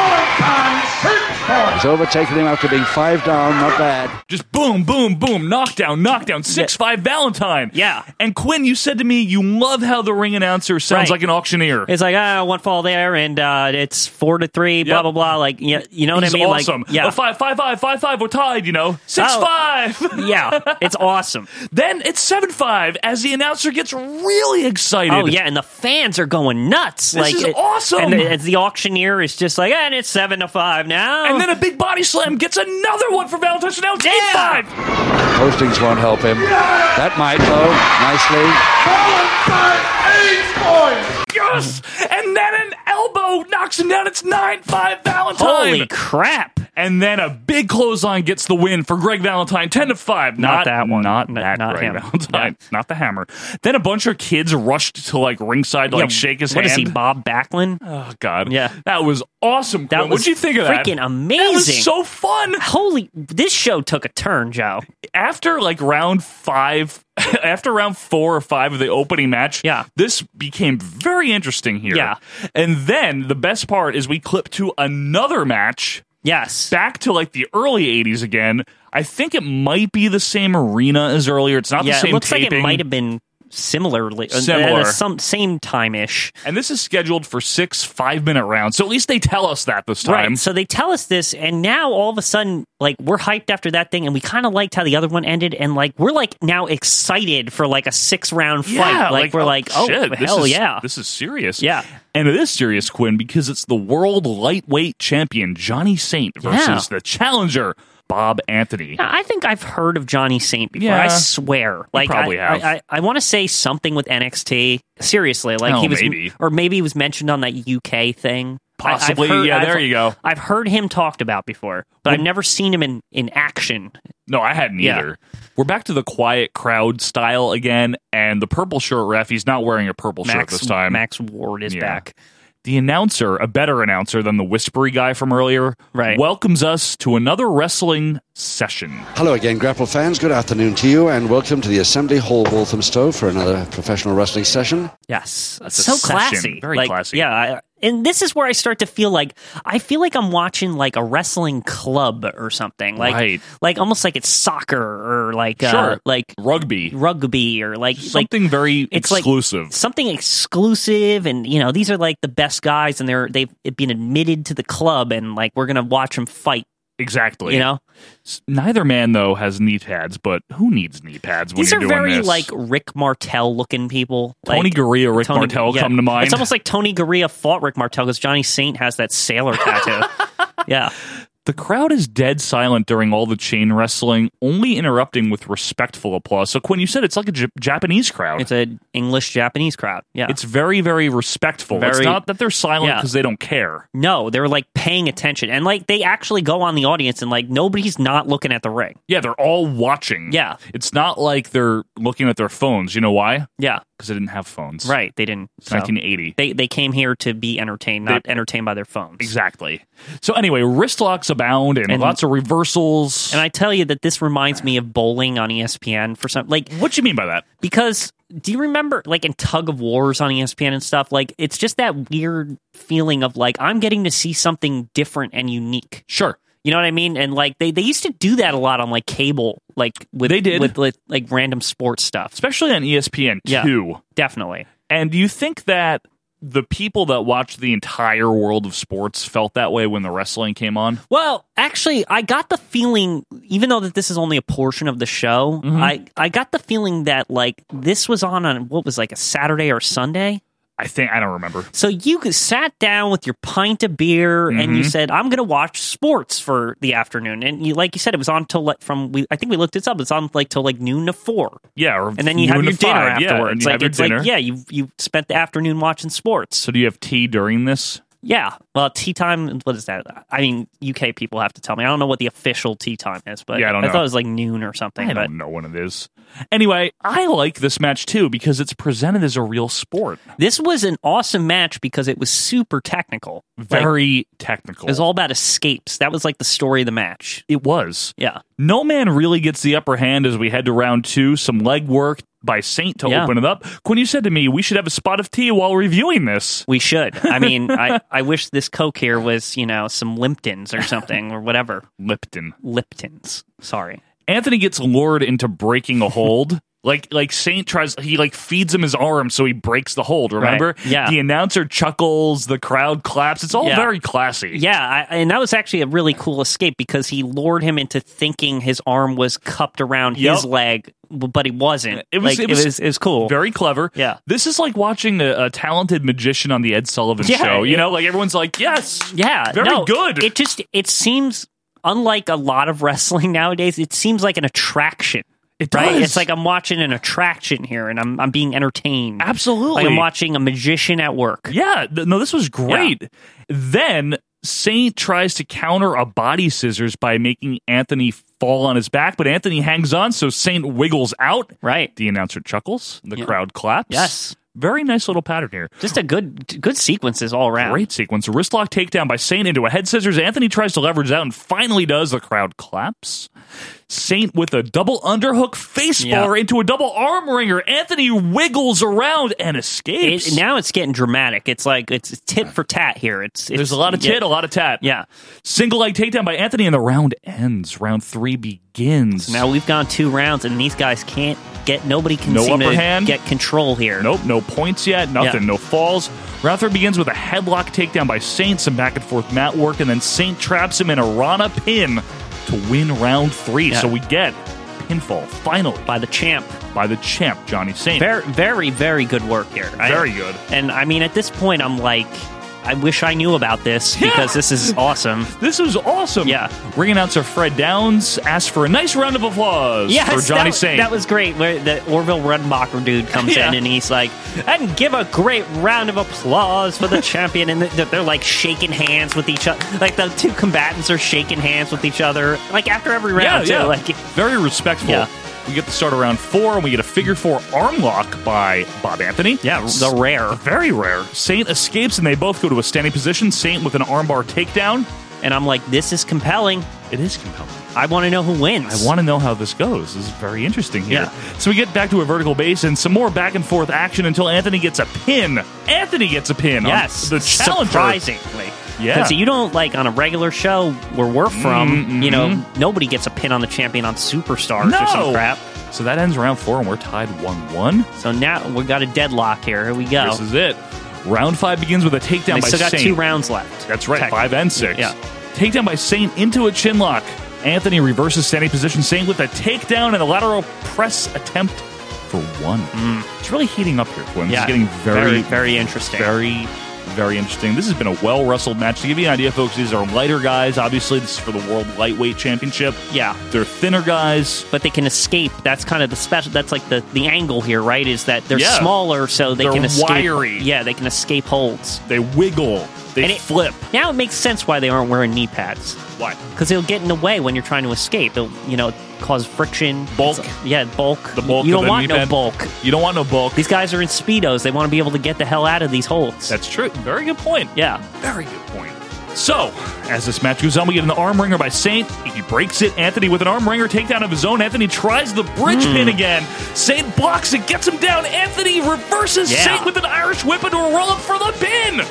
Speaker 16: He's overtaken him after being 5 down. Not bad.
Speaker 1: Just boom, boom, boom, knockdown, knockdown, 6 5 Valentine.
Speaker 2: Yeah.
Speaker 1: And Quinn, you said to me you love how the ring announcer sounds
Speaker 2: Right.
Speaker 1: like an auctioneer.
Speaker 2: it's like ah, one fall there, and uh, it's four to three. Blah blah blah. Like yeah, you know what
Speaker 1: He's
Speaker 2: I mean?
Speaker 1: awesome.
Speaker 2: Like yeah,
Speaker 1: A five, five, five, five, five. We're tied. You know, six
Speaker 2: Oh.
Speaker 1: five.
Speaker 2: yeah, it's awesome.
Speaker 1: Then it's seven five as the announcer gets really excited.
Speaker 2: Oh yeah, and the fans are going nuts.
Speaker 1: This
Speaker 2: like
Speaker 1: is awesome.
Speaker 2: And the, as the auctioneer is just like, and it's seven to five now.
Speaker 1: And then a big body slam gets another one for Valentine. So now it's
Speaker 2: Oh. Yeah.
Speaker 1: eight five.
Speaker 16: Postings won't help him. That might, though. Nicely.
Speaker 1: Yes. And then an elbow knocks him down. It's nine five Valentine.
Speaker 2: holy crap!
Speaker 1: And then a big clothesline gets the win for Greg Valentine, ten to five. Not,
Speaker 2: that one.
Speaker 1: Not
Speaker 2: N-
Speaker 1: that
Speaker 2: not
Speaker 1: Greg
Speaker 2: him.
Speaker 1: Valentine. Not the hammer. Then a bunch of kids rushed to like ringside to
Speaker 2: Yeah,
Speaker 1: like shake his
Speaker 2: What
Speaker 1: hand.
Speaker 2: is he, Bob Backlund?
Speaker 1: Oh God!
Speaker 2: Yeah.
Speaker 1: that was awesome.
Speaker 2: That
Speaker 1: Quinn.
Speaker 2: was
Speaker 1: What'd you think of that?
Speaker 2: freaking
Speaker 1: That was
Speaker 2: amazing.
Speaker 1: so fun.
Speaker 2: Holy, this show took a turn, Joe.
Speaker 1: After like round five, after round four or five of the opening match,
Speaker 2: Yeah.
Speaker 1: this became very interesting here.
Speaker 2: Yeah.
Speaker 1: and then the best part is we clip to another match
Speaker 2: Yes.
Speaker 1: back to like the early '80s again. I think it might be the same arena as earlier. It's not
Speaker 2: yeah,
Speaker 1: the same.
Speaker 2: it looks like it
Speaker 1: taping.
Speaker 2: might have been similarly uh,
Speaker 1: Similar.
Speaker 2: at a some same time ish.
Speaker 1: And this is scheduled for six five-minute rounds, so at least they tell us that this time.
Speaker 2: Right. So they tell us this, and now all of a sudden, like we're hyped after that thing, and we kind of liked how the other one ended, and like we're like now excited for like a six round fight. like, we're like, oh
Speaker 1: shit, this
Speaker 2: hell
Speaker 1: is-
Speaker 2: yeah,
Speaker 1: this is serious.
Speaker 2: Yeah.
Speaker 1: and it is serious, Quinn, because it's the world lightweight champion Johnny Saint versus
Speaker 2: Yeah.
Speaker 1: the challenger Bob Anthony.
Speaker 2: Now, I think I've heard of Johnny Saint before.
Speaker 1: Yeah.
Speaker 2: I swear, like
Speaker 1: probably
Speaker 2: I,
Speaker 1: have.
Speaker 2: I, I, I want to say something with NXT. Seriously, like
Speaker 1: Oh,
Speaker 2: he was,
Speaker 1: maybe.
Speaker 2: or maybe he was mentioned on that UK thing. I- I've
Speaker 1: Possibly, yeah, there you go.
Speaker 2: I've heard him talked about before, but I've never seen him in in action.
Speaker 1: No, I hadn't
Speaker 2: Yeah.
Speaker 1: either. We're back to the quiet crowd style again, and the purple shirt ref. He's not wearing a purple
Speaker 2: Max
Speaker 1: shirt this time.
Speaker 2: Max Ward is
Speaker 1: Yeah.
Speaker 2: back.
Speaker 1: The announcer, a better announcer than the whispery guy from earlier,
Speaker 2: Right.
Speaker 1: welcomes us to another wrestling session.
Speaker 16: Hello again, Grapple fans. Good afternoon to you, and welcome to the Assembly Hall Walthamstow for another professional wrestling session.
Speaker 2: Yes,
Speaker 1: That's a
Speaker 2: so
Speaker 1: session.
Speaker 2: classy,
Speaker 1: Very
Speaker 2: Like,
Speaker 1: classy.
Speaker 2: Yeah, I, and this is where I start to feel like I feel like I'm watching like a wrestling club or something, like
Speaker 1: Right.
Speaker 2: like almost like it's soccer or like uh,
Speaker 1: Sure.
Speaker 2: like
Speaker 1: Rugby.
Speaker 2: rugby or like like
Speaker 1: Something very
Speaker 2: it's like
Speaker 1: exclusive.
Speaker 2: something exclusive and you know these are like the best guys and they're they've been admitted to the club and like we're gonna watch them fight
Speaker 1: Exactly.
Speaker 2: You know?
Speaker 1: S- neither man though has knee pads, but who needs knee pads when
Speaker 2: These
Speaker 1: you're
Speaker 2: are
Speaker 1: doing
Speaker 2: very
Speaker 1: this?
Speaker 2: like Rick Martel looking people.
Speaker 1: Tony
Speaker 2: like,
Speaker 1: Gurria, Rick Martel come to mind.
Speaker 2: It's almost like Tony Gurria fought Rick Martel because Johnny Saint has that sailor tattoo. yeah.
Speaker 1: The crowd is dead silent during all the chain wrestling, only interrupting with respectful applause. So Quinn, you said it's like a J- Japanese crowd. It's
Speaker 2: an English Japanese crowd. Yeah,
Speaker 1: it's very very respectful. it's
Speaker 2: Very-
Speaker 1: not that they're silent
Speaker 2: Yeah.
Speaker 1: because they don't care.
Speaker 2: No, they're like paying attention. And like they actually go on the audience and like nobody's not looking at the ring.
Speaker 1: Yeah, they're all watching.
Speaker 2: Yeah.
Speaker 1: It's not like they're looking at their phones. You know why?
Speaker 2: Yeah.
Speaker 1: Because they didn't have phones.
Speaker 2: Right. They didn't.
Speaker 1: It's 1980.
Speaker 2: They, they came here to be entertained, not entertained by their phones.
Speaker 1: Exactly. So anyway, wrist locks abound and,
Speaker 2: And-
Speaker 1: lots of reversals.
Speaker 2: And I tell you that this reminds me of bowling on E ESPN for some like
Speaker 1: what you mean by that?
Speaker 2: Because do you remember like in tug of wars on E ESPN and stuff? Like it's just that weird feeling of like I'm getting to see something different and unique.
Speaker 1: Sure.
Speaker 2: You know what I mean? And like they, they used to do that a lot on like cable, like with
Speaker 1: They did.
Speaker 2: with, with like random sports stuff.
Speaker 1: Especially on E ESPN
Speaker 2: Yeah.
Speaker 1: two.
Speaker 2: Definitely.
Speaker 1: And do you think that the people that watched the entire world of sports felt that way when the wrestling came on?
Speaker 2: Well, actually, I got the feeling, even though that this is only a portion of the show,
Speaker 1: Mm-hmm.
Speaker 2: I, I got the feeling that like this was on on what was like a Saturday or Sunday.
Speaker 1: I think I don't remember.
Speaker 2: So you could- sat down with your pint of beer and you
Speaker 1: Mhm.
Speaker 2: said, "I'm going to watch sports for the afternoon." And you, like you said, it was on till like from we. I think we looked this up. It's on like till like noon to four.
Speaker 1: Yeah, or
Speaker 2: and then you have
Speaker 1: noon
Speaker 2: your
Speaker 1: to
Speaker 2: dinner
Speaker 1: five, yeah, and
Speaker 2: afterwards.
Speaker 1: you
Speaker 2: like
Speaker 1: have your
Speaker 2: it's like
Speaker 1: dinner.
Speaker 2: yeah, you you spent the afternoon watching sports.
Speaker 1: So do you have tea during this?
Speaker 2: Yeah. Well, tea time. What is that? I mean, UK people have to tell me. I don't know what the official tea time is, but
Speaker 1: Yeah, I don't know.
Speaker 2: thought it was like noon or something.
Speaker 1: I
Speaker 2: but
Speaker 1: don't know when it is. Anyway, I like this match too because it's presented as a real sport.
Speaker 2: this was an awesome match because it was super technical.
Speaker 1: Very
Speaker 2: Like,
Speaker 1: technical.
Speaker 2: it was all about escapes. That was like the story of the match.
Speaker 1: It was.
Speaker 2: Yeah.
Speaker 1: No man really gets the upper hand as we head to round two. Some leg work by Saint to
Speaker 2: Yeah.
Speaker 1: open it up. Quinn, you said to me, we should have a spot of tea while reviewing this.
Speaker 2: We should. I mean, I, I wish this Coke here was, you know, some Liptons or something or whatever.
Speaker 1: Lipton.
Speaker 2: Liptons. Sorry.
Speaker 1: Anthony gets lured into breaking a hold. Like like Saint tries he like feeds him his arm so he breaks the hold, remember?
Speaker 2: Right. Yeah.
Speaker 1: The announcer chuckles, the crowd claps. It's all
Speaker 2: Yeah.
Speaker 1: very classy.
Speaker 2: Yeah, I, and that was actually a really cool escape because he lured him into thinking his arm was cupped around his
Speaker 1: Yep.
Speaker 2: leg, but it wasn't.
Speaker 1: It was, it,
Speaker 2: Like,
Speaker 1: was,
Speaker 2: it cool.
Speaker 1: Very clever. Yeah. This is like watching a, a talented magician on the Ed Sullivan
Speaker 2: Yeah,
Speaker 1: show. You
Speaker 2: yeah.
Speaker 1: know, like everyone's like, yes.
Speaker 2: Yeah,
Speaker 1: Very
Speaker 2: no,
Speaker 1: good.
Speaker 2: It just it seems unlike a lot of wrestling nowadays. It seems like an attraction.
Speaker 1: It
Speaker 2: Right?
Speaker 1: does.
Speaker 2: It's like I'm watching an attraction here, and I'm I'm being entertained.
Speaker 1: Absolutely.
Speaker 2: like I'm watching a magician at work.
Speaker 1: Yeah, th- no, this was great. Then Saint tries to counter a body scissors by making Anthony fall on his back, but Anthony hangs on, so Saint wiggles out.
Speaker 2: Right.
Speaker 1: The announcer chuckles. The crowd claps.
Speaker 2: Yes.
Speaker 1: Very nice little pattern here.
Speaker 2: Just a good good sequences all around.
Speaker 1: Great sequence. A wrist lock takedown by Saint into a head scissors. Anthony tries to leverage out and finally does. The crowd claps. Saint with a double underhook face
Speaker 2: Yeah.
Speaker 1: bar into a double arm ringer. Anthony wiggles around and escapes.
Speaker 2: It, now it's getting dramatic. It's like it's tit for tat here. It's, it's
Speaker 1: There's a lot of tit, a
Speaker 2: yeah.
Speaker 1: lot of tat.
Speaker 2: Yeah.
Speaker 1: Single leg takedown by Anthony, and the round ends. Round three begins.
Speaker 2: Now we've gone two rounds, and these guys can't get. Nobody can
Speaker 1: no
Speaker 2: seem
Speaker 1: upper
Speaker 2: to
Speaker 1: hand.
Speaker 2: get control here.
Speaker 1: Nope, no points yet. Nothing.
Speaker 2: Yeah.
Speaker 1: No falls. Round three begins with a headlock takedown by Saint, some back and forth mat work, and then Saint traps him in a Rana pin to win round three.
Speaker 2: Yeah.
Speaker 1: So we get pinfall finally
Speaker 2: by the champ.
Speaker 1: By the champ, Johnny Saint.
Speaker 2: Very, very, very good work here.
Speaker 1: Very good.
Speaker 2: And I mean, at this point, I'm like, I wish I knew about this because this is awesome.
Speaker 1: This was awesome. Yeah. Ring announcer Fred Downs asked for a nice round of applause
Speaker 2: Yes,
Speaker 1: for Johnny
Speaker 2: that,
Speaker 1: Saint.
Speaker 2: that was great. Where the Orville Redenbacher dude comes
Speaker 1: Yeah.
Speaker 2: in and he's like, "And give a great round of applause for the champion." And th- they're like shaking hands with each other. Like the two combatants are shaking hands with each other. Like after every round, too.
Speaker 1: yeah, yeah.
Speaker 2: Like
Speaker 1: very respectful.
Speaker 2: Yeah.
Speaker 1: We get the start of round four, and we get a figure four arm lock by Bob Anthony. Yeah,
Speaker 2: the rare.
Speaker 1: very rare. Saint escapes, and they both go to a standing position. Saint with an armbar takedown,
Speaker 2: and I'm like, this is compelling.
Speaker 1: It is compelling.
Speaker 2: I want to know who wins.
Speaker 1: I want to know how this goes. This is very interesting here.
Speaker 2: Yeah.
Speaker 1: So we get back to a vertical base and some more back and forth action until Anthony gets a pin. Anthony gets a pin. on
Speaker 2: Yes,
Speaker 1: the challenger.
Speaker 2: surprisingly.
Speaker 1: Yeah.
Speaker 2: 'Cause you don't like on a regular show where we're from.
Speaker 1: Mm,
Speaker 2: You know,
Speaker 1: mhm.
Speaker 2: nobody gets a pin on the champion on superstars or
Speaker 1: No!
Speaker 2: some crap.
Speaker 1: So that ends round four, and we're tied one-one.
Speaker 2: So now we got a deadlock here. Here we go.
Speaker 1: This is it. Round five begins with a takedown
Speaker 2: Oh. They
Speaker 1: by
Speaker 2: still got
Speaker 1: Saint.
Speaker 2: two rounds left.
Speaker 1: That's right,
Speaker 2: Tech-
Speaker 1: five and six.
Speaker 2: Yeah.
Speaker 1: Takedown by Saint into a chin lock. Anthony reverses standing position, Saint with a takedown and a lateral press attempt for one. It's really heating up here, Quinn. This
Speaker 2: Mm. Yeah.
Speaker 1: is getting
Speaker 2: Very,
Speaker 1: very,
Speaker 2: very interesting.
Speaker 1: Very, very interesting. This has been a well wrestled match. To give you an idea, folks, these are lighter guys. Obviously, this is for the World Lightweight Championship.
Speaker 2: Yeah.
Speaker 1: They're thinner guys.
Speaker 2: But they can escape. That's kind of the special. That's like the, the angle here, right? Is that they're
Speaker 1: Yeah.
Speaker 2: smaller, so they
Speaker 1: They're
Speaker 2: can escape.
Speaker 1: wiry.
Speaker 2: Yeah, they can escape holds.
Speaker 1: They wiggle. They flip.
Speaker 2: now it makes sense why they aren't wearing knee pads.
Speaker 1: Why?
Speaker 2: Because it'll get in the way when you're trying to escape. It'll you know cause friction. Bulk. yeah, bulk. The
Speaker 1: bulk
Speaker 2: You
Speaker 1: of
Speaker 2: don't
Speaker 1: the
Speaker 2: want
Speaker 1: knee
Speaker 2: no
Speaker 1: pad.
Speaker 2: bulk.
Speaker 1: You don't want no bulk.
Speaker 2: These guys are in speedos. They want to be able to get the hell out of these holds.
Speaker 1: That's true. Very good point.
Speaker 2: Yeah.
Speaker 1: Very good point. So, as this match goes on, we get an arm wringer by Saint. He breaks it. Anthony with an arm wringer takedown of his own. Anthony tries the bridge
Speaker 2: Hmm.
Speaker 1: pin again. Saint blocks it, gets him down. Anthony reverses
Speaker 2: Yeah.
Speaker 1: Saint with an Irish whip into a roll up for the pin.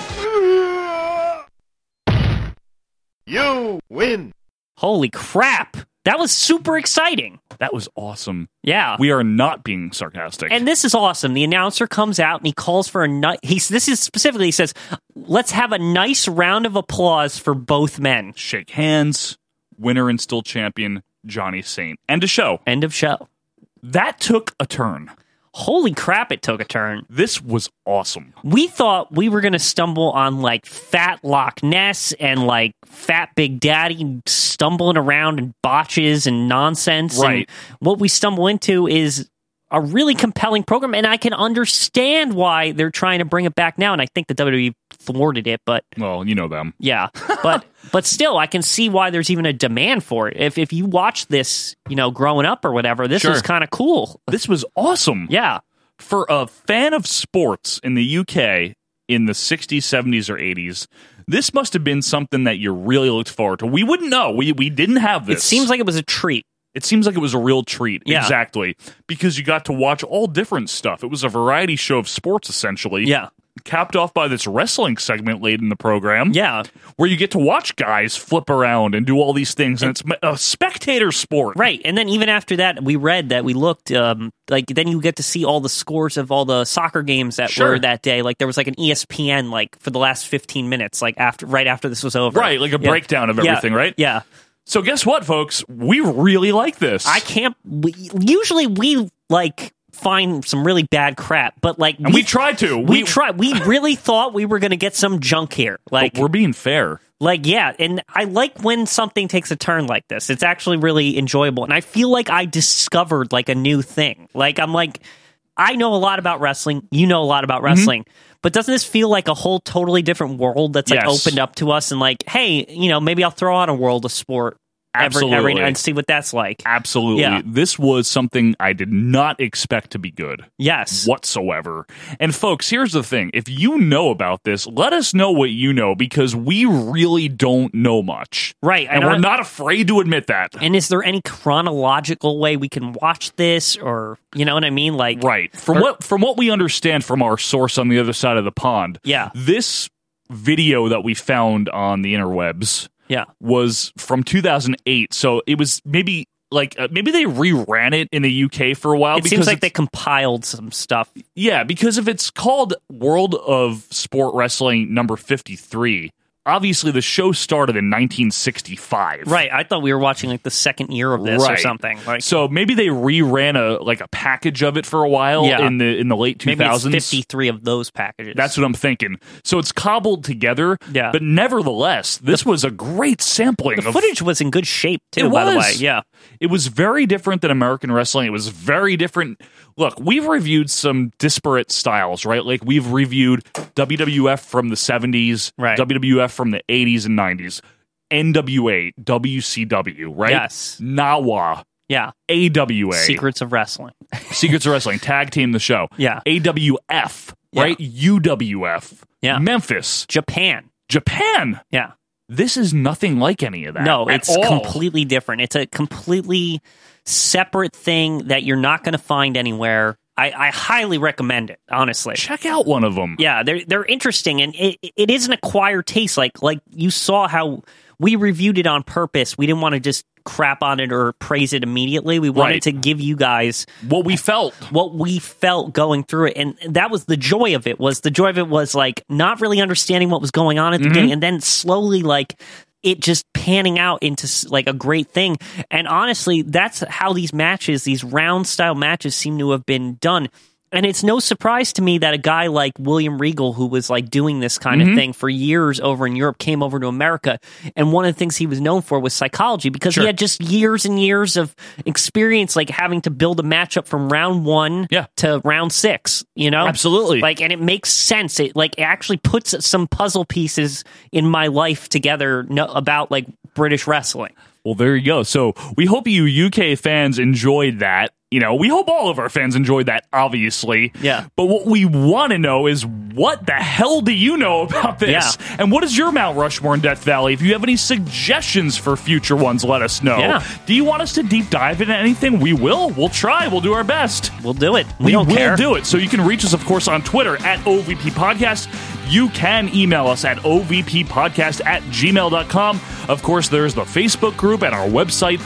Speaker 2: You win. Holy crap. That was super exciting.
Speaker 1: That was awesome.
Speaker 2: Yeah.
Speaker 1: We are not being sarcastic.
Speaker 2: And this is awesome. The announcer comes out and he calls for a nice. He's this is specifically he says, "Let's have a nice round of applause for both men."
Speaker 1: Shake hands. Winner and still champion Johnny Saint. End of show.
Speaker 2: End of show.
Speaker 1: That took a turn.
Speaker 2: Holy crap! It took a turn.
Speaker 1: This was awesome.
Speaker 2: We thought we were going to stumble on like Fat Loch Ness and like Fat Big Daddy stumbling around and botches and nonsense. and
Speaker 1: Right.
Speaker 2: what we stumble into is a really compelling program, and I can understand why they're trying to bring it back now. And I think the WWE thwarted it, but
Speaker 1: Well, you know them.
Speaker 2: yeah, but but still, I can see why there's even a demand for it. If if you watch this, you know, growing up or whatever, this
Speaker 1: Sure.
Speaker 2: is kind of cool.
Speaker 1: This was awesome.
Speaker 2: Yeah.
Speaker 1: For a fan of sports in the UK in the 60s, 70s, or 80s, this must have been something that you really looked forward to. We wouldn't know. We, we didn't have this.
Speaker 2: It seems like it was a treat.
Speaker 1: It seems like it was a real treat.
Speaker 2: Yeah.
Speaker 1: Exactly. Because you got to watch all different stuff. It was a variety show of sports, essentially.
Speaker 2: Yeah.
Speaker 1: Capped off by this wrestling segment late in the program.
Speaker 2: Yeah.
Speaker 1: Where you get to watch guys flip around and do all these things. And it's a spectator sport.
Speaker 2: Right. And then even after that, we read that we looked um, like then you get to see all the scores of all the soccer games that
Speaker 1: Sure.
Speaker 2: were that day. Like there was like an E ESPN like for the last 15 minutes, like after right after this was over.
Speaker 1: Right. Like a
Speaker 2: Yeah.
Speaker 1: breakdown of
Speaker 2: Yeah.
Speaker 1: everything, right?
Speaker 2: Yeah.
Speaker 1: So guess what, folks? We really like this.
Speaker 2: I can't. We, usually we like find some really bad crap, but like
Speaker 1: And we tried to.
Speaker 2: We,
Speaker 1: We-
Speaker 2: tried. We really thought we were going to get some junk here. Like
Speaker 1: we're being fair.
Speaker 2: Like yeah, and I like when something takes a turn like this. It's actually really enjoyable, and I feel like I discovered like a new thing. Like I'm like. I know a lot about wrestling. You know a lot about
Speaker 1: Mm-hmm.
Speaker 2: wrestling. But doesn't this feel like a whole totally different world that's like
Speaker 1: Yes.
Speaker 2: opened up to us and like, hey, you know, maybe I'll throw on a world of sport every, every
Speaker 1: Absolutely.
Speaker 2: now and see what that's like.
Speaker 1: Absolutely.
Speaker 2: Yeah.
Speaker 1: This was something I did not expect to be good.
Speaker 2: Yes.
Speaker 1: Whatsoever. And folks, here's the thing. If you know about this, let us know what you know because we really don't know much.
Speaker 2: Right.
Speaker 1: And, we're
Speaker 2: I-
Speaker 1: not afraid to admit that.
Speaker 2: And is there any chronological way we can watch this, or you know what I mean? Like,
Speaker 1: Right. From
Speaker 2: Or-
Speaker 1: what from what we understand from our source on the other side of the pond,
Speaker 2: Yeah.
Speaker 1: This video that we found on the interwebs
Speaker 2: Yeah.
Speaker 1: was from 2008. So it was maybe like uh, maybe they reran it in the UK for a while
Speaker 2: it seems like
Speaker 1: it's-
Speaker 2: they compiled some stuff.
Speaker 1: Yeah, because if it's called World of Sport Wrestling number 53, obviously the show started in 1965.
Speaker 2: Right. I thought we were watching like the second year of this or
Speaker 1: Right.
Speaker 2: something. Like,
Speaker 1: so maybe they reran a like a package of it for a while
Speaker 2: Yeah.
Speaker 1: in the in the late 2000s.
Speaker 2: maybe it's fifty three of those packages.
Speaker 1: That's what I'm thinking. So it's cobbled together.
Speaker 2: Yeah.
Speaker 1: But nevertheless, this was a great sampling.
Speaker 2: the
Speaker 1: of,
Speaker 2: footage was in good shape too.
Speaker 1: It
Speaker 2: by the way,
Speaker 1: was.
Speaker 2: yeah.
Speaker 1: It was very different than American wrestling. It was very different. Look, we've reviewed some disparate styles, right? Like we've reviewed WWF from the 70s,
Speaker 2: Right.
Speaker 1: WWF from the 80s and 90s, NWA, WCW, right?
Speaker 2: Yes.
Speaker 1: Nawa,
Speaker 2: Yeah.
Speaker 1: AWA,
Speaker 2: Secrets of wrestling.
Speaker 1: Secrets of Wrestling, tag team the show.
Speaker 2: Yeah.
Speaker 1: AWF,
Speaker 2: Yeah.
Speaker 1: right? UWF,
Speaker 2: Yeah.
Speaker 1: Memphis,
Speaker 2: Japan.
Speaker 1: Japan.
Speaker 2: Yeah.
Speaker 1: This is nothing like any of that.
Speaker 2: No,
Speaker 1: at
Speaker 2: it's
Speaker 1: all.
Speaker 2: completely different. It's a completely separate thing that you're not going to find anywhere. I, I highly recommend it, honestly.
Speaker 1: Check out one of them.
Speaker 2: Yeah, they're they're interesting, and it, it is an acquired taste. Like like you saw how we reviewed it on purpose. We didn't want to just crap on it or praise it immediately. We wanted
Speaker 1: Right.
Speaker 2: to give you guys
Speaker 1: What we felt.
Speaker 2: what we felt going through it, and that was the joy of it. Was the joy of it was like not really understanding what was going on at the beginning, and then slowly like it just panning out into s- like a great thing. And honestly, that's how these matches, these round style matches, seem to have been done. And it's no surprise to me that a guy like William Regal, who was like doing this kind
Speaker 1: Mhm.
Speaker 2: of thing for years over in Europe, came over to America. And one of the things he was known for was psychology because
Speaker 1: Sure.
Speaker 2: he had just years and years of experience, like having to build a matchup from round one to round six, you know?
Speaker 1: Absolutely.
Speaker 2: Like, and it makes sense. It like it actually puts some puzzle pieces in my life together no, about like British wrestling.
Speaker 1: Well, there you go. So we hope you UK fans enjoyed that. You know, we hope all of our fans enjoyed that, obviously. Yeah. But what we want to know is what the hell do you know about this? And what is your Mount Rushmore in Death Valley? If you have any suggestions for future ones, let us know.
Speaker 2: Yeah.
Speaker 1: Do you want us to deep dive into anything? We will. We'll try. We'll do our best.
Speaker 2: We'll do it.
Speaker 1: We,
Speaker 2: don't
Speaker 1: will
Speaker 2: care.
Speaker 1: do it. So you can reach us, of course, on Twitter at OVP Podcast. You can email us at OVPpodcast at gmail.com. Of course, there's the Facebook group and our website,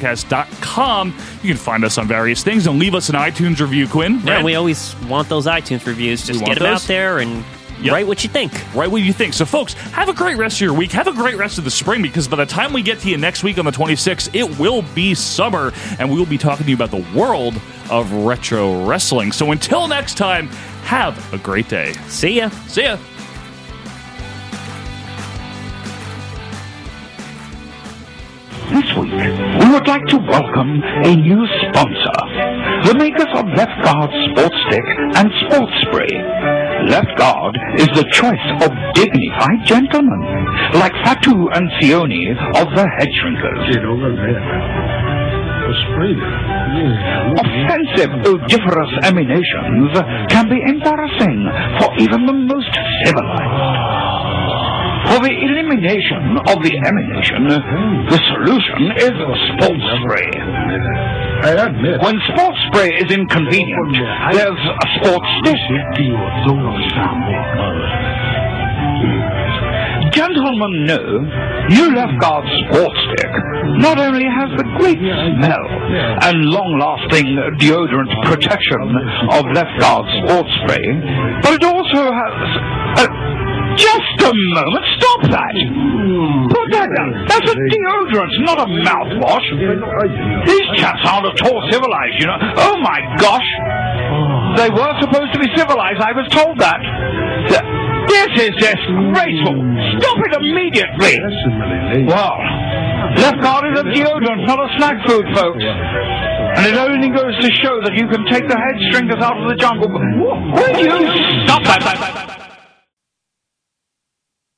Speaker 1: OVPpodcast.com. You can find us on various things and leave us an iTunes review, Quinn.
Speaker 2: Yeah,
Speaker 1: right?
Speaker 2: we always want those iTunes reviews. Just
Speaker 1: want
Speaker 2: get them
Speaker 1: those?
Speaker 2: out there and write what you think.
Speaker 1: Write what you think. So, folks, have a great rest of your week. Have a great rest of the spring because by the time we get to you next week on the 26th, it will be summer and we will be talking to you about the world of retro wrestling. So, until next time, have a great day.
Speaker 2: See ya.
Speaker 1: See ya.
Speaker 17: This week, we would like to welcome a new sponsor, the makers of Left Guard Sports Stick and Sports Spray. Left Guard is the choice of dignified gentlemen, like Fatu and Sione of the Head Shrinkers. Offensive, odoriferous emanations can be embarrassing for even the most civilized. For the elimination of the emanation, the solution is sports spray. When sports spray is inconvenient, there's a sports stick. Gentlemen know New Left Guard Sports Stick not only has the great smell and long lasting deodorant protection of Left Guard Sports Spray, but it also has. a- just a moment, stop that! Put that down. That's a deodorant, not a mouthwash. These chaps aren't at all civilized, you know. Oh my gosh! They were supposed to be civilized, I was told that. Th- This is disgraceful! Stop it immediately! Well, left guard is a deodorant, not a snack food, folks. And it only goes to show that you can take the head stringers out of the jungle. Will you stop that?